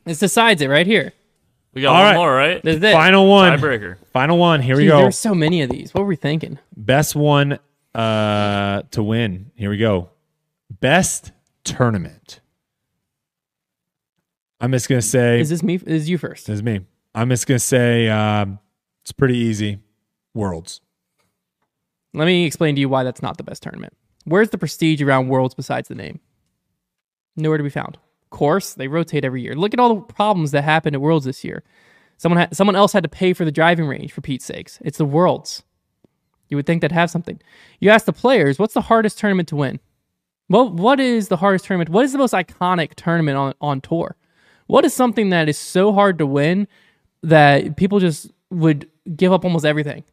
This decides it right here.
We got
All
one
right.
more, right?
This is it.
Final one.
Tiebreaker.
Final one. Here we
Dude,
go.
there were so many of these. What were we thinking?
Best one uh, to win. Here we go. Best tournament. I'm just gonna say
Is this me? Is you first?
this is me. I'm just gonna say um, it's pretty easy. Worlds.
Let me explain to you why that's not the best tournament. Where's the prestige around Worlds besides the name? Nowhere to be found. Of course, they rotate every year. Look at all the problems that happened at Worlds this year. Someone, ha- someone else had to pay for the driving range, for Pete's sakes. It's the Worlds. You would think they'd have something. You ask the players, what's the hardest tournament to win? Well, what is the hardest tournament? What is the most iconic tournament on, on tour? What is something that is so hard to win that people just would give up almost everything?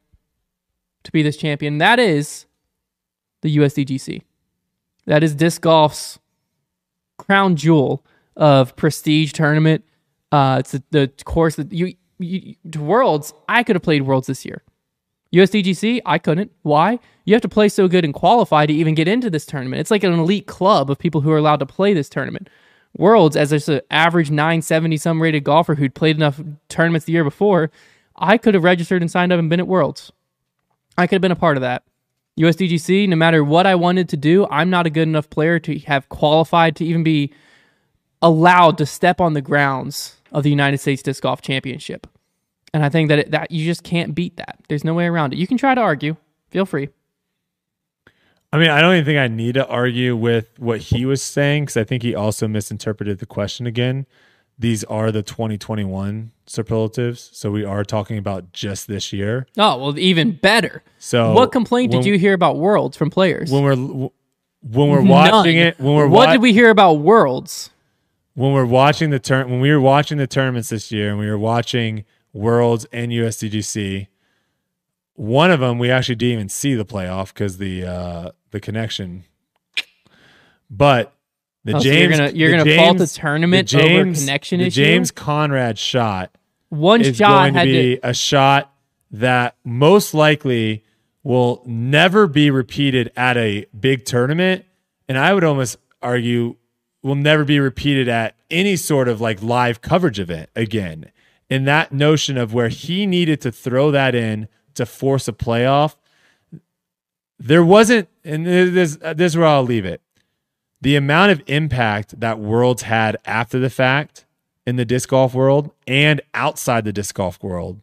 to be this champion. That is the USDGC. That is disc golf's crown jewel of prestige tournament. Uh, it's the, the course that you, you to Worlds. I could have played Worlds this year. USDGC, I couldn't. Why? You have to play so good and qualify to even get into this tournament. It's like an elite club of people who are allowed to play this tournament. Worlds, as just an average 970 some rated golfer who'd played enough tournaments the year before, I could have registered and signed up and been at Worlds. I could have been a part of that. USDGC, no matter what I wanted to do, I'm not a good enough player to have qualified to even be allowed to step on the grounds of the United States Disc Golf Championship. And I think that it, that you just can't beat that. There's no way around it. You can try to argue. Feel free.
I mean, I don't even think I need to argue with what he was saying because I think he also misinterpreted the question again. These are the 2021 superlatives, so we are talking about just this year.
Oh, well, even better.
So
what complaint
Oh, when-
did you hear about Worlds from players?
when we're when we're watching
None.
it when we're
what
wa-
did we hear about Worlds?
when we're watching the turn when we were watching the tournaments this year and we were watching Worlds and USDGC, one of them we actually didn't even see the playoff because the uh, the connection. But the
Oh, so
James,
you're gonna you're
the
gonna fault the
James-
tournament
the James,
over connection
the
issue.
James Conrad shot
One
is
shot
going to
had to
be a shot that most likely will never be repeated at a big tournament. And I would almost argue will never be repeated at any sort of like live coverage event again. And that notion of where he needed to throw that in to force a playoff, there wasn't, and this, this is where I'll leave it the amount of impact that Worlds had after the fact in the disc golf world and outside the disc golf world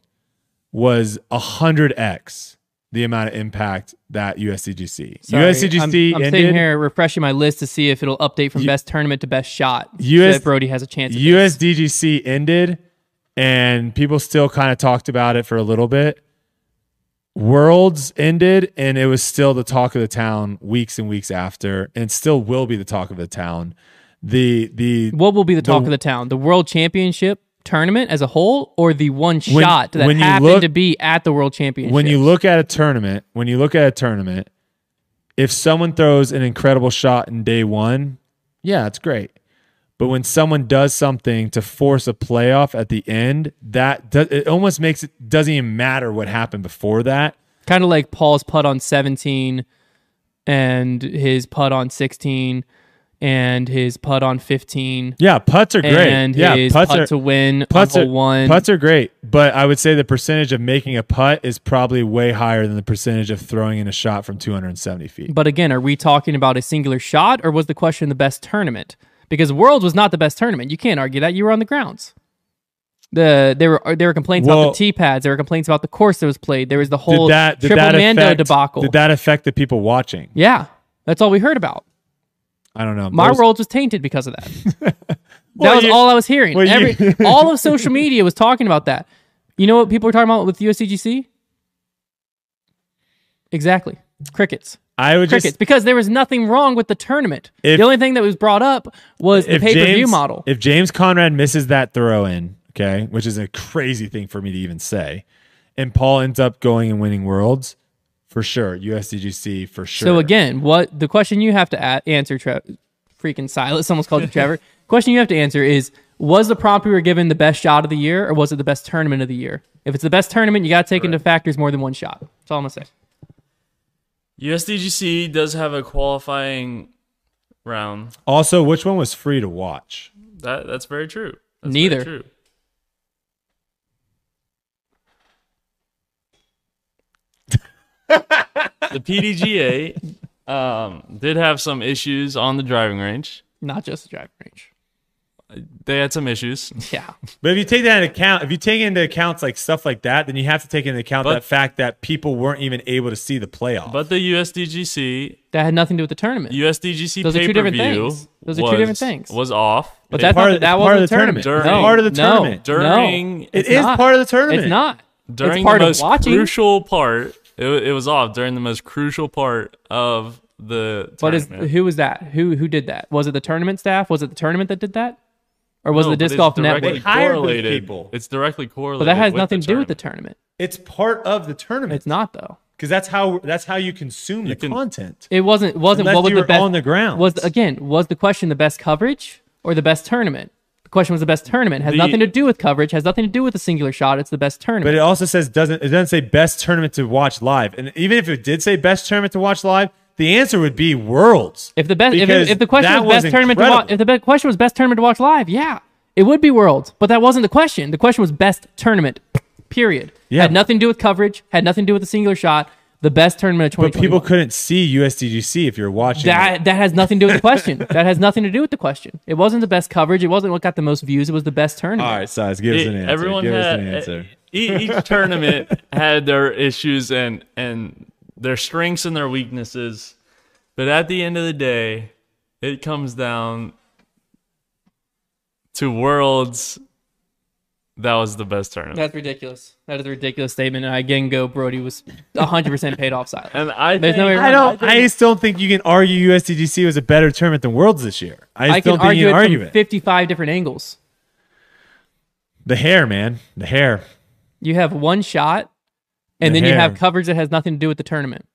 was 100x the amount of impact that USCGC.
Sorry, I'm,
USCGC
I'm sitting
ended.
here refreshing my list to see if it'll update from best tournament to best shot.
US
so that Brody has a chance. at this.
USDGC ended, and people still kind of talked about it for a little bit. Worlds ended, and it was still the talk of the town weeks and weeks after, and still will be the talk of the town. The the
What will be the talk of the town? The World Championship tournament as a whole, or the one
When-
shot that
when you
happened
look-
to be at the World Championship?
when you look at a tournament, when you look at a tournament, if someone throws an incredible shot in day one, yeah, it's great. But when someone does something to force a playoff at the end, that do, it almost makes it doesn't even matter what happened before that.
kind of like Paul's putt on 17 and his putt on 16 and his putt on 15
Yeah, putts are great.
and
yeah,
his
putts
putt
are
to win
putts
on
are
hole one.
putts are great. But I would say the percentage of making a putt is probably way higher than the percentage of throwing in a shot from 270 feet.
But again, are we talking about a singular shot or was the question the best tournament? Because Worlds was not the best tournament. You can't argue that. You were on the grounds. The there were there were complaints
Well-
about the tee pads. There were complaints about the course that was played. There was the whole triple Mando
affect,
debacle.
Did that affect the people watching?
yeah, that's all we heard about.
I don't know.
My
Those-
Worlds was tainted because of that. that
Well,
was
you-
all I was hearing.
well, you-
Every all of social media was talking about that. You know what people were talking about with USCGC? Exactly. Crickets.
I would
Crickets.
just
because there was nothing wrong with the tournament.
If-
the only thing that was brought up was the
if
pay per view
James
model.
if James Conrad misses that throw in, okay, which is a crazy thing for me to even say, and Paul ends up going and winning worlds for sure, USDGC for sure.
So again, what the question you have to a- answer, Trevor? Freaking silence. Someone's called you Trevor. question you have to answer is: Was the prompt we were given the best shot of the year, or was it the best tournament of the year? If it's the best tournament, you got to take into factors more than one shot. That's all I'm gonna say.
USDGC does have a qualifying round.
also, which one was free to watch?
That that's very true. That's very
Neither.
true. the PDGA um, did have some issues on the driving range.
Not just the driving range.
They had some issues.
Yeah,
But if you take that into account, if you take into accounts like stuff like that, then you have to take into account
But-
that fact that people weren't even able to see the playoff.
But the USDGC
that had nothing to do with the tournament.
USDGC
Those are two different
pay-per-view
things. Those are two different things.
Was off
but that's
part
not,
of-
that
it's
wasn't
part
the
of the
tournament.
tournament.
No,
It's
part of the
no,
tournament.
no.
during
It is
not.
part of the tournament.
It's not.
during
it's part
the most
of watching,
crucial part. It, wa- it was off during the most crucial part of the
but is
tournament.
who was that? Who who did that? Was it the tournament staff? Was it the tournament that did that, or was
No,
it the
but it's
disc golf
directly
network?
They hired those
correlated.
people.
It's directly correlated.
But that has nothing to do with the
tournament.
tournament.
It's part of the tournament
It's not though.
because that's how that's how you consume the
can-
content.
It wasn't wasn't
Unless
what was
you
the
were
best
on the grounds.
Was again was the question the best coverage or the best tournament? The question was the best tournament. Has
The-
nothing to do with coverage. Has nothing to do with a singular shot. It's the best
But
tournament.
it also says doesn't it doesn't say best tournament to watch live. And even if it did say best tournament to watch live, the answer would be worlds.
if the best if,
Because
if the question
that
was best tournament to watch
incredible.
if the be- question was best tournament to watch live, yeah, it would be Worlds. But that wasn't the question. The question was best tournament. Period.
Yeah.
Had nothing to do with coverage. Had nothing to do with a singular shot. The best tournament of
but
2021.
people couldn't see USDGC if you're watching. it.
That that has nothing to do with the question. that has nothing to do with the question. It wasn't the best coverage. It wasn't what got the most views. It was the best tournament.
All right, size, give us
It-
an answer.
everyone
give
had
us an answer.
e- each tournament had their issues and and their strengths and their weaknesses. But at the end of the day, it comes down to worlds. That was the best tournament.
That's ridiculous. That is a ridiculous statement. And I again go Brody was 100% paid off silent.
and I
There's
think,
no way
I
around
don't. I just don't think you can argue USDGC was a better tournament than Worlds this year. I just
I
don't
can
think
argue
you
it
can
from
argue it.
55 different angles.
The hair, man. The hair.
You have one shot, and
The
then you have
hair.
coverage that has nothing to do with the tournament.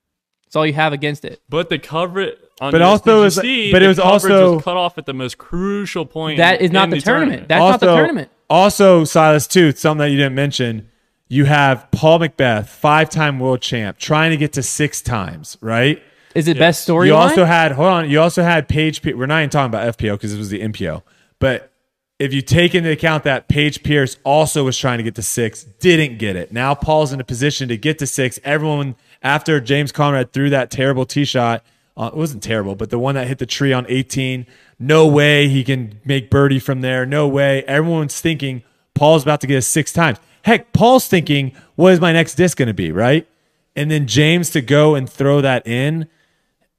That's all you have against it.
But the coverage on
But also is-
USDGC,
but it
the
was
coverage
also-
was cut off at the most crucial point.
That is
in
not the, tournament. That's not the tournament.
Also, Silas, too, something that you didn't mention. You have Paul Macbeth, five-time world champ, trying to get to six times, right?
Is it best storyline?
You also had hold on. You also had Page. We're not even talking about FPO because this was the MPO. But if you take into account that Page Pierce also was trying to get to six, didn't get it. Now Paul's in a position to get to six. Everyone after James Conrad threw that terrible tee shot. Uh, it wasn't terrible, but the one that hit the tree on 18. No way he can make birdie from there. No way. Everyone's thinking Paul's about to get a six times. Heck, Paul's thinking, what is my next disc going to be, right? And then James to go and throw that in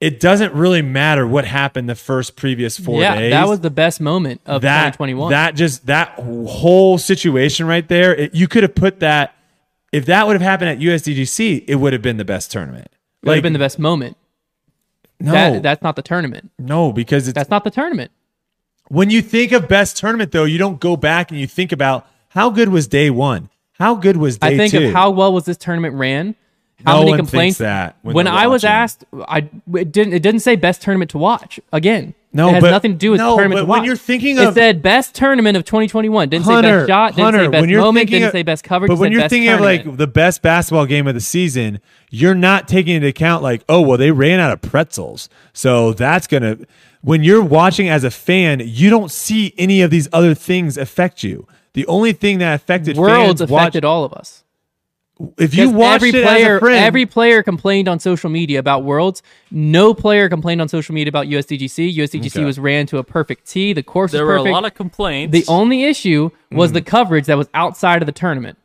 it doesn't really matter what happened the first previous four
yeah,
days.
that was the best moment of
that
2021.
that just that whole situation right there. it- you could have put that if that would have happened at USDGC, it would have been the best tournament.
would have been the best moment.
no,
That, that's not the tournament.
no, because it's
That's not the tournament.
When you think of best tournament, though, you don't go back and you think about how good was day one, how good was day
I think
two.
of how well was this tournament ran. How
No
many
one
complaints?
thinks that
when,
when they're
I was
watching.
asked, I it didn't. It didn't say best tournament to watch. Again,
No,
it has
but-
nothing to do with
no,
tournament.
but
to
when
watch.
you're thinking
it
of-
said best tournament of 2021. Didn't say
Hunter,
best shot. Didn't
Hunter,
say best
when you're
moment.
thinking
Didn't
of-
say best coverage.
But
said
when you're
best
thinking
tournament.
of like the best basketball game of the season, you're not taking into account like, oh well, they ran out of pretzels, so that's gonna. When you're watching as a fan, you don't see any of these other things affect you. The only thing that affected
worlds
fans
affected all of us.
watch, if you
'Cause
watched
every
it
player,
as a friend,
every player complained on social media about worlds. No player complained on social media about USDGC. USDGC
Okay.
was ran to a perfect tee. The course
There
was
were
perfect.
a lot of complaints.
The only issue was
Mm.
the coverage that was outside of the tournament.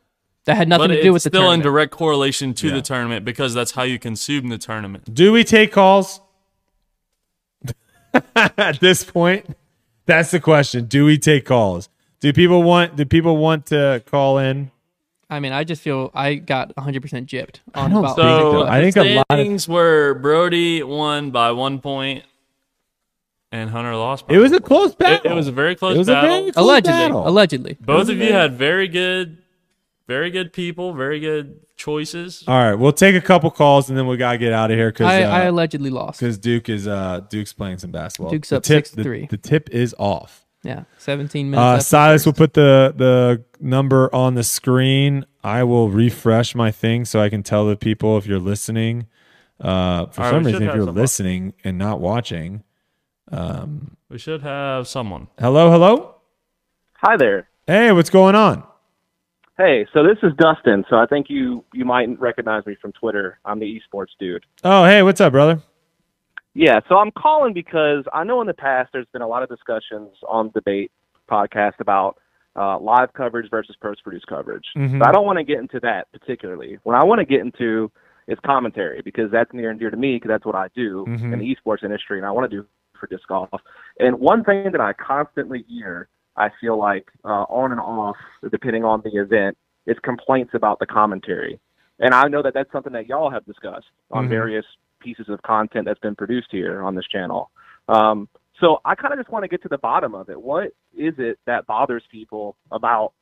That had nothing
but
to do
it's
with the
still in
tournament.
direct correlation to the tournament because that's how you consume the tournament.
do we take calls? at this point, that's the question. Do we take calls? Do people want? Do people want to call in?
I mean, I just feel I got 100% gypped
I
on
don't
about.
think
So
though. I think a lot of-
standings were Brody won by one point, and Hunter lost. By
It was
one
a close
point.
battle.
It, it was a very close
It was a
battle.
very close
allegedly,
battle.
allegedly.
Both of you had very good, very good people, very good choices.
All right, we'll take a couple calls and then we gotta get out of here because uh,
I, I allegedly lost.
because Duke is uh Duke's playing some basketball.
Duke's
The
up
tip-
6-3.
The, the tip is off.
Yeah, 17 minutes.
Uh,
left.
Silas will put the the number on the screen. I will refresh my thing so I can tell the people if you're listening. Uh, for
All right,
some
we should
reason, if
have
you're
some-
listening and not watching,
We should have someone.
hello, hello,
Hi there.
hey, what's going on?
Hey, so this is Dustin. So I think you you might recognize me from Twitter. I'm the esports dude.
Oh, hey, what's up, brother?
Yeah, so I'm calling because I know in the past there's been a lot of discussions on debate podcast about uh, live coverage versus post-produced coverage.
Mhm.
But I don't want to get into that particularly. What I want to get into is commentary because that's near and dear to me because that's what I do
Mhm.
in the esports industry and I want to do for disc golf. And one thing that I constantly hear, I feel like uh, on and off, depending on the event, is complaints about the commentary. And I know that that's something that y'all have discussed on
Mhm.
various pieces of content that's been produced here on this channel. Um, so I kind of just want to get to the bottom of it. What is it that bothers people about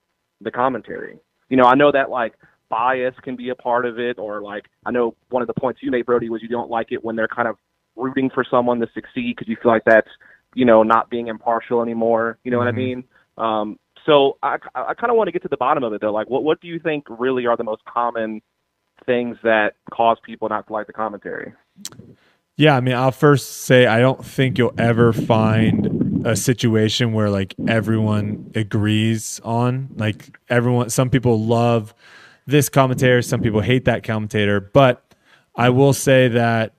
the commentary? You know, I know that like bias can be a part of it, or like I know one of the points you made, Brody, was you don't like it when they're kind of rooting for someone to succeed because you feel like that's you know not being impartial anymore. You know what I
Mhm.
mean? Um, so I, I kind of want to get to the bottom of it though. Like, what what do you think really are the most common things that cause people not to like the commentary?
Yeah, I mean, I'll first say I don't think you'll ever find a situation where like everyone agrees on. Like everyone, some people love this commentator, some people hate that commentator. But I will say that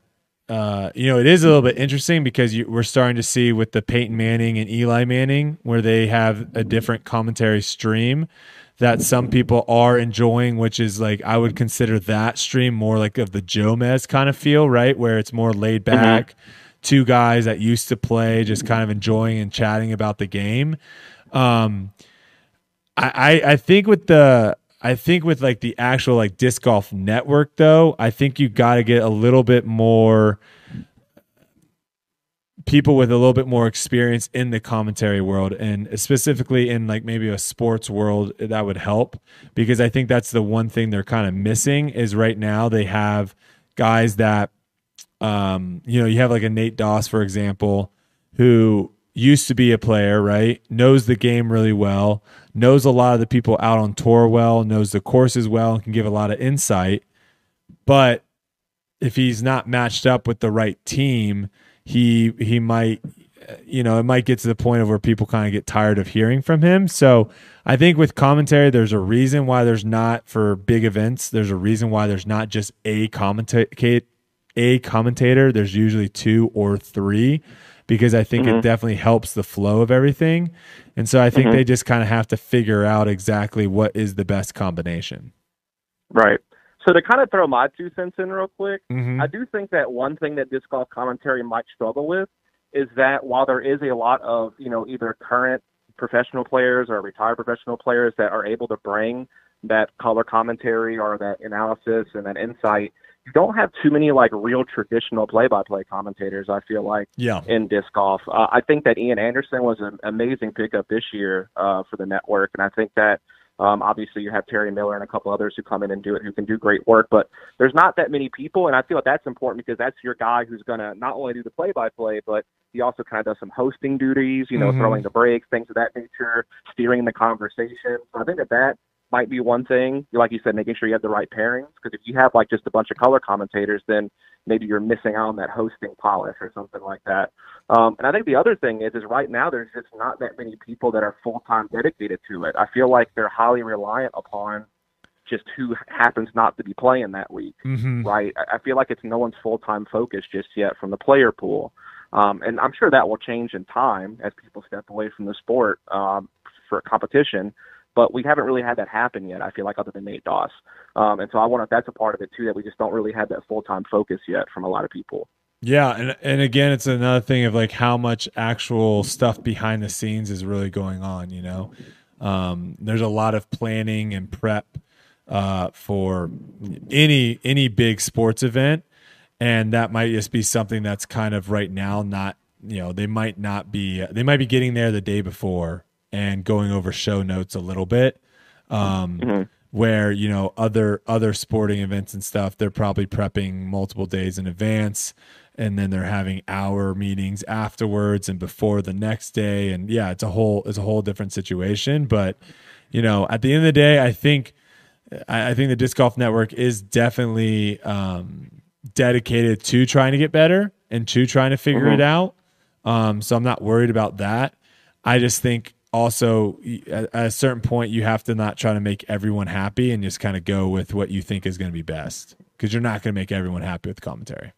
uh, you know it is a little bit interesting because you, we're starting to see with the Peyton Manning and Eli Manning where they have a different commentary stream that some people are enjoying, which is like I would consider that stream more like of the Jomez kind of feel, right? Where it's more laid back, two guys that used to play, just kind of enjoying and chatting about the game. Um, I, I I think with the I think with like the actual like disc golf network though, I think you got to get a little bit more people with a little bit more experience in the commentary world and specifically in like maybe a sports world eh, that would help because I think that's the one thing they're kind of missing is right now they have guys that um, you know, you have like a Nate Doss, for example, who used to be a player, right? Knows the game really well, knows a lot of the people out on tour well, knows the courses well, and can give a lot of insight. But if he's not matched up with the right team, he he might you know, it might get to the point of where people kind of get tired of hearing from him. So I think with commentary, there's a reason why there's not for big events. There's a reason why there's not just a commentator. A commentator. There's usually two or three because I think it definitely helps the flow of everything. And so I think they just kind of have to figure out exactly what is the best combination.
Right. So to kind of throw my two cents in real quick,
Mm-hmm.
I do think that one thing that disc golf commentary might struggle with is that while there is a lot of you know either current professional players or retired professional players that are able to bring that color commentary or that analysis and that insight, you don't have too many like real traditional play-by-play commentators. I feel like
Yeah.
in disc golf. Uh, I think that Ian Anderson was an amazing pickup this year uh, for the network, and I think that um, obviously you have Terry Miller and a couple others who come in and do it who can do great work. But there's not that many people, and I feel like that's important because that's your guy who's going to not only do the play-by-play, but he also kind of does some hosting duties, you know,
Mhm.
throwing the breaks, things of that nature, steering the conversation. So I think that that might be one thing, like you said, making sure you have the right pairings. Because if you have like just a bunch of color commentators, then maybe you're missing out on that hosting polish or something like that. Um, and I think the other thing is, is right now there's just not that many people that are full time dedicated to it. I feel like they're highly reliant upon just who happens not to be playing that week
Mm-hmm.
right? I- I feel like it's no one's full time focus just yet from the player pool. Um, and I'm sure that will change in time as people step away from the sport um, for competition. But we haven't really had that happen yet, I feel like, other than Nate Doss. Um, and so I wonder if that's a part of it, too, that we just don't really have that full time focus yet from a lot of people.
Yeah, and and again, it's another thing of like how much actual stuff behind the scenes is really going on. You know, um, there's a lot of planning and prep uh, for any any big sports event, and that might just be something that's kind of right now not you know they might not be they might be getting there the day before and going over show notes a little bit um, where you know other other sporting events and stuff they're probably prepping multiple days in advance and then they're having hour meetings afterwards and before the next day and yeah it's a whole it's a whole different situation but you know at the end of the day i think i, I think the disc golf network is definitely um, dedicated to trying to get better and to trying to figure it out um, so i'm not worried about that I just think also y- at at a certain point you have to not try to make everyone happy and just kind of go with what you think is going to be best because you're not going to make everyone happy with commentary.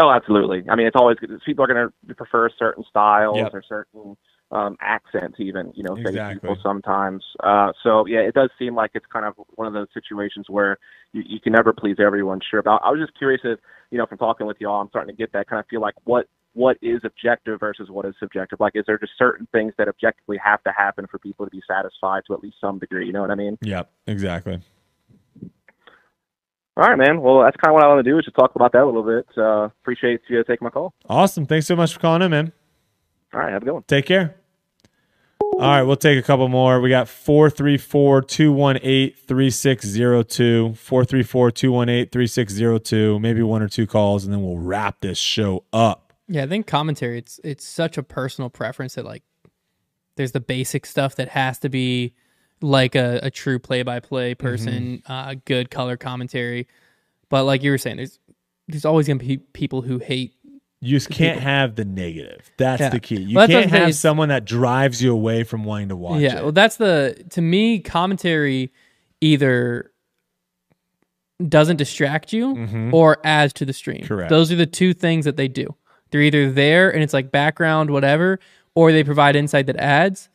Oh, absolutely. I mean, it's always good. People are going to prefer certain styles
Yep.
or certain um, accents, even you know, fake
Exactly.
people sometimes. Uh, so yeah, it does seem like it's kind of one of those situations where you, you can never please everyone. Sure, but I was just curious if you know, from talking with y'all, I'm starting to get that kind of feel like what what is objective versus what is subjective. Like, is there just certain things that objectively have to happen for people to be satisfied to at least some degree? You know what I mean?
Yep, exactly.
All right, man. Well, that's kind of what I want to do is just talk about that a little bit. Uh, appreciate you taking my call.
Awesome. Thanks so much for calling in, man.
All right, have a good one.
Take care. All right, we'll take a couple more. We got 434 218 3602. 434 218 3602. Maybe one or two calls, and then we'll wrap this show up.
Yeah, I think commentary it's it's such a personal preference that like there's the basic stuff that has to be like a, a true play by play person, uh, good color commentary. But like you were saying, there's there's always gonna be people who hate
You just can't have the negative. That's
Yeah.
the key. You
Well, that's what
can't
I'm saying
have
is-
someone that drives you away from wanting to watch
Yeah,
it.
well, that's the to me commentary either doesn't distract you or adds to the stream.
Mm-hmm. Correct.
Those are the two things that they do. They're either there and it's like background, whatever, or they provide insight that adds.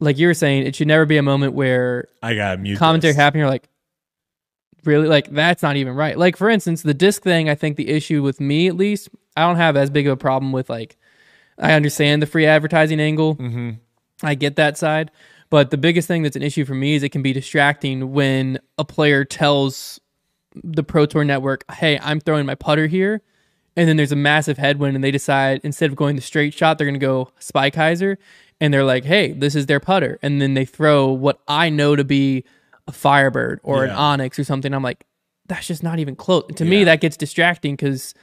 Like you were saying, it should never be a moment where
I got to mute.
commentary
this.
happening. You're like, really? Like that's not even right. Like for instance, the disc thing. I think the issue with me, at least, I don't have as big of a problem with like. I understand the free advertising angle. I get that side, but the biggest thing that's an issue for me is it can be distracting when a player tells the Pro Tour Network, "Hey, I'm throwing my putter here." And then there's a massive headwind, and they decide instead of going the straight shot, they're going to go Spike Heiser. And they're like, hey, this is their putter. And then they throw what I know to be a Firebird or an
Yeah.
Onyx or something. I'm like, that's just not even close. To me, that gets distracting because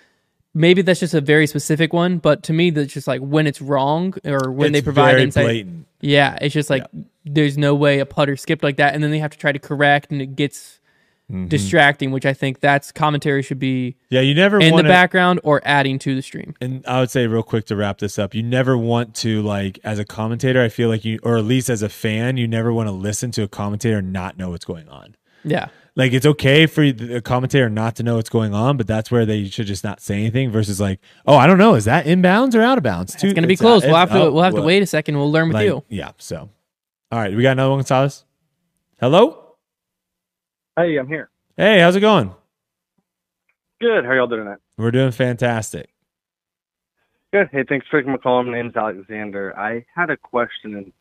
maybe that's just a very specific one. But to me, that's just like when it's wrong or when they
It's
provide
very
insight.
blatant.
Yeah, it's just like there's no way a putter skipped like that, and then they have to try to correct, and it gets Mm-hmm. distracting. Which I think that's commentary should be
Yeah, you never
in
want
the background or adding to the stream.
and I would say real quick to wrap this up, you never want to like as a commentator, I feel like you or at least as a fan, you never want to listen to a commentator and not know what's going on.
Yeah,
Like it's okay for the commentator not to know what's going on, but that's where they should just not say anything versus like, oh, I don't know, is that inbounds or out of bounds?
it's gonna be close.
uh,
We'll have to we'll have to
wait.
wait a second. We'll learn with
oh, Like,
you.
Yeah. So, all right, we got another one, Gonzalez. Hello.
Hey, I'm here.
Hey, how's it going?
Good. How y'all doing tonight?
We're doing fantastic.
Good. Hey, thanks for taking my call. My name's Alexander. I had a question, and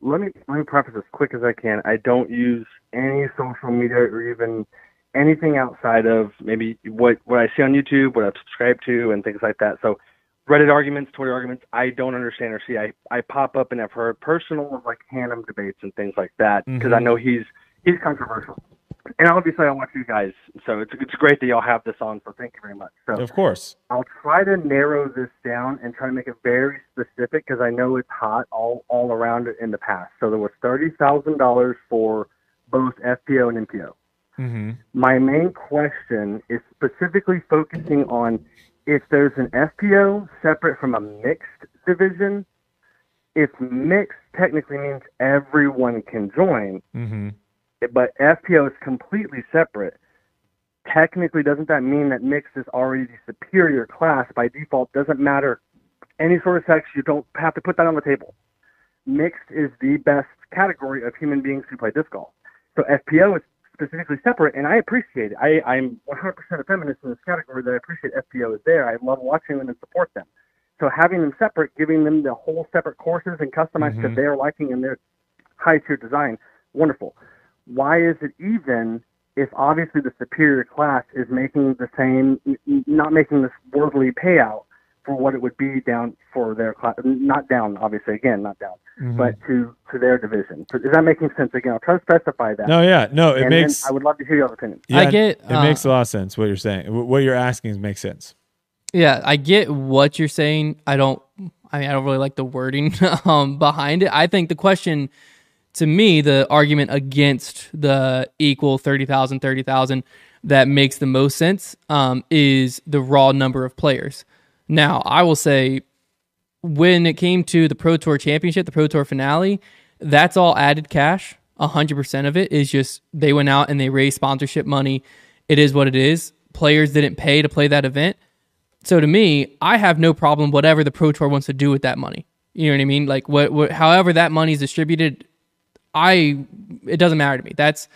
let me let me preface as quick as I can. I don't use any social media or even anything outside of maybe what what I see on YouTube, what I've subscribed to, and things like that. So, Reddit arguments, Twitter arguments, I don't understand or see. I I pop up and I've heard personal like Hannum debates and things like that because I
Mhm.
know he's he's controversial, and obviously I watch you guys, so it's it's great that y'all have this on. So thank you very much. So.
Of course.
I'll try to narrow this down and try to make it very specific because I know it's hot all all around in the past. So there was thirty thousand dollars for both FPO and MPO.
Mm-hmm.
My main question is specifically focusing on if there's an FPO separate from a mixed division. If mixed technically means everyone can join,
Mm-hmm.
but FPO is completely separate. Technically, doesn't that mean that mixed is already the superior class by default? Doesn't matter any sort of sex. You don't have to put that on the table. Mixed is the best category of human beings who play disc golf. So FPO is specifically separate, and I appreciate it. I, I'm 100% a feminist in this category that I appreciate FPO is there. I love watching them and support them. So having them separate, giving them the whole separate courses and customized to
Mhm.
their liking and their high tier design, wonderful.
why is it even if obviously the superior class is making the same, n- n- not making this worldly payout for what it would be down for their class, not down, obviously, again, not down,
Mm-hmm.
but to, to their division. So Is that making sense? Again, I'll try to specify that.
No, yeah, no, it
and then
makes.
I would love to hear your opinion.
yeah,
I get,
It
uh,
makes a lot of sense. What you're saying, Wh- what you're asking, makes sense.
Yeah, I get what you're saying. I don't. I mean, I don't really like the wording um, behind it. I think the question, to me, the argument against the equal 30,000, 30,000 that makes the most sense um, is the raw number of players. Now, I will say when it came to the Pro Tour Championship, the Pro Tour finale, that's all added cash. 100% of it is just they went out and they raised sponsorship money. It is what it is. Players didn't pay to play that event. So to me, I have no problem whatever the Pro Tour wants to do with that money. You know what I mean? Like what, what however that money is distributed, I it doesn't matter to me. That's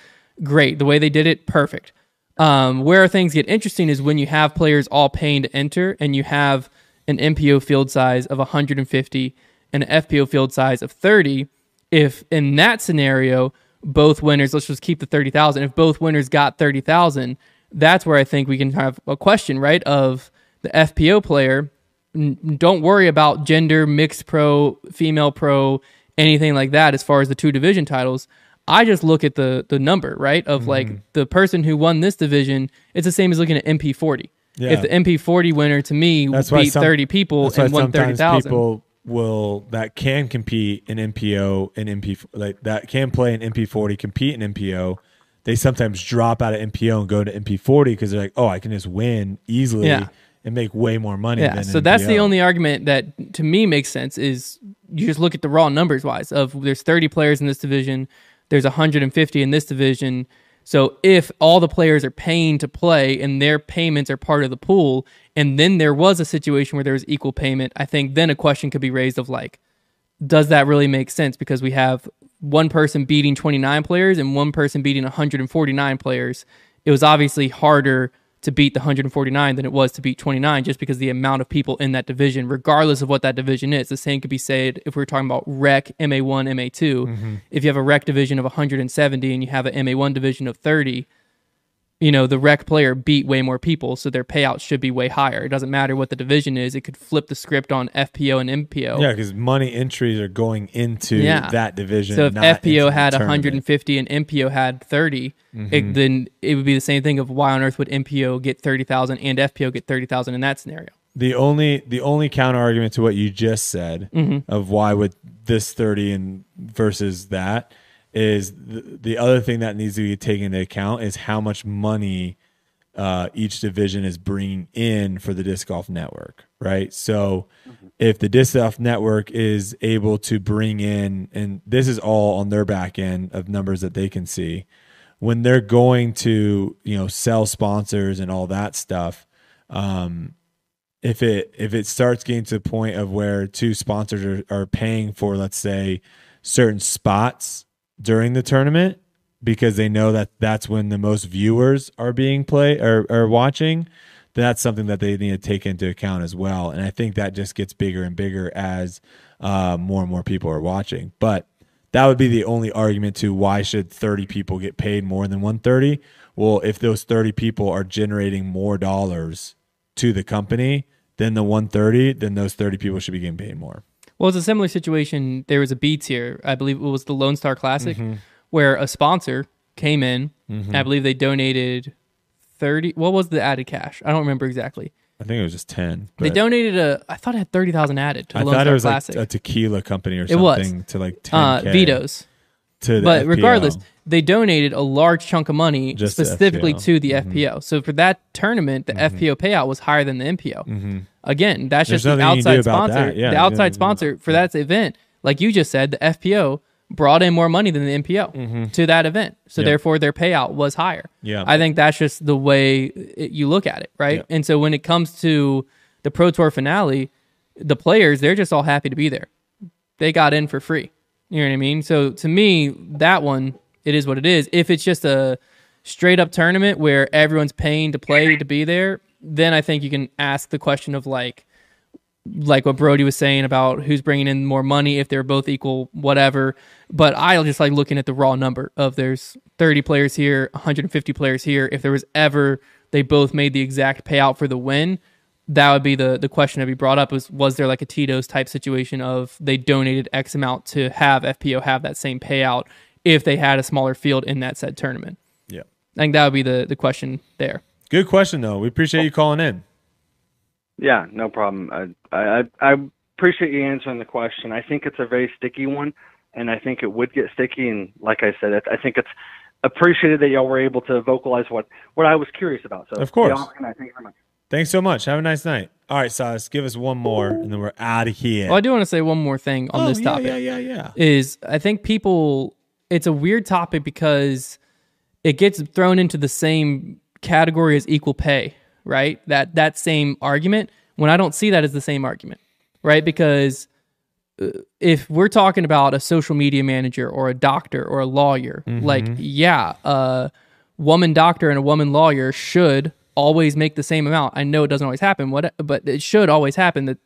great. The way they did it, perfect. Um, where things get interesting is when you have players all paying to enter and you have an MPO field size of 150 and an FPO field size of 30. If in that scenario, both winners, let's just keep the 30,000. If both winners got 30,000, that's where I think we can have a question, right? Of the FPO player n- don't worry about gender, mixed pro, female pro, anything like that as far as the two division titles. I just look at the the number, right?
Mm-hmm.
Of like the person who won this division, it's the same as looking at MP40.
Yeah.
If the MP40 winner to me
That's why
beat
some-
30 people
That's why
and won
sometimes
30,000.
people will that can compete in MPO and MP like that can play in MP40, compete in MPO. They sometimes drop out of MPO and go to MP40 because they're like, oh, I can just win easily
Yeah.
and make way more money.
Yeah,
than
so that's the
MPO.
only argument that to me makes sense is you just look at the raw numbers wise of there's 30 players in this division, there's 150 in this division. So if all the players are paying to play and their payments are part of the pool, and then there was a situation where there was equal payment, I think then a question could be raised of like, does that really make sense? Because we have one person beating 29 players and one person beating 149 players. It was obviously harder to beat the 149 than it was to beat 29 just because the amount of people in that division, regardless of what that division is. The same could be said if we are talking about rec MA1, MA2. If you have a rec division of 170 and you have a MA1 division of 30, you know, the rec player beat way more people, so their payout should be way higher. It doesn't matter what the division is, it could flip the script on FPO and MPO.
yeah, because money entries are going into
Yeah.
that division.
So if
not into the
FPO had
tournament. Mm-hmm.
150 and MPO had 30, it, then it would be the same thing of why on earth would MPO get 30,000 and FPO get 30,000 in that scenario?
the only the only counter argument to what you just said of why would this 30 and versus that is the, the other thing that needs to be taken into account is how much money uh, each division is bringing in for the disc golf network right so if the disc golf network is able to bring in and this is all on their back end of numbers that they can see when they're going to you know sell sponsors and all that stuff um, if it if it starts getting to the point of where two sponsors are, are paying for let's say certain spots during the tournament because they know that that's when the most viewers are being play or are watching that's something that they need to take into account as well and i think that just gets bigger and bigger as uh, more and more people are watching but that would be the only argument to why should 30 people get paid more than 130 well if those 30 people are generating more dollars to the company than the 130 then those 30 people should be getting paid more
Well, it's a similar situation. There was a B tier, I believe it was the Lone Star Classic,
Mm-hmm.
where a sponsor came in. And I believe they donated 30. What was the added cash? I don't remember exactly.
i think it was just 10
They
but
donated a, I thought it had 30,000 added to
i
the Lone
thought
Star
it was
Classic.
like a tequila company or
It was.
something to like 10
uh, veto's.
to the
but
FPO.
regardless, they donated a large chunk of money
Just to
specifically
FPO.
to the FPO. So for that tournament, the FPO payout was higher than the MPO. Again, that's
Mm-hmm. There's
just the
nothing you can do
outside
about
sponsor.
that. Yeah,
the
you
outside
don't-
sponsor for that event, like you just said, the FPO brought in more money than the MPO to that event. So
Yeah.
therefore, their payout was higher.
Mm-hmm. Yeah.
I think that's just the way it, you look at it, right?
Yeah.
And so when it comes to the Pro Tour finale, the players they're just all happy to be there they got in for free. You know what I mean? So to me, that one, it is what it is. If it's just a straight up tournament where everyone's paying to play to be there, then I think you can ask the question of like, like what Brody was saying about who's bringing in more money if they're both equal, whatever. But I just like looking at the raw number of there's 30 players here, 150 players here. If there was ever they both made the exact payout for the win, that would be the the question to be brought up is was there like a Tito's type situation of they donated X amount to have FPO have that same payout if they had a smaller field in that said tournament?
Yeah.
I think that would be the the question there.
Good question though. We appreciate you calling in.
Yeah, no problem. I, I I appreciate you answering the question. I think it's a very sticky one, and I think it would get sticky. And like I said, I I think it's appreciated that y'all were able to vocalize what what I was curious about. So
Of course.
y'all, and I thank you very much.
Thanks so much. Have a nice night. All right, Silas, give us one more and then we're out of here.
Well, Oh, I do want to say one more thing on
Oh,
this
yeah,
topic.
Yeah, yeah, yeah.
is I think people it's a weird topic because it gets thrown into the same category as equal pay, right? That that same argument when I don't see that as the same argument, right? Because uh, if we're talking about a social media manager or a doctor or a lawyer, like yeah, a woman doctor and a woman lawyer should always make the same amount. I know it doesn't always happen, what but it should always happen that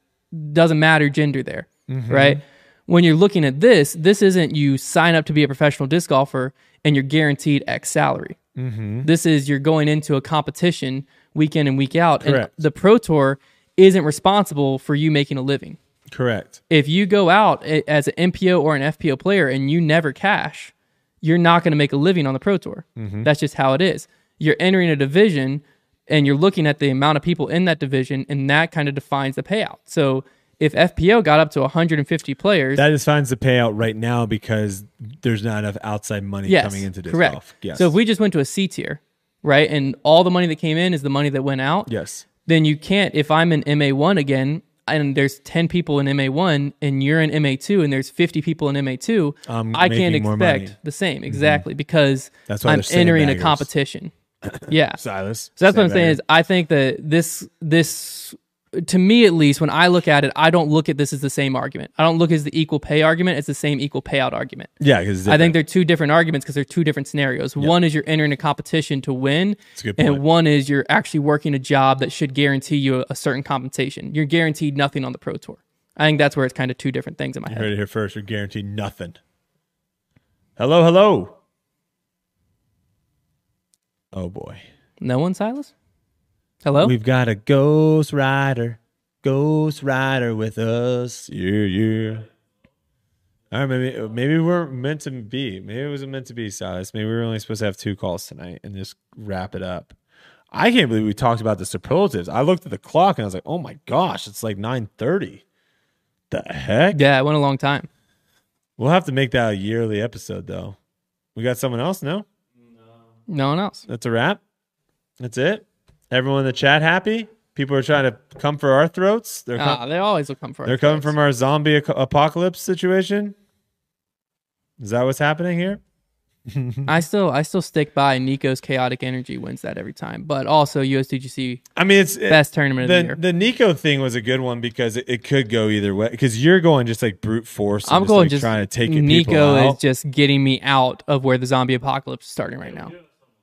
doesn't matter gender there, right? When you're looking at this, this isn't you sign up to be a professional disc golfer and you're guaranteed X salary. This is you're going into a competition week in and week out,
Correct.
and the pro tour isn't responsible for you making a living
Correct.
if you go out a- as an MPO or an FPO player and you never cash, you're not going to make a living on the Pro Tour.
Mm-hmm.
That's just how it is. You're entering a division and you're looking at the amount of people in that division, and that kind of defines the payout. So if FPO got up to 150 players,
That defines the payout right now because there's not enough outside money
yes,
coming into disc
correct.
golf. Yes.
So if we just went to a C tier, right, and all the money that came in is the money that went out,
yes.
then you can't. If I'm in MA1 again, and there's 10 people in MA1, and you're in MA2, and there's 50 people in MA2,
I'm
I can't
making more
expect
money. Mm-hmm.
the same exactly because
That's why
I'm
they're
entering a
sandbaggers.
competition. yeah. So
Silas.
that's what I'm
sandbagger.
saying is I think that this this to me at least when I look at it, I don't look at this as the same argument. I don't look as the equal pay argument. It's the same equal payout argument.
Yeah, because
I think they're two different arguments because they're two different scenarios. One is you're entering a competition to win,
a good
and
point.
one is you're actually working a job that should guarantee you a, a certain compensation. You're guaranteed nothing on the pro tour. I think that's where it's kind of two different things in my
You
head.
heard it here first. You're guaranteed nothing. Hello, hello. Oh boy.
No one, Silas. Hello.
We've got a ghost rider. Ghost rider with us. Yeah, yeah. All right, maybe maybe we're meant to be. Maybe it wasn't meant to be, Silas. Maybe we were only supposed to have two calls tonight and just wrap it up. I can't believe we talked about the superlatives. I looked at the clock and I was like, oh my gosh, it's like 9.30. The heck?
yeah, it went a long time.
We'll have to make that a yearly episode, though. We got someone else? No,
No one else.
that's a wrap. That's it. Everyone in the chat happy? People are trying to come for our throats. They're com-
Ah, they always will come for. our
they're coming
throats.
from our zombie ac- apocalypse situation. Is that what's happening here?
I still, I still stick by Nico's chaotic energy wins that every time. But also USDGC
I mean, it's it-
best tournament of the,
the
year.
the Nico thing was a good one because it, it could go either way. Because you're going just like brute force. and
I'm going
like,
just
trying to take it. people
Nico
out.
is just getting me out of where the zombie apocalypse is starting right now.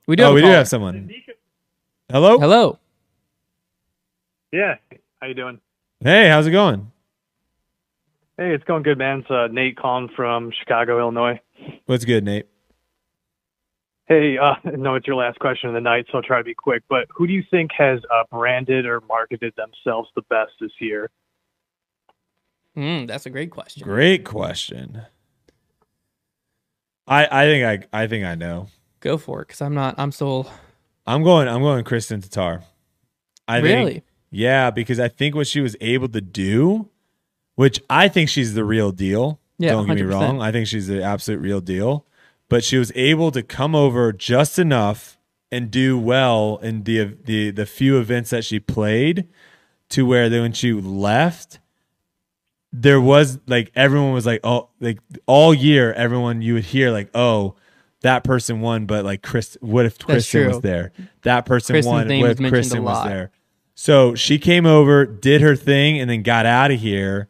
We do.
Oh,
have a
we do
caller.
have someone. Hello.
Hello.
Yeah. How you doing?
Hey, how's it going?
Hey, it's going good, man. It's uh, Nate calling from Chicago, Illinois.
What's good, Nate?
Hey, uh, I know it's your last question of the night, so I'll try to be quick. But who do you think has uh, branded or marketed themselves the best this year?
Mm, that's a great question.
Great question. I I think I I think I know.
Go for it, because I'm not. I'm still
I'm going I'm going Kristen Tatar. I
really.
think yeah, because I think what she was able to do, which I think she's the real deal.
Yeah,
Don't get me
100%.
wrong. I think she's the absolute real deal. But she was able to come over just enough and do well in the the the few events that she played to where then when she left, there was like everyone was like oh like all year everyone you would hear like oh that person won but like Chris what if Kristen was
true.
there that person
Kristen's
won
name
what
was
if
mentioned a
Kristen was
lot.
there so she came over did her thing and then got out of here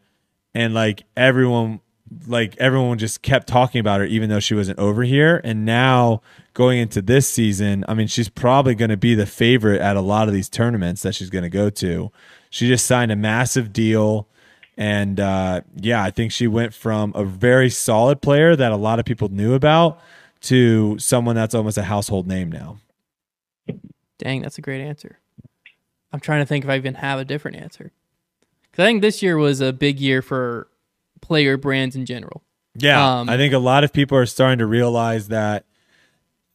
and like everyone like everyone just kept talking about her even though she wasn't over here and now going into this season i mean she's probably going to be the favorite at a lot of these tournaments that she's going to go to she just signed a massive deal And uh, yeah, I think she went from a very solid player that a lot of people knew about to someone that's almost a household name now.
Dang, that's a great answer. I'm trying to think if I even have a different answer. Because I think this year was a big year for player brands in general.
Yeah,
Um,
I think a lot of people are starting to realize that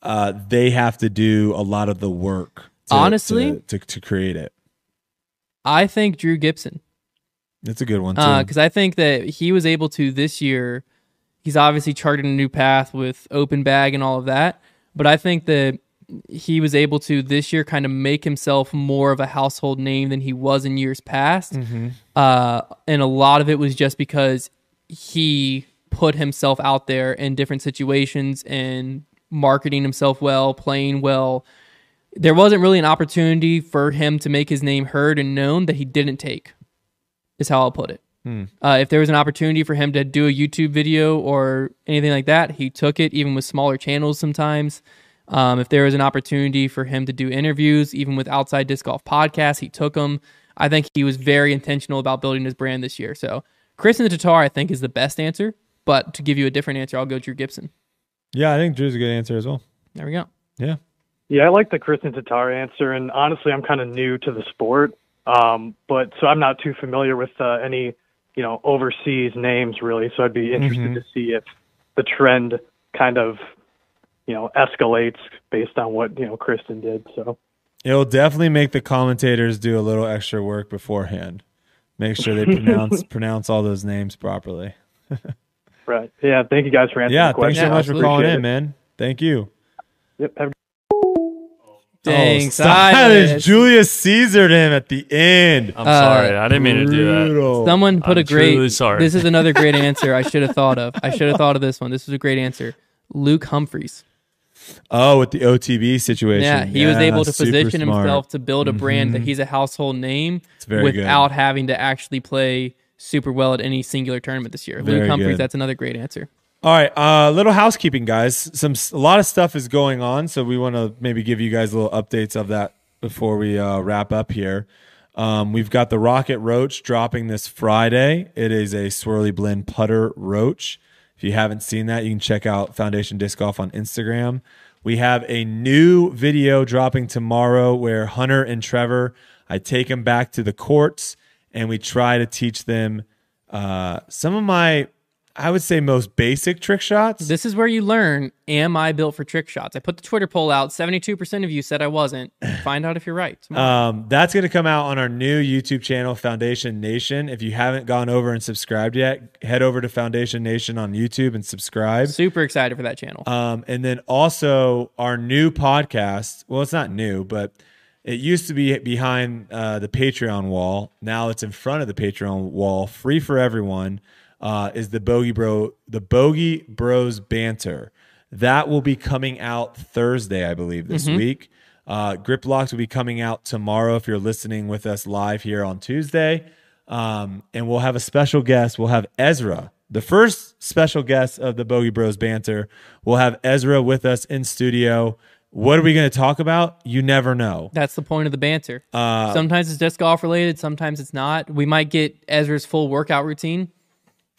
uh, they have to do a lot of the work. To,
Honestly?
to, to, to create it,
I think Drew Gibson.
it's a good one too.
because Uh, I think that he was able to this year. He's obviously charted a new path with open bag and all of that, but I think that he was able to this year kind of make himself more of a household name than he was in years past.
Mm-hmm.
Uh, and a lot of it was just because he put himself out there in different situations and marketing himself well, playing well. There wasn't really an opportunity for him to make his name heard and known that he didn't take is how I'll put it. Uh, if there was an opportunity for him to do a YouTube video or anything like that, he took it, even with smaller channels sometimes. Um, if there was an opportunity for him to do interviews, even with outside disc golf podcasts, he took them. I think he was very intentional about building his brand this year. So, Chris and the Tatar, I think, is the best answer. But to give you a different answer, I'll go Drew Gibson.
yeah, I think Drew's a good answer as well.
There we go.
Yeah,
Yeah, I like the Chris and Tatar answer, and honestly, I'm kind of new to the sport, um, but so I'm not too familiar with uh, any you know overseas names really. So I'd be interested to see if the trend kind of you know escalates based on what you know Kristen did. So
it'll definitely make the commentators do a little extra work beforehand. Make sure they pronounce pronounce all those names properly.
right, yeah. Thank you guys for answering.
Yeah,
the
thanks
question.
so much for
absolutely.
calling
Appreciate
in, man. Thank you.
Yep, have a
Dang,
oh, Silas
Silas.
Julius Caesared him at the end.
I'm
Uh,
sorry. I didn't mean to do that.
Brutal.
Someone put a
I'm
great.
truly sorry.
This is another great answer. I should have thought of. I should have thought of this one. This was a great answer. Luke Humphreys.
Oh, with the OTB situation.
Yeah, he was
Yeah,
able to
super
position
smart. Mm-hmm.
himself to build a brand that he's a household name
very good.
without having to actually play super well at any singular tournament this year.
Very
Luke Humphries,
good.
that's another great answer.
All right, uh, little housekeeping, guys. Some a lot of stuff is going on, so we want to maybe give you guys little updates of that before we uh, wrap up here. Um, we've got the Rocket Roach dropping this Friday. It is a swirly blend putter roach. If you haven't seen that, you can check out Foundation Disc Golf on Instagram. We have a new video dropping tomorrow where Hunter and Trevor, I take them back to the courts and we try to teach them uh, some of my, I would say, most basic trick shots.
This is where you learn am I built for trick shots? I put the Twitter poll out. 72% of you said I wasn't. Find out if you're right. tomorrow.
Um, that's going to come out on our new YouTube channel, Foundation Nation. If you haven't gone over and subscribed yet, head over to Foundation Nation on YouTube and subscribe.
Super excited for that channel.
Um, and then also our new podcast. Well, it's not new, but it used to be behind uh, the Patreon wall. Now it's in front of the Patreon wall, free for everyone. Uh, is the Bogey Bro the Bogey Bros banter that will be coming out Thursday, I believe, this week. Uh, Grip Locks will be coming out tomorrow if you're listening with us live here on Tuesday. Um, and we'll have a special guest. We'll have Ezra, the first special guest of the Bogey Bros banter. We'll have Ezra with us in studio. What are we going to talk about? You never know.
that's the point of the banter.
Uh,
sometimes it's disc golf related, sometimes it's not. We might get Ezra's full workout routine.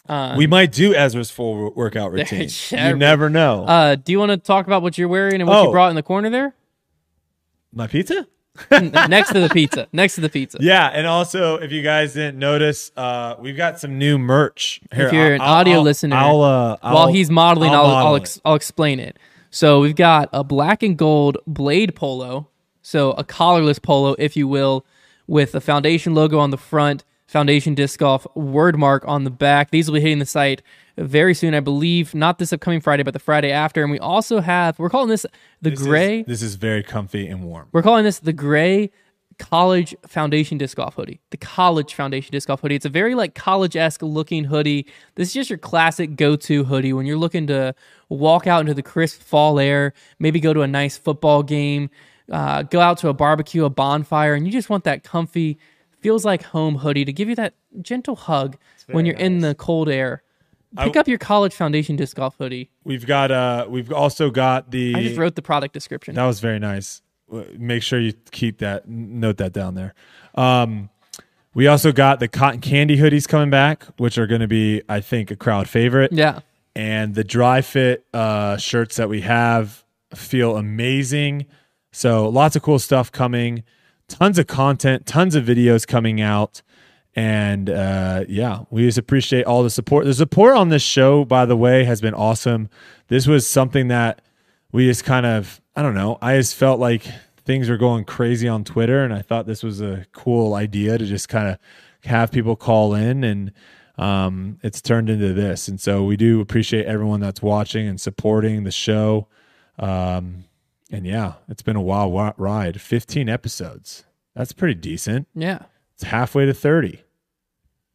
Uh,
we might do Ezra's full workout routine.
Yeah.
You never know.
Uh, do you want to talk about what you're wearing and what you
Oh.
brought in the corner there?
My pizza?
next to the pizza. Next to the pizza.
Yeah, and also if you guys didn't notice, uh, we've got some new merch. Here,
If you're an audio listener,
I'll, uh, I'll,
While he's modeling, I'll, I'll,
model it.
ex- I'll explain it. So we've got a black and gold blade polo, so a collarless polo, if you will, with a foundation logo on the front, foundation disc golf word mark on the back. These will be hitting the site very soon, I believe. Not this upcoming Friday, but the Friday after. And we also have we're calling this the
This is-
gray.
This is very comfy and warm.
We're calling this the gray college foundation disc golf hoodie. The college foundation disc golf hoodie. It's a very like college esque looking hoodie. This is just your classic go to hoodie when you're looking to walk out into the crisp fall air, maybe go to a nice football game, uh, go out to a barbecue, a bonfire, and you just want that comfy, feels like home hoodie to give you that gentle hug when you're in the cold air. Pick up your college foundation disc golf hoodie.
We've got uh we've also got the
I just wrote the product description.
That was Uh, very nice. W- Make sure you keep that n- note that down there. Um, We also got the cotton candy hoodies coming back, which are going to be, I think, a crowd favorite.
Yeah.
And the dry fit uh, shirts that we have feel amazing. So lots of cool stuff coming, tons of content, tons of videos coming out. And uh, yeah, we just appreciate all the support. The support on this show, by the way, has been awesome. This was something that we just kind of, I don't know, I just felt like things were going crazy on Twitter. And I thought this was a cool idea to just kind of have people call in and um, it's turned into this. And so we do appreciate everyone that's watching and supporting the show. Um, and yeah, it's been a wild wi- ride. 15 episodes. That's pretty decent.
Yeah.
It's halfway to 30.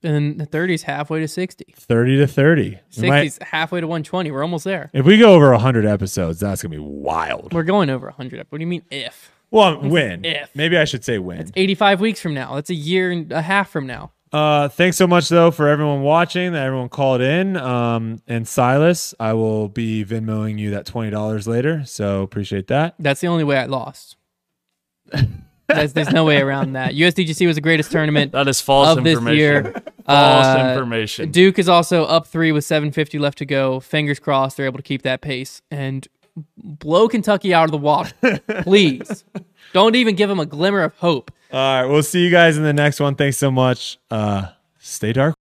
And the 30s halfway to 60.
30 to 30. We
60s
might-
halfway to 120. We're almost there.
if we go over 100 episodes, that's going to be wild.
We're going over 100. What do you mean if?
Well, when?
if.
Maybe I should say when.
85 weeks from now. That's a year and a half from now.
Uh, thanks so much, though, for everyone watching, that everyone called in. Um, and Silas, I will be Venmoing you that $20 later. So appreciate that.
That's the only way I lost. There's, there's no way around that. USDGC was the greatest tournament
That is false
of this
information.
year.
False
Uh,
information.
Duke is also up three with 750 left to go. Fingers crossed they're able to keep that pace and blow Kentucky out of the water. Please. Don't even give them a glimmer of hope.
All right. We'll see you guys in the next one. Thanks so much. Uh, stay dark.